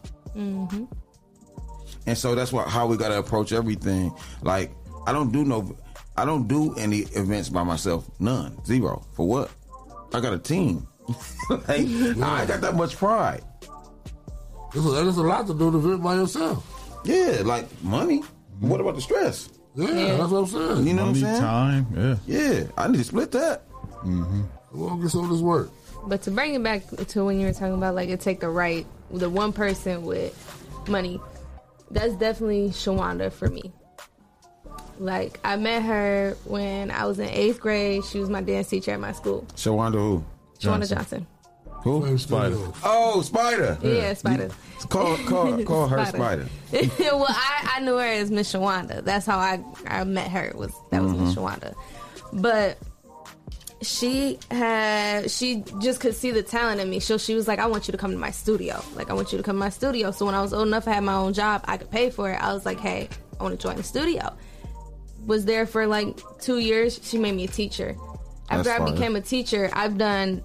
And so that's what how we gotta approach everything. Like I don't do no, I don't do any events by myself. None, zero. For what? I got a team. like, I got that much pride.
There's a, there's a lot to do to event by yourself.
Yeah, like money. What about the stress?
Yeah,
Yeah.
that's what I'm saying.
You know
Money,
what I'm saying?
time. Yeah.
Yeah, I need to split that.
We're gonna get some of this work.
But to bring it back to when you were talking about like it take the right the one person with money, that's definitely Shawanda for me. Like I met her when I was in eighth grade. She was my dance teacher at my school.
Shawanda who?
Johnson.
Shawanda Johnson.
Who? Spider.
Oh, Spider.
Yeah, Spider.
Call call call her Spider.
well, I, I knew her as Miss Shawanda. That's how I, I met her. Was that was
Mm-hmm.
Miss Shawanda, but she had she just could see the talent in me. So she was like, "I want you to come to my studio. Like, I want you to come to my studio." So when I was old enough, I had my own job. I could pay for it. I was like, "Hey, I want to join the studio." Was there for like two years. She made me a teacher. After
That's
I
fire.
became a teacher, I've done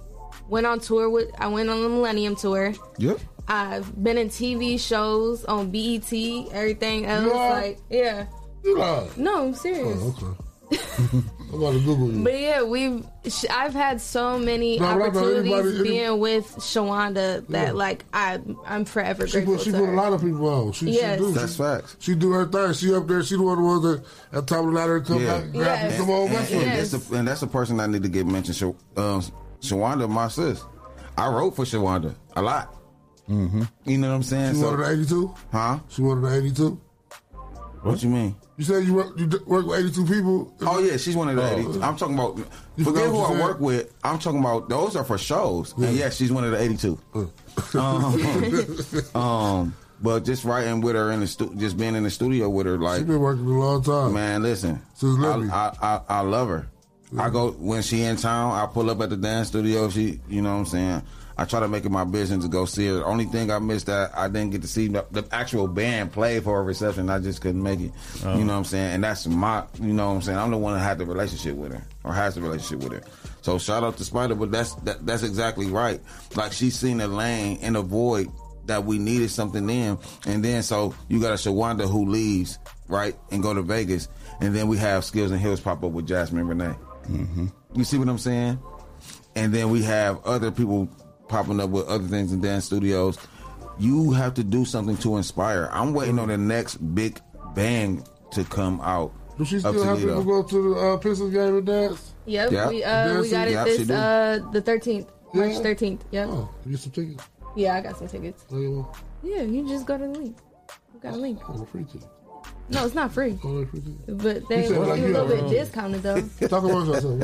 went on tour with I went on the Millennium tour.
Yep.
I've been in TV shows on BET, everything else.
Yeah.
Like, yeah.
You lied.
No, I'm serious.
Oh, okay. I'm about to Google you.
But yeah, we've sh- I've had so many
No, no, no,
opportunities
anybody- any-
being with Shawanda that
Yeah.
like I I'm forever
She
grateful
put, she
to
put a
her.
lot of people out. She,
Yes.
she do.
That's
she,
facts.
She do her thing. She up there. She the one who was that at top of the ladder and come
Yeah.
back and grab
Yes.
some old
And,
wrestler.
and
Yes.
that's the and that's the person I need to get mentioned. Sha, um, Shawanda, my sis. I wrote for Shawanda a lot. Mm-hmm. You know what I'm saying?
She
So-
wanted the 82.
huh?
She wanted the 82.
What you mean?
You said you work, you d- work with 82 people.
Oh yeah, she's one of the. 82. I'm talking about.
You
Forget
forgot
who
what you
I
said?
work with. I'm talking about those are for shows. And yeah, she's one of the 82. Um, um, but just writing with her in the stu- just being in the studio with her, like
She's been working a long time.
man, listen,
She's
I,
lovely.
I, I I love her. I go when she in town. I pull up at the dance studio. She, you know what I'm saying. I try to make it my business to go see her. The only thing I missed that I didn't get to see the, the actual band play for a reception. I just couldn't make it. You know what I'm saying? And that's my, you know what I'm saying? I'm the one that had the relationship with her or has the relationship with her. So shout out to Spider, but that's that, that's exactly right. Like she's seen a lane and a void that we needed something in, and then so you got a Shawanda who leaves right and go to Vegas, and then we have Skills and Hills pop up with Jasmine Renee. You see what I'm saying? And then we have other people popping up with other things in dance studios. You have to do something to inspire. I'm waiting on the next big bang to come out.
Do she
of
still have
Toledo.
people go to the uh, Pistons game and dance?
Yep,
Yeah.
we uh
Dancing.
we got it
Yeah, she
this
do.
uh the 13th, March
Yeah.
13th. Yep.
Oh, you get some tickets.
Yeah, I got some tickets.
There you go.
Yeah, you just go to the link. You got a link.
Oh, the free ticket.
No, it's not free.
Oh, the free ticket.
But
You
they they
said
a
like you
little
are
bit discounted though.
Talk about yourself.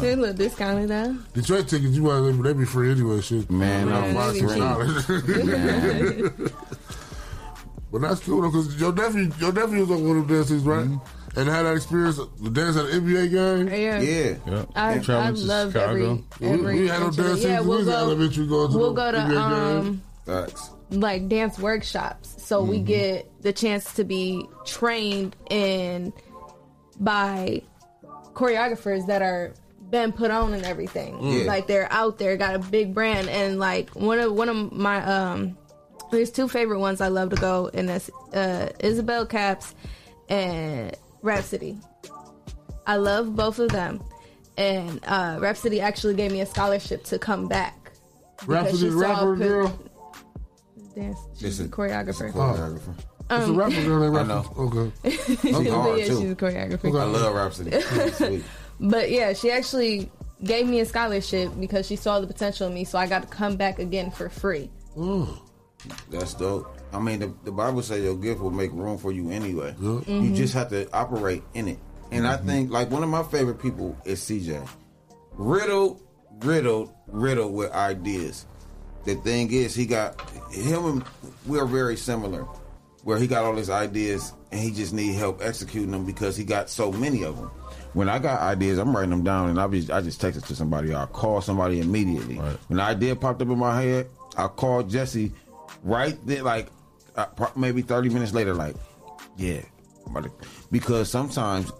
They a little discounted though.
Detroit tickets, you might they be free anyway. Shit,
Man,
Man,
I'm
that'd be
$5.
Man.
but that's cool though, because your nephew, your nephew was on one of them dances, right?
Mm-hmm.
And had that experience, the dance at the NBA game.
Yeah.
Yeah.
Yeah.
I, I
Traveling to
love every, every
we, we had no
inch of it.
dances.
yeah
we
we'll
was in
go
elementary going to
we'll
the
go to
NBA game.
um
Facts.
like dance workshops so we get the chance to be trained in by choreographers that are been put on and everything
Yeah.
like they're out there got a big brand and like one of one of my um there's two favorite ones i love to go and that's uh isabel caps and rhapsody i love both of them and uh rhapsody actually gave me a scholarship to come back
Rhapsody
because she saw
rapper
a pic-
girl.
dance she's
It's
a
a-
choreographer
Choreographer.
it's a
um,
rapper girl. That rapper. Okay.
She
But
hard,
yeah,
too.
she's a choreographer.
I love Rhapsody. She's sweet.
But yeah, she actually gave me a scholarship because she saw the potential in me, so I got to come back again for free.
Oh,
That's dope. I mean, the, the Bible says your gift will make room for you anyway. You just have to operate in it. And I think, like, one of my favorite people is CJ. Riddled, riddled, riddled with ideas. The thing is, he got him and we're very similar, where he got all his ideas and he just need help executing them because he got so many of them. When I got ideas, I'm writing them down and I just I just text it to somebody. or I call somebody immediately.
Right.
When an idea popped up in my head, I called Jesse right there, like uh, pro- maybe 30 minutes later, like, yeah, I'm about to- because sometimes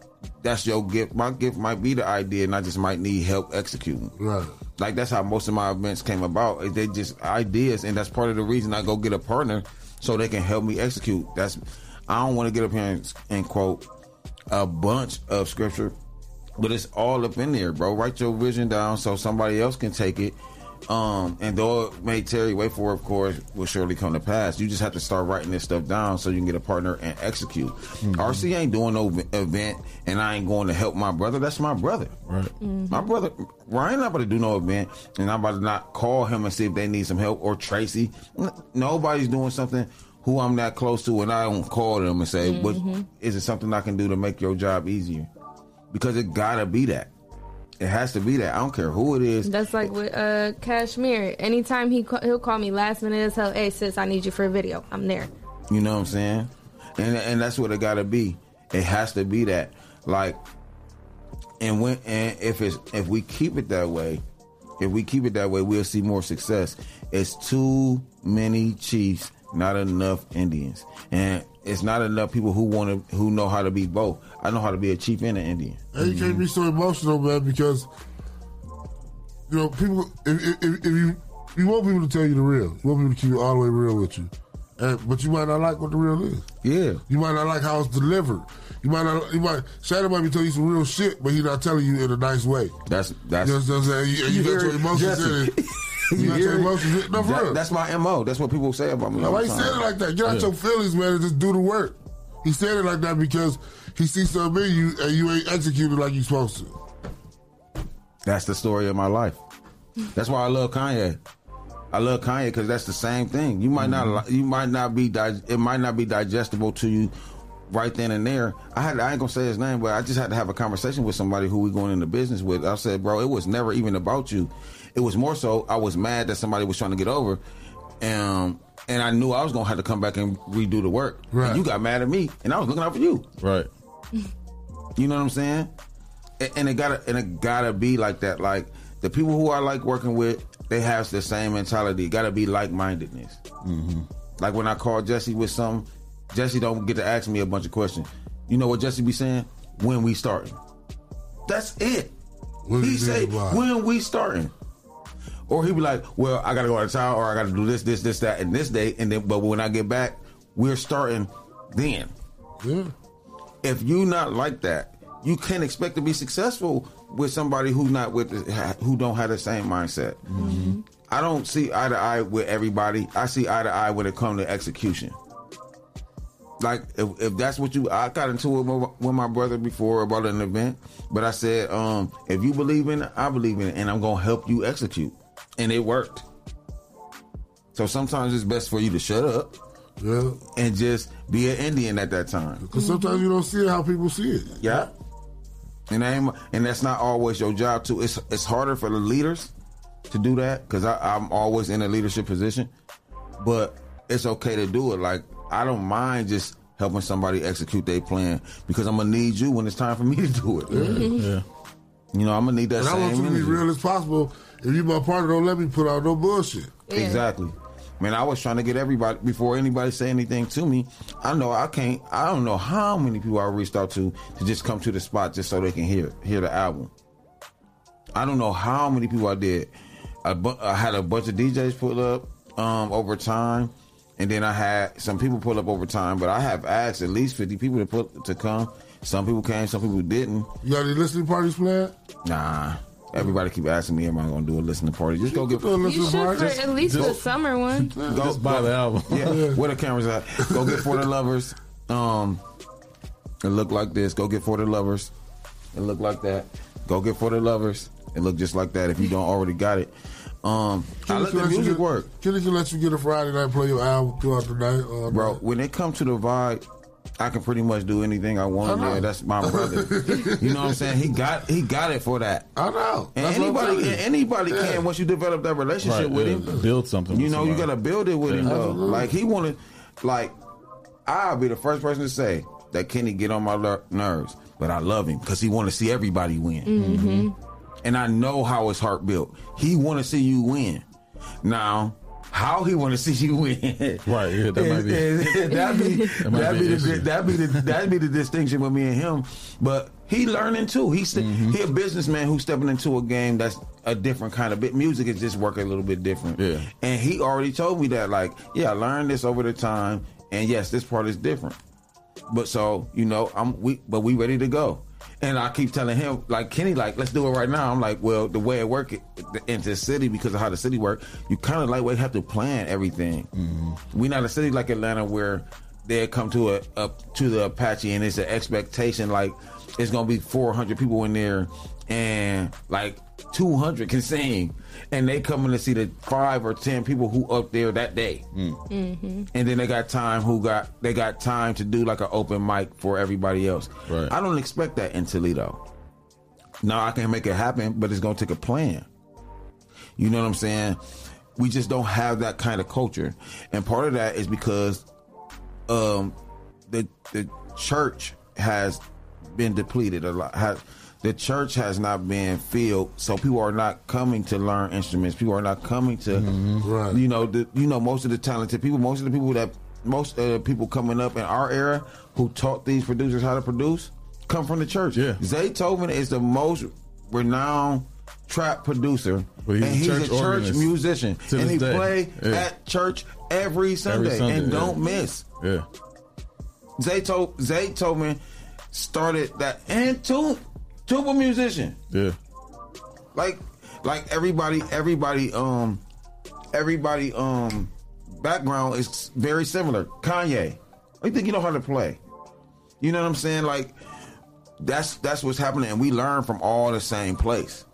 that's your gift. My gift might be the idea, and I just might need help executing
right.
like that's how most of my events came about. is They just ideas, and that's part of the reason I go get a partner so they can help me execute. That's I don't want to get up here and, and quote a bunch of scripture, but it's all up in there, bro. Write your vision down so somebody else can take it. Um, and though it may Terry wait for, it, of course, will surely come to pass. You just have to start writing this stuff down so you can get a partner and execute. RC ain't doing no v- event, and I ain't going to help my brother. That's my brother.
Right.
My brother Ryan not about to do no event, and I'm about to not call him and see if they need some help or Tracy. N- Nobody's doing something who I'm that close to, and I don't call them and say, "What is it something I can do to make your job easier?" Because it gotta be that. It has to be that. I don't care who it is.
That's like with uh Cashmere. Anytime he ca- he'll call me last minute as hell. Hey sis, I need you for a video. I'm there.
You know what I'm saying? And and that's what it gotta be. It has to be that. Like and when and if it's if we keep it that way, if we keep it that way, we'll see more success. It's too many chiefs, not enough Indians. And it's not enough people who wanna who know how to be both. I know how to be a chief and an Indian.
And you can't be so emotional, man, because you know people. If, if, if you you want people to tell you the real, you want people to keep it all the way real with you, and, but you might not like what the real is.
Yeah.
You might not like how it's delivered. You might not. You might. Shannon might be telling you some real shit, but he's not telling you in a nice way.
That's that's
You know what I'm saying? You, and you
You
got your
hear it,
emotions
Jesse.
in it. You got your
hear it?
emotions. in- No, for
that-
real.
that's my MO. That's what people say about me. all
Now, why
the
he said
time.
it like that? Get out your feelings, man, and just do the work. He said it like that because he sees something in you and you ain't executed like you supposed to.
That's the story of my life. That's why I love Kanye. I love Kanye because that's the same thing. You might not, li- you might not be, dig- it might not be digestible to you right then and there. I had, I ain't gonna say his name, but I just had to have a conversation with somebody who we going into business with. I said, bro, it was never even about you. It was more so I was mad that somebody was trying to get over, um, and I knew I was gonna have to come back and redo the work. And
Right.
you got mad at me, and I was looking out for you.
Right.
You know what I'm saying? A- And it gotta and it gotta be like that. Like the people who I like working with, they have the same mentality. It gotta be like mindedness.
Mm-hmm.
Like when I call Jesse with something, Jesse don't get to ask me a bunch of questions. You know what Jesse be saying? When we starting? That's it.
What
He
is it
say
about?
when we starting. Or he be like, well, I gotta go out of town, or I gotta do this, this, this, that, and this day, and then. But when I get back, we're starting then
Yeah.
if you not like that, you can't expect to be successful with somebody who not with who don't have the same mindset. I don't see eye to eye with everybody. I see eye to eye when it comes to execution. Like if, if that's what you, I got into it with- with my brother before about an event, but I said, um, if you believe in it, I believe in it, and I'm gonna help you execute, and it worked. So sometimes it's best for you to shut up
Yeah.
and just be an Indian at that time.
Because sometimes you don't see it how people see it.
Yeah. And I ain't, and that's not always your job too. It's it's harder for the leaders to do that because I'm always in a leadership position, but it's okay to do it. Like I don't mind just helping somebody execute their plan because I'm gonna need you when it's time for me to do it.
Yeah.
You know I'm gonna need that
And Mm-hmm. I want
same
you to be
energy.
real as possible. If you my partner, don't let me put out no bullshit.
Yeah.
Exactly. Man, I was trying to get everybody before anybody say anything to me. I know I can't. I don't know how many people I reached out to to just come to the spot just so they can hear hear the album. I don't know how many people I did. I, bu- I had a bunch of DJs pull up um, over time, and then I had some people pull up over time. But I have asked at least fifty people to put to come. Some people came, some people didn't.
You got any listening parties planned?
Nah, everybody keep asking me, am I going to do a listening party? Just go get
Do a
You
listening
should for
party?
at least the summer one.
go
Just buy
go-
the album.
Yeah, where the cameras at? Go get for the lovers. Um, it look like this. Go get for the lovers. It look like that. Go get for the lovers. It look just like that. If you don't already got it, um, I let the
let you
music
get-
work,
Kenny can let you get a Friday night play your album throughout the night. Uh,
bro. When it comes to the vibe. I can pretty much do anything I want.
I know.
Yeah, that's my brother. you know what I'm saying? He got he got it for that.
I know.
And
That's what I'm
anybody
telling you.
and anybody
Yeah.
can once you develop that relationship
Right.
with
yeah.
him.
Build something.
You
with
know, you
somebody.
gotta build it with him though.
Absolutely.
Like he wanted, like I'll be the first person to say that Kenny get on my ler- nerves, but I love him because he want to see everybody win, and I know how his heart built. He want to see you win. Now, how he want to see you win?
Right, yeah, that might be-
that be
might
that
be
be
an
the
issue.
that be the that be the distinction with me and him. But he learning too. He's st- he a businessman who's stepping into a game that's a different kind of bit. Music is just working a little bit different.
Yeah.
And he already told me that, like, yeah, I learned this over the time, and yes, this part is different. But so you know, I'm we but we ready to go. And I keep telling him, like Kenny, like let's do it right now. I'm like, well, the way it work it- in the city because of how the city work, you kind of like we have to plan everything. We're not a city like Atlanta where they come to a up to the Apache and it's an expectation like it's gonna be 400 people in there and like 200 can sing and they coming to see the five or ten people who up there that day and then they got time who got they got time to do like an open mic for everybody else.
Right.
I don't expect that in Toledo. No, I can make it happen, but it's gonna take a plan. You know what I'm saying? We just don't have that kind of culture, and part of that is because um, the the church has been depleted a lot. Has, the church has not been filled, so people are not coming to learn instruments. People are not coming to,
Right.
you know, the, you know, most of the talented people, most of the people that most of the people coming up in our era who taught these producers how to produce come from the church.
Yeah.
Zaytoven is the most renowned trap producer,
But he's
and
a
he's
church
a church
organist
musician,
to
and
this
he
day.
play
Yeah.
at church every Sunday,
Sunday,
and
yeah.
don't miss.
Yeah.
Zayto Zaytoven started that and two tuba musician.
Yeah.
Like like everybody everybody um everybody um background is very similar. Kanye. You think you know how to play. You know what I'm saying? Like that's that's what's happening and we learn from all the same place.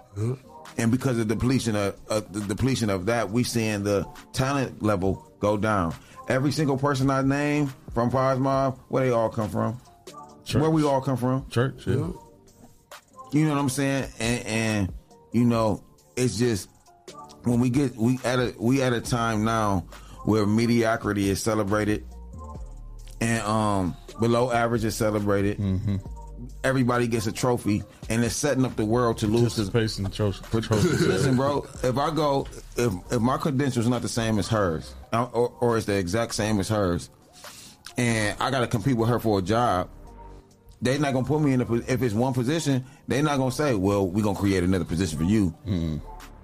And because of depletion of uh, the depletion of that, we seeing the talent level go down. Every single person I name from Five Mob, where they all come from,
Church.
where we all come from,
Church. Yeah.
you know what I'm saying? And, and you know, it's just when we get we at a we at a time now where mediocrity is celebrated and um below average is celebrated. Everybody gets a trophy, and it's setting up the world to lose to
Participation tro- trophy.
Listen, bro. If I go, if if my credentials not the same as hers, uh, or or it's the exact same as hers, and I got to compete with her for a job, they're not gonna put me in a. po- If it's one position, they're not gonna say, "Well, we're gonna create another position for you."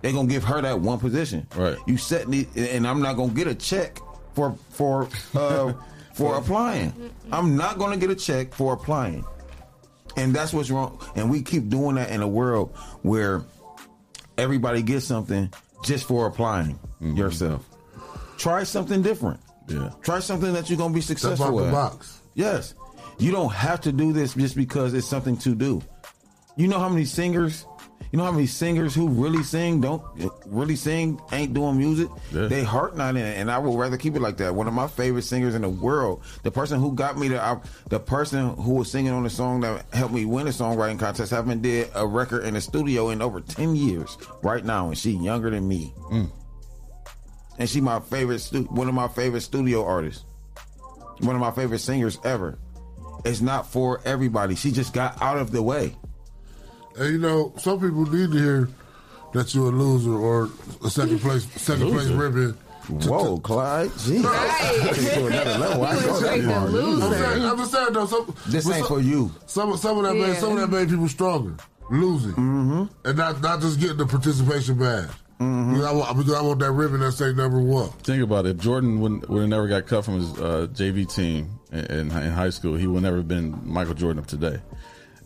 They're gonna give her that one position.
Right.
You set me, and I'm not gonna get a check for for uh, for applying. I'm not gonna get a check for applying. And that's what's wrong. And we keep doing that in a world where everybody gets something just for applying yourself. Try something different.
Yeah.
Try something that you're gonna be
Step out
successful
the
at.
box.
Yes, you don't have to do this just because it's something to do. You know how many singers, you know how many singers who really sing don't really sing ain't doing music.
Yeah.
They heart not in it, and I would rather keep it like that. One of my favorite singers in the world, the person who got me to, I, the person who was singing on the song that helped me win the songwriting contest, haven't did a record in the studio in over ten years right now, and she younger than me, and she my favorite, stu- one of my favorite studio artists one of my favorite singers ever. It's not for everybody. She just got out of the way.
And you know, some people need to hear that you're a loser or a second place, second place ribbon.
Whoa, Clyde. Jeez.
Right.
Took it to another level. I
You
know
went
that
straight to
part.
I'm
loser.
saying, I'm just saying though, some,
This
but
ain't
some,
for you.
Some, some of that made,
Yeah.
some of that made people stronger, losing, mm-hmm. and not not just getting the participation badge.
Mm-hmm.
Because, I want, because I want that ribbon that say number one.
Think about it. Jordan wouldn't, would have never got cut from his uh, JV team in, in hi- in high school. He would never have been Michael Jordan of today.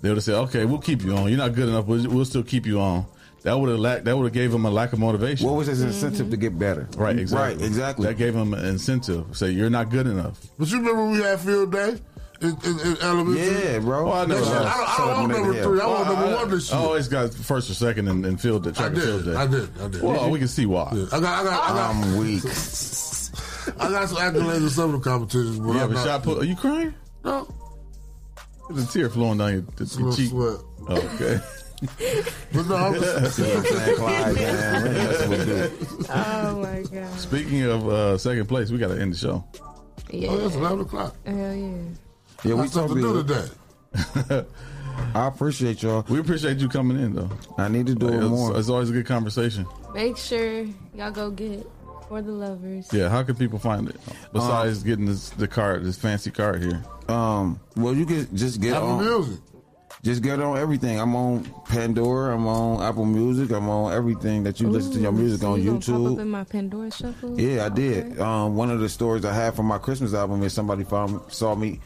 They would have said, "Okay, we'll keep you on. You're not good enough. We'll, we'll still keep you on." That would have lack. That would have gave him a lack of motivation.
What was his incentive to get better?
right? Exactly.
Right, exactly.
That gave him an incentive. Say, "You're not good enough."
But you remember we had field day in, in, in elementary.
yeah, bro.
Oh, I never
That shit,
Yeah.
I don't, I don't want number three. I want
Well,
number
I-
one this
I
year.
always got first or second in, in field day.
I
track and field
did.
day.
I did. I did.
Well, um, we can see why.
I got, I got, I got,
I'm weak.
I got some accolades in some of the competitions, but
You
I'm
have a
not.
shot put. Are you crying?
No,
There's a tear flowing down your,
it's
your
a little
cheek.
sweat.
Oh, okay.
But no, I'm just,
You know what I'm saying, Clyde, man. Let me mess with you.
Oh my god.
Speaking of uh, second place, we got to end the show.
Yeah.
oh, that's 11 o'clock.
Hell yeah.
Yeah, we
Got something to do
talking.
today.
I appreciate y'all.
We appreciate you coming in, though.
I need to do it
It's-
more.
It's always a good conversation.
Make sure y'all go get for the lovers.
Yeah, how can people find it
Um,
besides getting this the card, this fancy card here?
Um, well, you can just get
Apple
um,
on.
Music.
just get on everything. I'm on Pandora. I'm on Apple Music. I'm on everything that you listen to your music
So
on
you gonna Pop up
YouTube.
in my Pandora shuffle.
Yeah, I did.
Okay.
Um, one of the stories I had from my Christmas album is somebody found saw me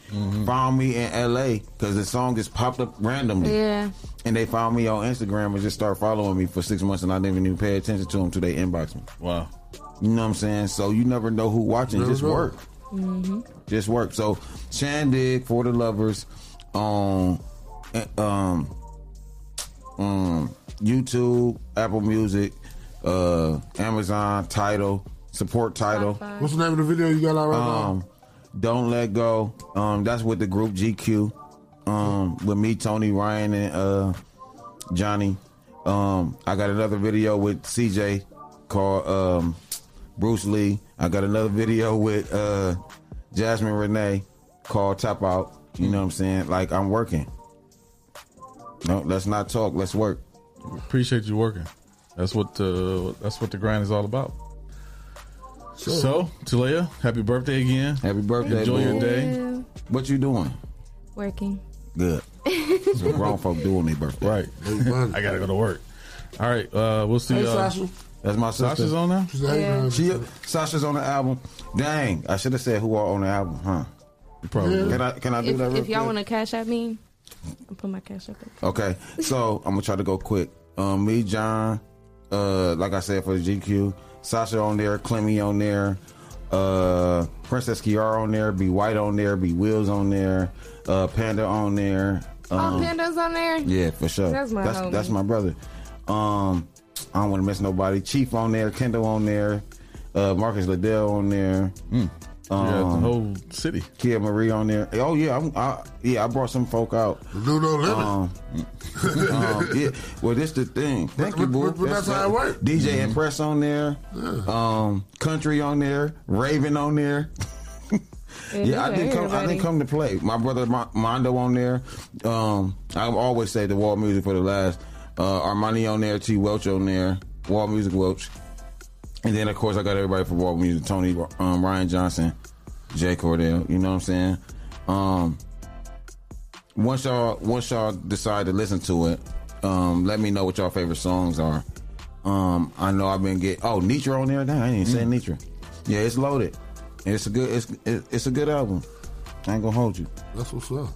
found me in L.A. because the song just popped up randomly,
Yeah.
and they found me on Instagram and just started following me for six months, and I didn't even pay attention to them till they inboxed me.
Wow.
You know what I'm saying? So you never know who watching.
Never
just
know.
work. Just work. So Shandig for the lovers on uh, um um YouTube, Apple Music, uh Amazon, Title, support Title.
Spotify.
What's the name of the video you got out right
Uh-huh.
Um Don't Let Go. Um that's with the group GQ. Um with me, Tony Ryan and uh Johnny. Um, I got another video with CJ called um, Bruce Lee. I got another video with uh, Jasmine Renee called Top Out. You know what I'm saying? Like I'm working. No, let's not talk. Let's work.
Appreciate you working. That's what uh, that's what the grind is all about. So, Talia, happy birthday again.
Happy birthday,
Enjoy your
boo.
day.
Yeah.
What you doing?
Working.
Good. That's what grown folk do on their birthday.
Right. I gotta go to work. All right. Uh, we'll see.
Hey,
uh,
Sasha.
That's my sister.
Sasha's on now.
She said, hey,
Yeah.
man.
She, Sasha's on the album. Dang, I should have said who are on the album, huh?
You Probably.
Yeah.
Can I can I do
If,
that? Real
if y'all
quick?
want to cash at me, I'll put my cash up. there.
Okay, so I'm gonna try to go quick. Um, me, John, uh, like I said for the GQ, Sasha on there, Clemmy on there, uh, Princess Kiara on there, Be White on there, Be Wills on there, uh, Panda on there.
oh,
Um,
Panda's on there.
yeah, for sure.
That's my
that's,
homie.
that's my brother. Um, I don't want to miss nobody. Chief on there, Kendall on there, uh, Marcus Liddell on there.
You got the
Um,
whole city.
Kia Marie on there. Oh yeah, I'm, I, yeah, I brought some folk out.
Do no limit.
Um, um, yeah. Well, this the thing. Thank
But-
you,
but-
boo.
but- but that's how it works.
DJ Impress on there. Um, Country on there. Raven on there. Yeah, I
you
didn't
got
come. I
everybody.
didn't come to play. My brother Mo- Mondo on there. Um, I've always said the wall music for the last. Uh, Armani on there. T Welch on there. Wall music Welch. And then of course I got everybody for wall music. Tony, um, Ryan Johnson, Jay Cordell. You know what I'm saying? Um, once y'all once y'all decide to listen to it, um, let me know what y'all favorite songs are. Um, I know I've been getting oh Nitra on there. Dang, I ain't
Mm.
saying Nitra. Yeah, it's loaded. It's a good it's it- it's a good album. I ain't gonna hold you.
That's what's up.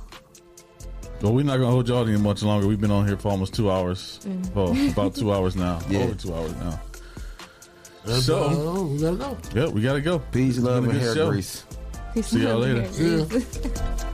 Well, we're not gonna hold y'all any much longer. We've been on here for almost two hours. Well, about two hours now.
Mm. Yeah.
Over two hours now.
That's
So-
all. oh, we gotta go.
Yeah, we gotta go. It's
Peace,
been
love,
a
and
good
hair
show.
grease.
See y'all later.
Yeah.